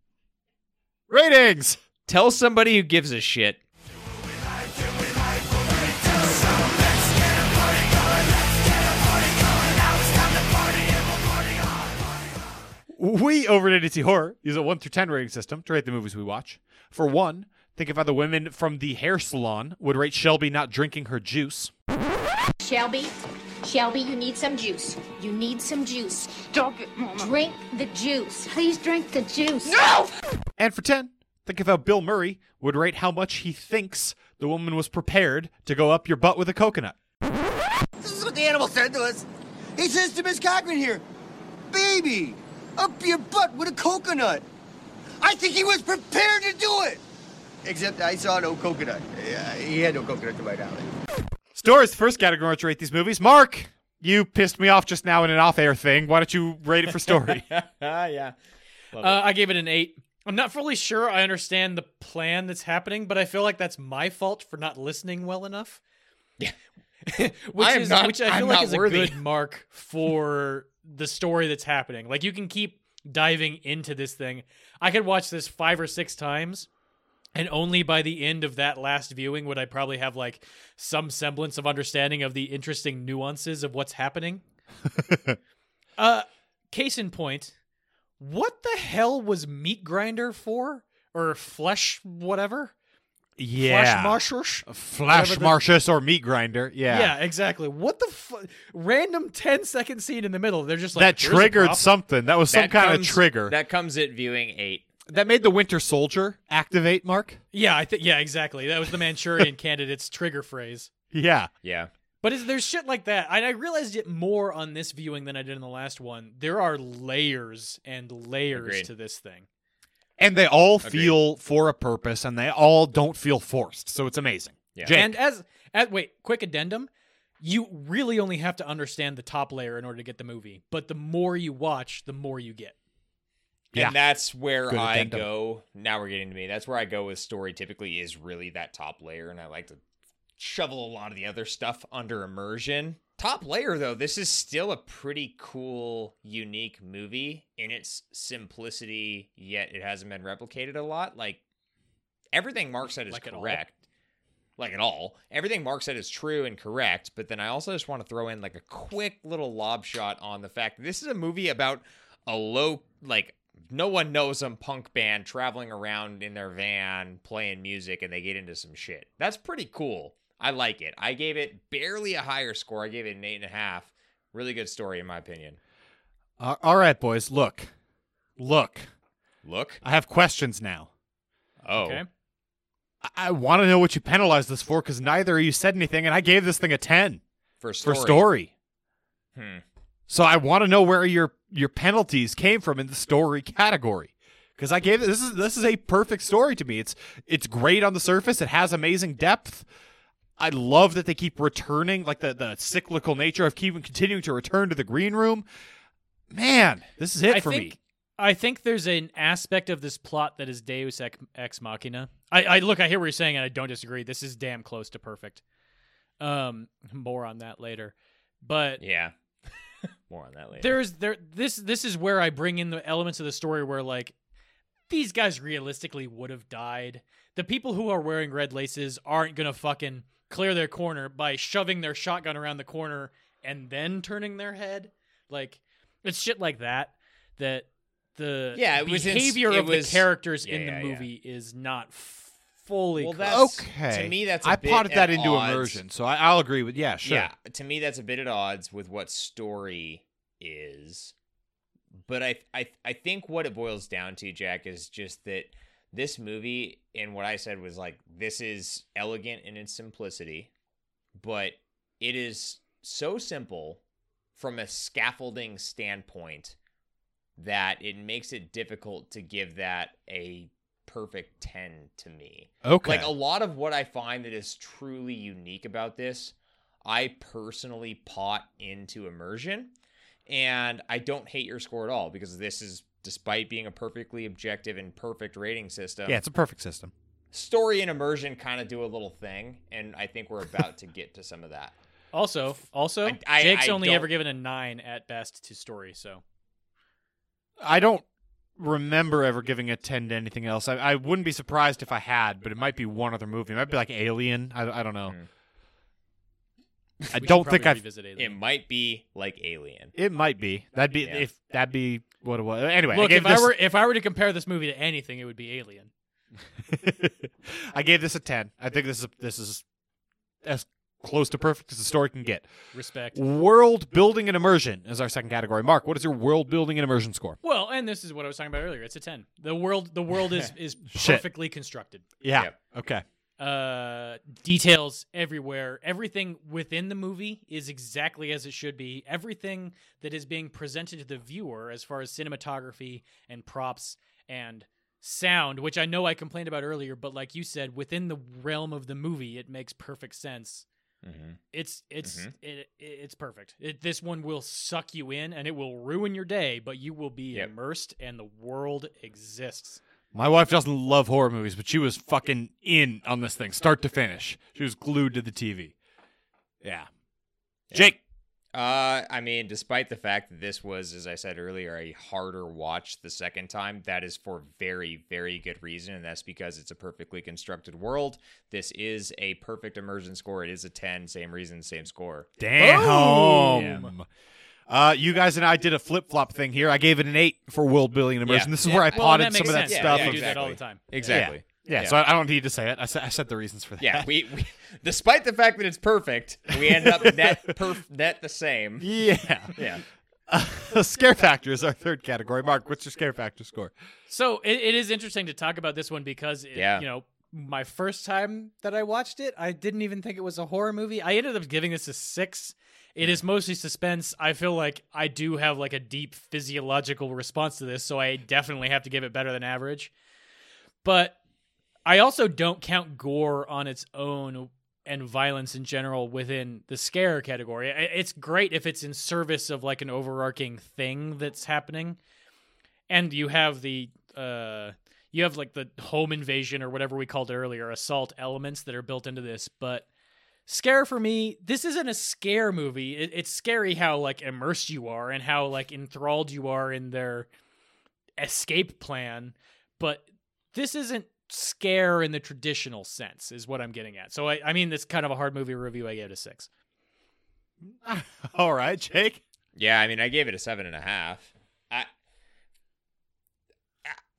S2: Ratings.
S3: Tell somebody who gives a shit.
S2: We over at NDT Horror use a 1 through 10 rating system to rate the movies we watch. For one, think if other women from the hair salon would rate Shelby not drinking her juice.
S4: Shelby, Shelby, you need some juice. You need some juice. Stop it, Mama. Drink the juice. Please drink the juice. No!
S2: And for 10, think if how Bill Murray would rate how much he thinks the woman was prepared to go up your butt with a coconut.
S5: This is what the animal said to us. He says to Miss Cochran here, baby, up your butt with a coconut. I think he was prepared to do it. Except I saw no coconut. Uh, he had no coconut to my knowledge.
S2: Store is the first category in which to rate these movies. Mark, you pissed me off just now in an off air thing. Why don't you rate it for story?
S3: Ah, yeah.
S1: Uh, I gave it an eight. I'm not fully sure I understand the plan that's happening, but I feel like that's my fault for not listening well enough. Yeah. which
S3: I am
S1: is
S3: not-
S1: which I feel
S3: I'm
S1: like
S3: not
S1: is a
S3: worthy.
S1: good mark for the story that's happening. Like you can keep diving into this thing. I could watch this five or six times. And only by the end of that last viewing would I probably have like some semblance of understanding of the interesting nuances of what's happening. uh case in point, what the hell was meat grinder for or flesh whatever
S2: yeah.
S1: flesh marshers
S2: Flash
S1: Whatever the-
S2: Marcius or Meat Grinder.
S1: yeah. exactly what the fu- random 10 second scene in the middle they're just like
S2: that
S1: "Here's a
S2: triggered
S1: prop."
S2: something. That was some
S3: That
S2: kind
S3: comes-
S2: of trigger.
S3: That comes at viewing eight.
S2: that made the Winter Soldier activate, Mark?
S1: yeah i think yeah exactly that was the manchurian candidate's trigger phrase
S2: Yeah.
S3: Yeah.
S1: but is, there's shit like that and i realized it more on this viewing than i did in the last one there are layers and layers
S3: Agreed.
S1: to this thing
S2: And they all
S3: Agreed.
S2: feel for a purpose and they all don't feel forced. So it's amazing.
S3: Yeah.
S2: Jake,
S1: And as, as wait, quick addendum, you really only have to understand the top layer in order to get the movie. But the more you watch, the more you get.
S2: Yeah.
S3: And that's where
S2: Good
S3: I
S2: addendum.
S3: go. Now we're getting to me. That's where I go with story typically is really that top layer. And I like to shovel a lot of the other stuff under immersion. Top layer, though, this is still a pretty cool, unique movie in its simplicity, yet it hasn't been replicated a lot. Like everything Mark said is
S1: Like at all?
S3: correct. Like at all. Everything Mark said is true and correct, but then I also just want to throw in like a quick little lob shot on the fact that this is a movie about a low like no one knows them punk band traveling around in their van playing music and they get into some shit. That's pretty cool. I like it. I gave it barely a higher score. I gave it an eight and a half. Really good story in my opinion.
S2: Uh, all right, boys. Look, look.
S3: Look.
S2: I have questions now.
S3: Oh.
S1: Okay.
S2: I, I want to know what you penalized this for because neither of you said anything, and I gave this thing a ten
S3: For story.
S2: for story.
S3: Hmm.
S2: So I want to know where your your penalties came from in the story category. Because I gave this is this is a perfect story to me. It's it's great on the surface. It has amazing depth. I love that they keep returning, like the the cyclical nature of keeping continuing to return to the green room. Man, this is it
S1: I
S2: for
S1: think,
S2: me.
S1: I think there's an aspect of this plot that is Deus ex, ex machina. I, I look, I hear what you're saying, and I don't disagree. This is damn close to perfect. Um, more on that later, but
S3: Yeah. More on that later.
S1: there's there this this is where I bring in the elements of the story where like these guys realistically would have died. The people who are wearing red laces aren't gonna fucking clear their corner by shoving their shotgun around the corner and then turning their head. Like it's shit like that that the
S3: Yeah, it was ins-
S1: behavior
S3: it
S1: of
S3: was-
S1: the characters
S3: Yeah,
S1: in the
S3: yeah, yeah.
S1: movie is not f- fully.
S3: Well,
S1: clear.
S3: that's-
S2: Okay,
S3: to me, that's a
S2: I
S3: bit
S2: potted
S3: at
S2: that into
S3: odds.
S2: immersion, so I, I'll agree with yeah, sure.
S3: Yeah, to me that's a bit at odds with what story is. But I I I think what it boils down to, Jack, is just that this movie and what I said was like this is elegant in its simplicity, but it is so simple from a scaffolding standpoint that it makes it difficult to give that a perfect 10 to me.
S2: Okay,
S3: Like a lot of what I find that is truly unique about this, I personally pot into immersion. And I don't hate your score at all because this is, despite being a perfectly objective and perfect rating system,
S2: yeah, it's a perfect system.
S3: story and immersion kind of do a little thing. And I think we're about to get to some of that.
S1: also also
S3: I- I-
S1: Jake's
S3: I
S1: only
S3: don't-
S1: ever given a nine at best to story. So
S2: I don't remember ever giving a 10 to anything else. I, I wouldn't be surprised if I had, but it might be one other movie. It might be like Alien. I, I don't know. I
S1: we should
S2: don't think
S1: probably
S2: I've.
S1: revisit Alien.
S3: It might be like Alien.
S2: It might be. That'd be
S3: Yeah.
S2: if that'd be what it was. Anyway,
S1: Look,
S2: I
S1: if
S2: gave this,
S1: I were if I were to compare this movie to anything, it would be Alien.
S2: I gave this a 10. I think this is this is as close to perfect as the story can get.
S1: Respect.
S2: World building and immersion is our second category. Mark, what is your world building and immersion score?
S1: Well, and this is what I was talking about earlier. It's a ten. The world the world is is
S2: Shit.
S1: perfectly constructed.
S2: Yeah.
S3: Yep.
S2: Okay.
S1: Uh details everywhere. Everything within the movie is exactly as it should be. Everything that is being presented to the viewer as far as cinematography and props and sound, which I know I complained about earlier, but like you said, within the realm of the movie, it makes perfect sense.
S2: Mm-hmm.
S1: It's it's
S3: Mhm.
S1: it, it it's perfect. It, this one will suck you in and it will ruin your day, but you will be
S3: Yep.
S1: immersed and the world exists.
S2: My wife doesn't love horror movies, but she was fucking in on this thing, start to finish. She was glued to the TV. Yeah. Jake.
S3: Uh, I mean, despite the fact that this was, as I said earlier, a harder watch the second time, that is for very, very good reason, and that's because it's a perfectly constructed world. This is a perfect immersion score. It is a ten. Same reason, same score.
S2: Damn. Uh, you guys and I did a flip flop thing here. I gave it an eight for world building and immersion.
S3: Yeah.
S2: This is
S3: Yeah.
S2: where I
S1: Well,
S2: potted
S1: and that
S2: some
S1: makes
S2: of that
S1: sense.
S2: stuff.
S1: Yeah,
S3: Yeah,
S1: we do that all the
S3: exactly.
S1: time.
S3: Exactly.
S2: Yeah, so I, I don't need to say it. I said, I said the reasons for that.
S3: Yeah, we, we despite the fact that it's perfect, we end up net perf net the same.
S2: Yeah.
S3: Yeah.
S2: scare factor is our third category. Mark, what's your scare factor score?
S1: So it, it is interesting to talk about this one because it,
S3: Yeah.
S1: you know my first time that I watched it, I didn't even think it was a horror movie. I ended up giving this a six. It is mostly suspense. I feel like I do have like a deep physiological response to this, so I definitely have to give it better than average. But I also don't count gore on its own and violence in general within the scare category. I- It's great if it's in service of like an overarching thing that's happening and you have the uh you have like the home invasion or whatever we called it earlier assault elements that are built into this but scare for me this isn't a scare movie it, it's scary how like immersed you are and how like enthralled you are in their escape plan but this isn't scare in the traditional sense is what i'm getting at so i, I mean that's kind of a hard movie review i gave it a six
S2: All right, Jake.
S3: Yeah, I mean, I gave it a seven and a half. I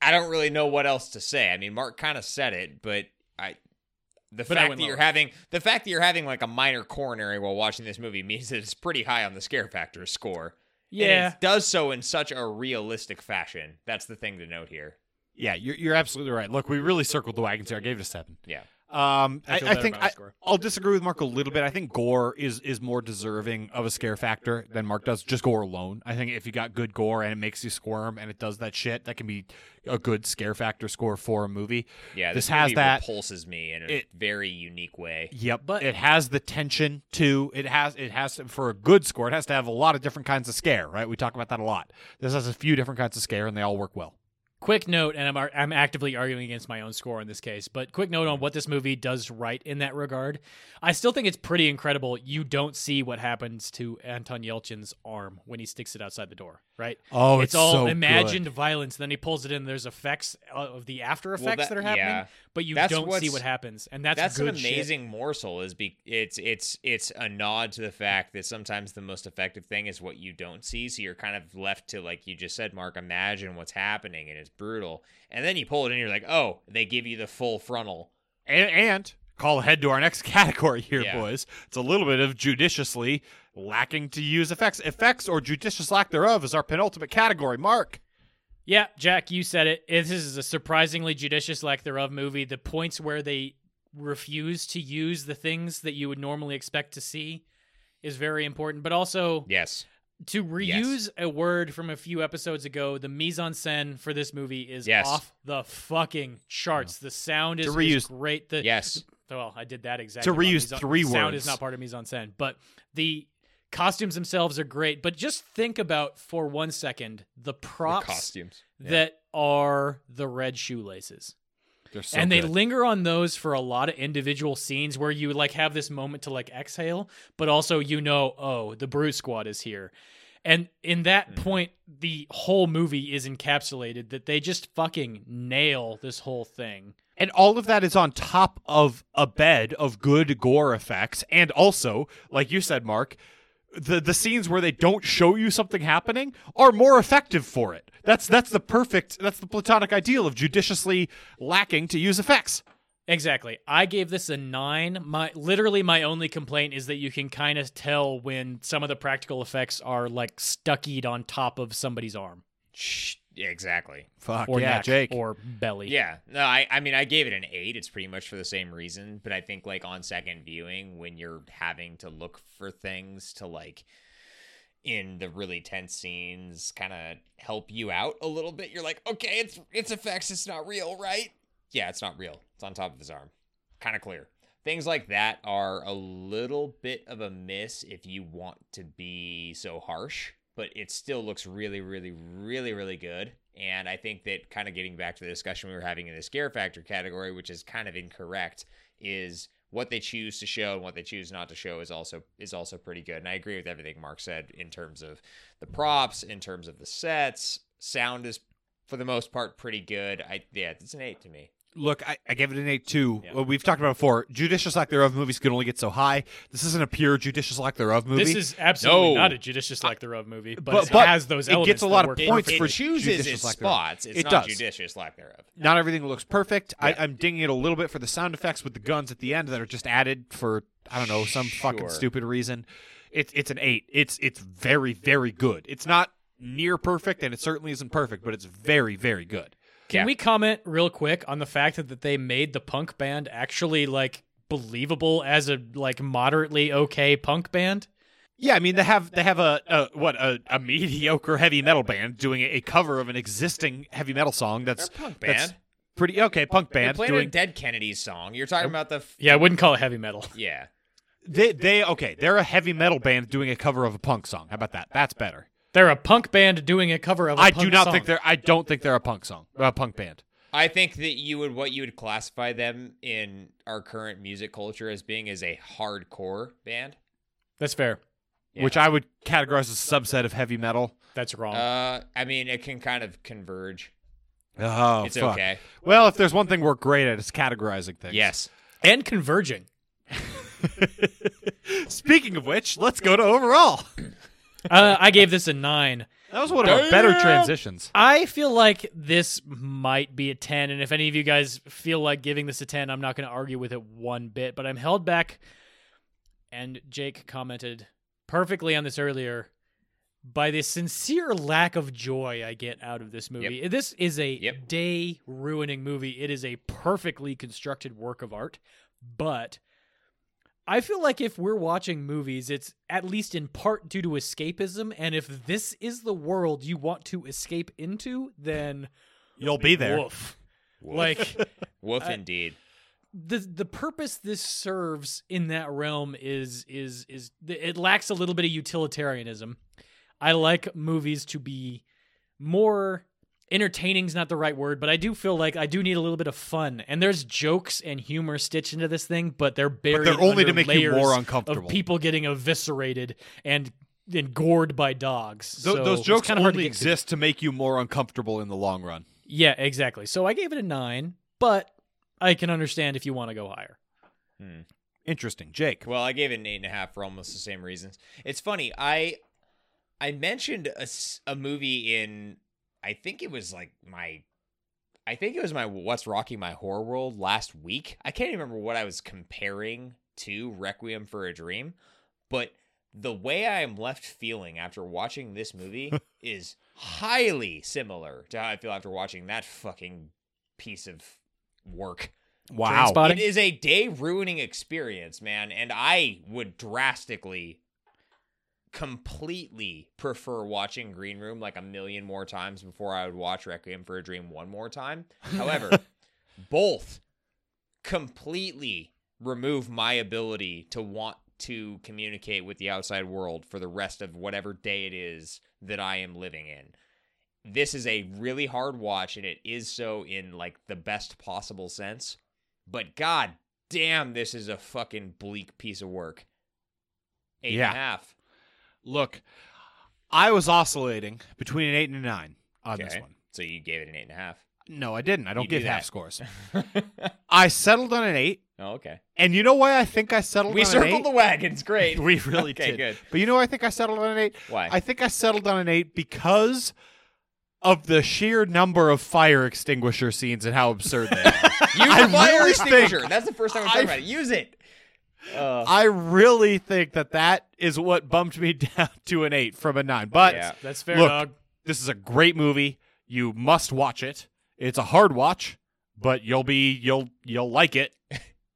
S3: I don't really know what else to say. I mean, Mark kind of said it, but I the
S1: But I
S3: fact
S1: went
S3: that you're
S1: lower.
S3: having the fact that you're having like a minor coronary while watching this movie means that it's pretty high on the scare factor score. And it
S1: Yeah.
S3: does so in such a realistic fashion. That's the thing to note here.
S2: Yeah, you're, you're absolutely right. Look, we really circled the wagons here. I gave it a seven.
S3: Yeah.
S2: Um, I,
S1: I feel
S2: I
S1: better
S2: think
S1: about my
S2: I,
S1: score.
S2: I'll disagree with Mark a little bit. I think gore is is more deserving of a scare factor than Mark does. Just gore alone, I think if you got good gore and it makes you squirm and it does that shit, that can be a good scare factor score for a movie.
S3: Yeah,
S2: this,
S3: this,
S2: has
S3: movie
S2: that.
S3: repulses me in a
S2: it-
S3: very unique way.
S2: Yep,
S1: But-
S2: it has the tension too. It has it has to, for a good score. It has to have a lot of different kinds of scare. Right, we talk about that a lot. This has a few different kinds of scare, and they all work well.
S1: quick note and I'm, ar- I'm actively arguing against my own score in this case but quick note on what this movie does right in that regard i still think it's pretty incredible you don't see what happens to anton yelchin's arm when he sticks it outside the door right
S2: Oh,
S1: it's,
S2: it's
S1: all
S2: so good.
S1: imagined violence then he pulls it in there's effects of the after effects that,
S3: that-
S1: are happening
S3: yeah.
S1: but you
S3: That's
S1: don't see
S3: what's-
S1: what happens and that's,
S3: That's an
S1: good shit.
S3: amazing morsel. Is be it's it's it's a nod to the fact that sometimes the most effective thing is what you don't see. So you're kind of left to like you just said, Mark. Imagine what's happening, and it's brutal. And then you pull it in, you're like, oh, they give you the full frontal.
S2: and, and call ahead to our next category here,
S3: Yeah.
S2: boys. It's a little bit of judiciously lacking to use effects. Effects or judicious lack thereof is our penultimate category. Mark.
S1: Yeah, Jack, you said it. This is a surprisingly judicious lack thereof movie. The points where they refuse to use the things that you would normally expect to see is very important. But also
S3: Yes.
S1: to
S3: Yes.
S1: reuse a word from a few episodes ago, the mise en scène for this movie is
S3: Yes.
S1: off the fucking charts. The sound is,
S2: To
S1: is
S2: reuse-
S1: great. The
S3: Yes.
S1: well, I did that exactly.
S2: reuse
S1: wrong. Mise en-
S2: three
S1: Sound
S2: words.
S1: is not part of mise en scène, but the costumes themselves are great. But just think about for one second the props
S3: costumes.
S1: that are the red shoelaces.
S2: They're
S1: and they linger on those for a lot of individual scenes where you like have this moment to like exhale, but also you know, oh, the Brute Squad is here. And in that
S2: Mm-hmm.
S1: point, the whole movie is encapsulated that they just fucking nail this whole thing.
S2: And all of that is on top of a bed of good gore effects. And also, like you said, Mark, the, the scenes where they don't show you something happening are more effective for it. That's that's the perfect that's the platonic ideal of judiciously lacking to use effects.
S1: Exactly. I gave this a nine. My literally my only complaint is that you can kind of tell when some of the practical effects are like stuckied on top of somebody's arm
S3: Shh. Exactly.
S2: Fuck
S1: or
S2: yeah,
S1: neck
S2: Jake.
S1: or belly.
S3: Yeah. No, I, I mean, I gave it an eight. It's pretty much for the same reason. But I think, like, on second viewing, when you're having to look for things to, like, in the really tense scenes, kind of help you out a little bit, you're like, okay, it's it's effects. It's not real, right? Yeah, it's not real. It's on top of his arm. Kind of clear. Things like that are a little bit of a miss if you want to be so harsh, but it still looks really, really, really, really good. And I think that kind of getting back to the discussion we were having in the scare factor category, which is kind of incorrect, is what they choose to show and what they choose not to show is also is also pretty good. And I agree with everything Mark said in terms of the props, in terms of the sets. Sound is for the most part pretty good. I yeah, it's an eight to me.
S2: Look, I, I gave it an eight two. Well, We've talked about it before. Judicious lack thereof movies can only get so high. This isn't a pure judicious lack thereof movie.
S1: This is absolutely
S3: No.
S1: not a judicious lack thereof movie, but,
S2: But-
S1: it
S2: but
S1: has those
S2: it
S1: elements.
S2: gets a
S1: that
S2: lot of
S1: work
S2: points
S1: perfectly.
S2: for
S3: it chooses
S2: judicious
S3: its
S2: lack thereof.
S3: spots. It's
S2: It
S3: not
S2: does.
S3: judicious lack thereof.
S2: not everything looks perfect. I, I'm dinging it a little bit for the sound effects with the guns at the end that are just added for I don't know some fucking
S3: Sure.
S2: stupid reason. It's it's an eight. It's it's very very good. It's not near perfect, and it certainly isn't perfect, but it's very very good.
S1: Can
S3: Yeah.
S1: we comment real quick on the fact that, that they made the punk band actually like believable as a like moderately okay punk band?
S2: Yeah, I mean they have they have a, a what a, a mediocre heavy metal band doing a, a cover of an existing heavy metal song that's
S3: They're a punk
S2: that's
S3: band.
S2: pretty okay punk
S3: They're
S2: band
S3: playing
S2: doing
S3: a Dead Kennedys song. You're talking about the f-
S1: Yeah, I wouldn't call it heavy metal.
S3: yeah.
S2: they they okay they're a heavy metal band doing a cover of a punk song. How about that? That's better.
S1: They're a punk band doing a cover of. I
S2: I do not think they're I don't think they're a punk song a punk band.
S3: I think that you would what you would classify them in our current music culture as being as a hardcore band.
S1: That's fair.
S3: Yeah.
S2: which I would categorize as a subset of heavy metal.
S1: That's wrong.
S3: Uh, I mean, it can kind of converge.
S2: Oh,
S3: It's fuck. okay.
S2: Well, if there's one thing we're great at, it's categorizing things.
S3: Yes.
S1: and converging.
S2: Speaking of which, let's go to overall.
S1: uh, I gave this a nine.
S2: That was one of our better transitions.
S1: I feel like this might be a 10, and if any of you guys feel like giving this a 10, I'm not going to argue with it one bit, but I'm held back. And Jake commented perfectly on this earlier by the sincere lack of joy I get out of this movie. This is a
S3: Yep.
S1: day ruining movie. It is a perfectly constructed work of art, but I feel like if we're watching movies, it's at least in part due to escapism. And if this is the world you want to escape into, then
S2: You'll be there.
S1: Woof. Like
S3: Woof, indeed.
S1: the the purpose this serves in that realm is is is it lacks a little bit of utilitarianism. I like movies to be more entertaining's not the right word, but I do feel like I do need a little bit of fun. And there's jokes and humor stitched into this thing, but they're buried.
S2: they're only to
S1: under
S2: make you more
S1: layers
S2: uncomfortable.
S1: Of people getting eviscerated and and gored by dogs.
S2: Th-
S1: so
S2: those
S1: it's
S2: jokes
S1: kinda hard to
S2: only
S1: get to.
S2: exist to make you more uncomfortable in the long run.
S1: Yeah, exactly. So I gave it a nine, but I can understand if you want to go higher.
S2: Interesting, Jake.
S3: Well, I gave it an eight and a half for almost the same reasons. It's funny. I I mentioned a, s- a movie in I think it was like my I think it was my What's Rocking My Horror World last week. I can't even remember what I was comparing to Requiem for a Dream, but the way I am left feeling after watching this movie is highly similar to how I feel after watching that fucking piece of work.
S2: Wow.
S1: Trainspotting?
S3: It is a day ruining experience, man, and I would drastically completely prefer watching Green Room like a million more times before I would watch Requiem for a Dream one more time. However, both completely remove my ability to want to communicate with the outside world for the rest of whatever day it is that I am living in this is a really hard watch and it is so in like the best possible sense but god damn this is a fucking bleak piece of work Eight and a half.
S2: Yeah. Look, I was oscillating between an eight and a nine on this
S3: Okay.
S2: one.
S3: so you gave it an eight and a half
S2: No, I didn't. I don't
S3: You do
S2: give half
S3: that.
S2: scores. I settled on an eight,
S3: oh okay
S2: and you know why I think I settled
S3: we
S2: on an eight?
S3: circled the wagons great
S2: We really
S3: Okay,
S2: did.
S3: good.
S2: But you know why I think I settled on an eight?
S3: Why?
S2: I think I settled on an eight because of the sheer number of fire extinguisher scenes and how absurd they are.
S3: use
S2: I
S3: the fire
S2: really
S3: extinguisher
S2: think-
S3: that's the first time we're talking
S2: I-
S3: about it use it uh,
S2: I really think that that is what bumped me down to an eight from a nine. But
S3: Yeah.
S1: That's fair,
S2: Look,
S1: dog.
S2: this is a great movie. You must watch it. It's a hard watch, but you'll be you'll you'll like it.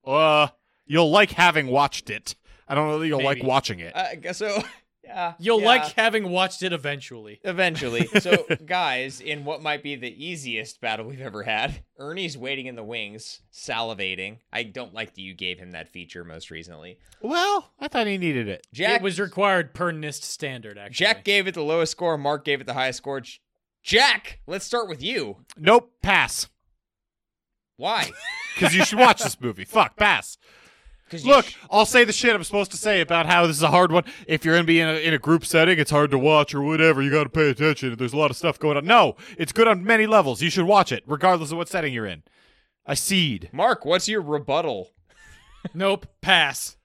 S2: uh, you'll like having watched it. I don't know that you'll like
S1: Maybe. Uh,
S2: watching it.
S3: I guess Uh, so yeah
S1: You'll
S3: yeah.
S1: like having watched it eventually.
S3: Eventually. So, guys, in what might be the easiest battle we've ever had, Ernie's waiting in the wings, salivating. I don't like that you gave him that feature most recently.
S2: well, I thought he needed it.
S3: Jack
S1: it was required per NIST standard, actually.
S3: Jack gave it the lowest score. Mark gave it the highest score. J- Jack, let's start with you.
S2: Nope, pass.
S3: Why?
S2: Because you should watch this movie. Fuck, pass.
S3: Because
S2: Look, I'll say the shit I'm supposed to say about how this is a hard one. If you're gonna be in a, in a group setting, it's hard to watch or whatever. You got to pay attention. There's a lot of stuff going on. No, it's good on many levels. You should watch it, regardless of what setting you're in. I seed.
S3: Mark, what's your rebuttal?
S1: Nope. Pass.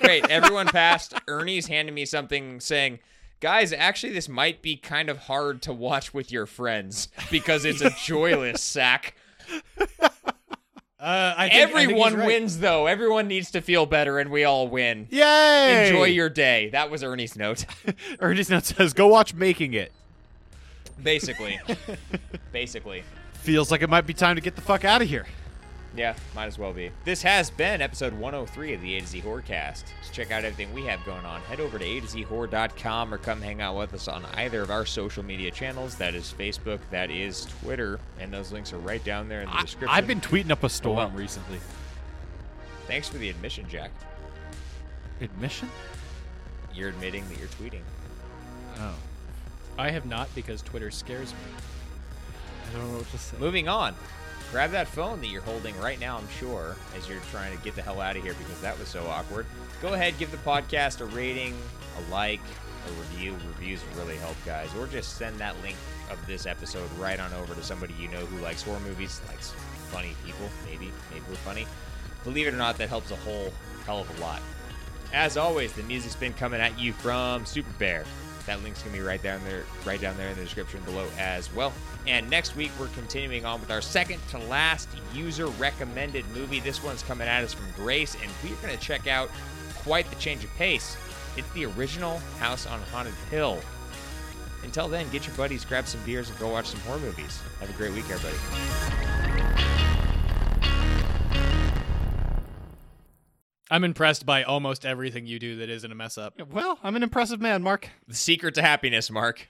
S3: Great, everyone passed. Ernie's handed me something saying, "Guys, actually, this might be kind of hard to watch with your friends because it's a joyless sack."
S1: Uh, I think, I think he's
S3: Everyone
S1: right.
S3: wins, though. Everyone needs to feel better, and we all win.
S2: Yay!
S3: Enjoy your day. That was Ernie's note,
S2: Ernest now says, "Go watch Making It."
S3: basically. basically.
S2: Feels like it might be time to get the fuck out of here.
S3: Yeah, might as well be. This has been episode 103 of the A to Z Horrorcast. To check out everything we have going on, head over to A to Z Horror.com or come hang out with us on either of our social media channels. That is Facebook, that is Twitter, and those links are right down there in the
S2: I,
S3: description.
S2: I've been tweeting up a storm
S3: Well.
S2: recently.
S3: Thanks for the admission, Jack.
S2: Admission?
S3: You're admitting that you're tweeting.
S2: Oh,
S1: I have not because Twitter scares me.
S2: I don't know what to say.
S3: Moving on. Grab that phone that you're holding right now, I'm sure, as you're trying to get the hell out of here because that was so awkward. Go ahead, give the podcast a rating, a like, a review. Reviews really help, guys. Or just send that link of this episode right on over to somebody you know who likes horror movies, likes funny people, maybe. Maybe we're funny. Believe it or not, that helps a whole hell of a lot. As always, the music's been coming at you from Super Bear. That link's gonna be right down there, right down there in the description below as well. And next week we're continuing on with our second to last user recommended movie. This one's coming at us from Grace, and we're gonna check out quite the change of pace. It's the original House on Haunted Hill. Until then, get your buddies, grab some beers, and go watch some horror movies. Have a great week, everybody.
S1: I'm impressed by almost everything you do that isn't a mess up.
S2: Well, I'm an impressive man, Mark.
S3: The secret to happiness, Mark.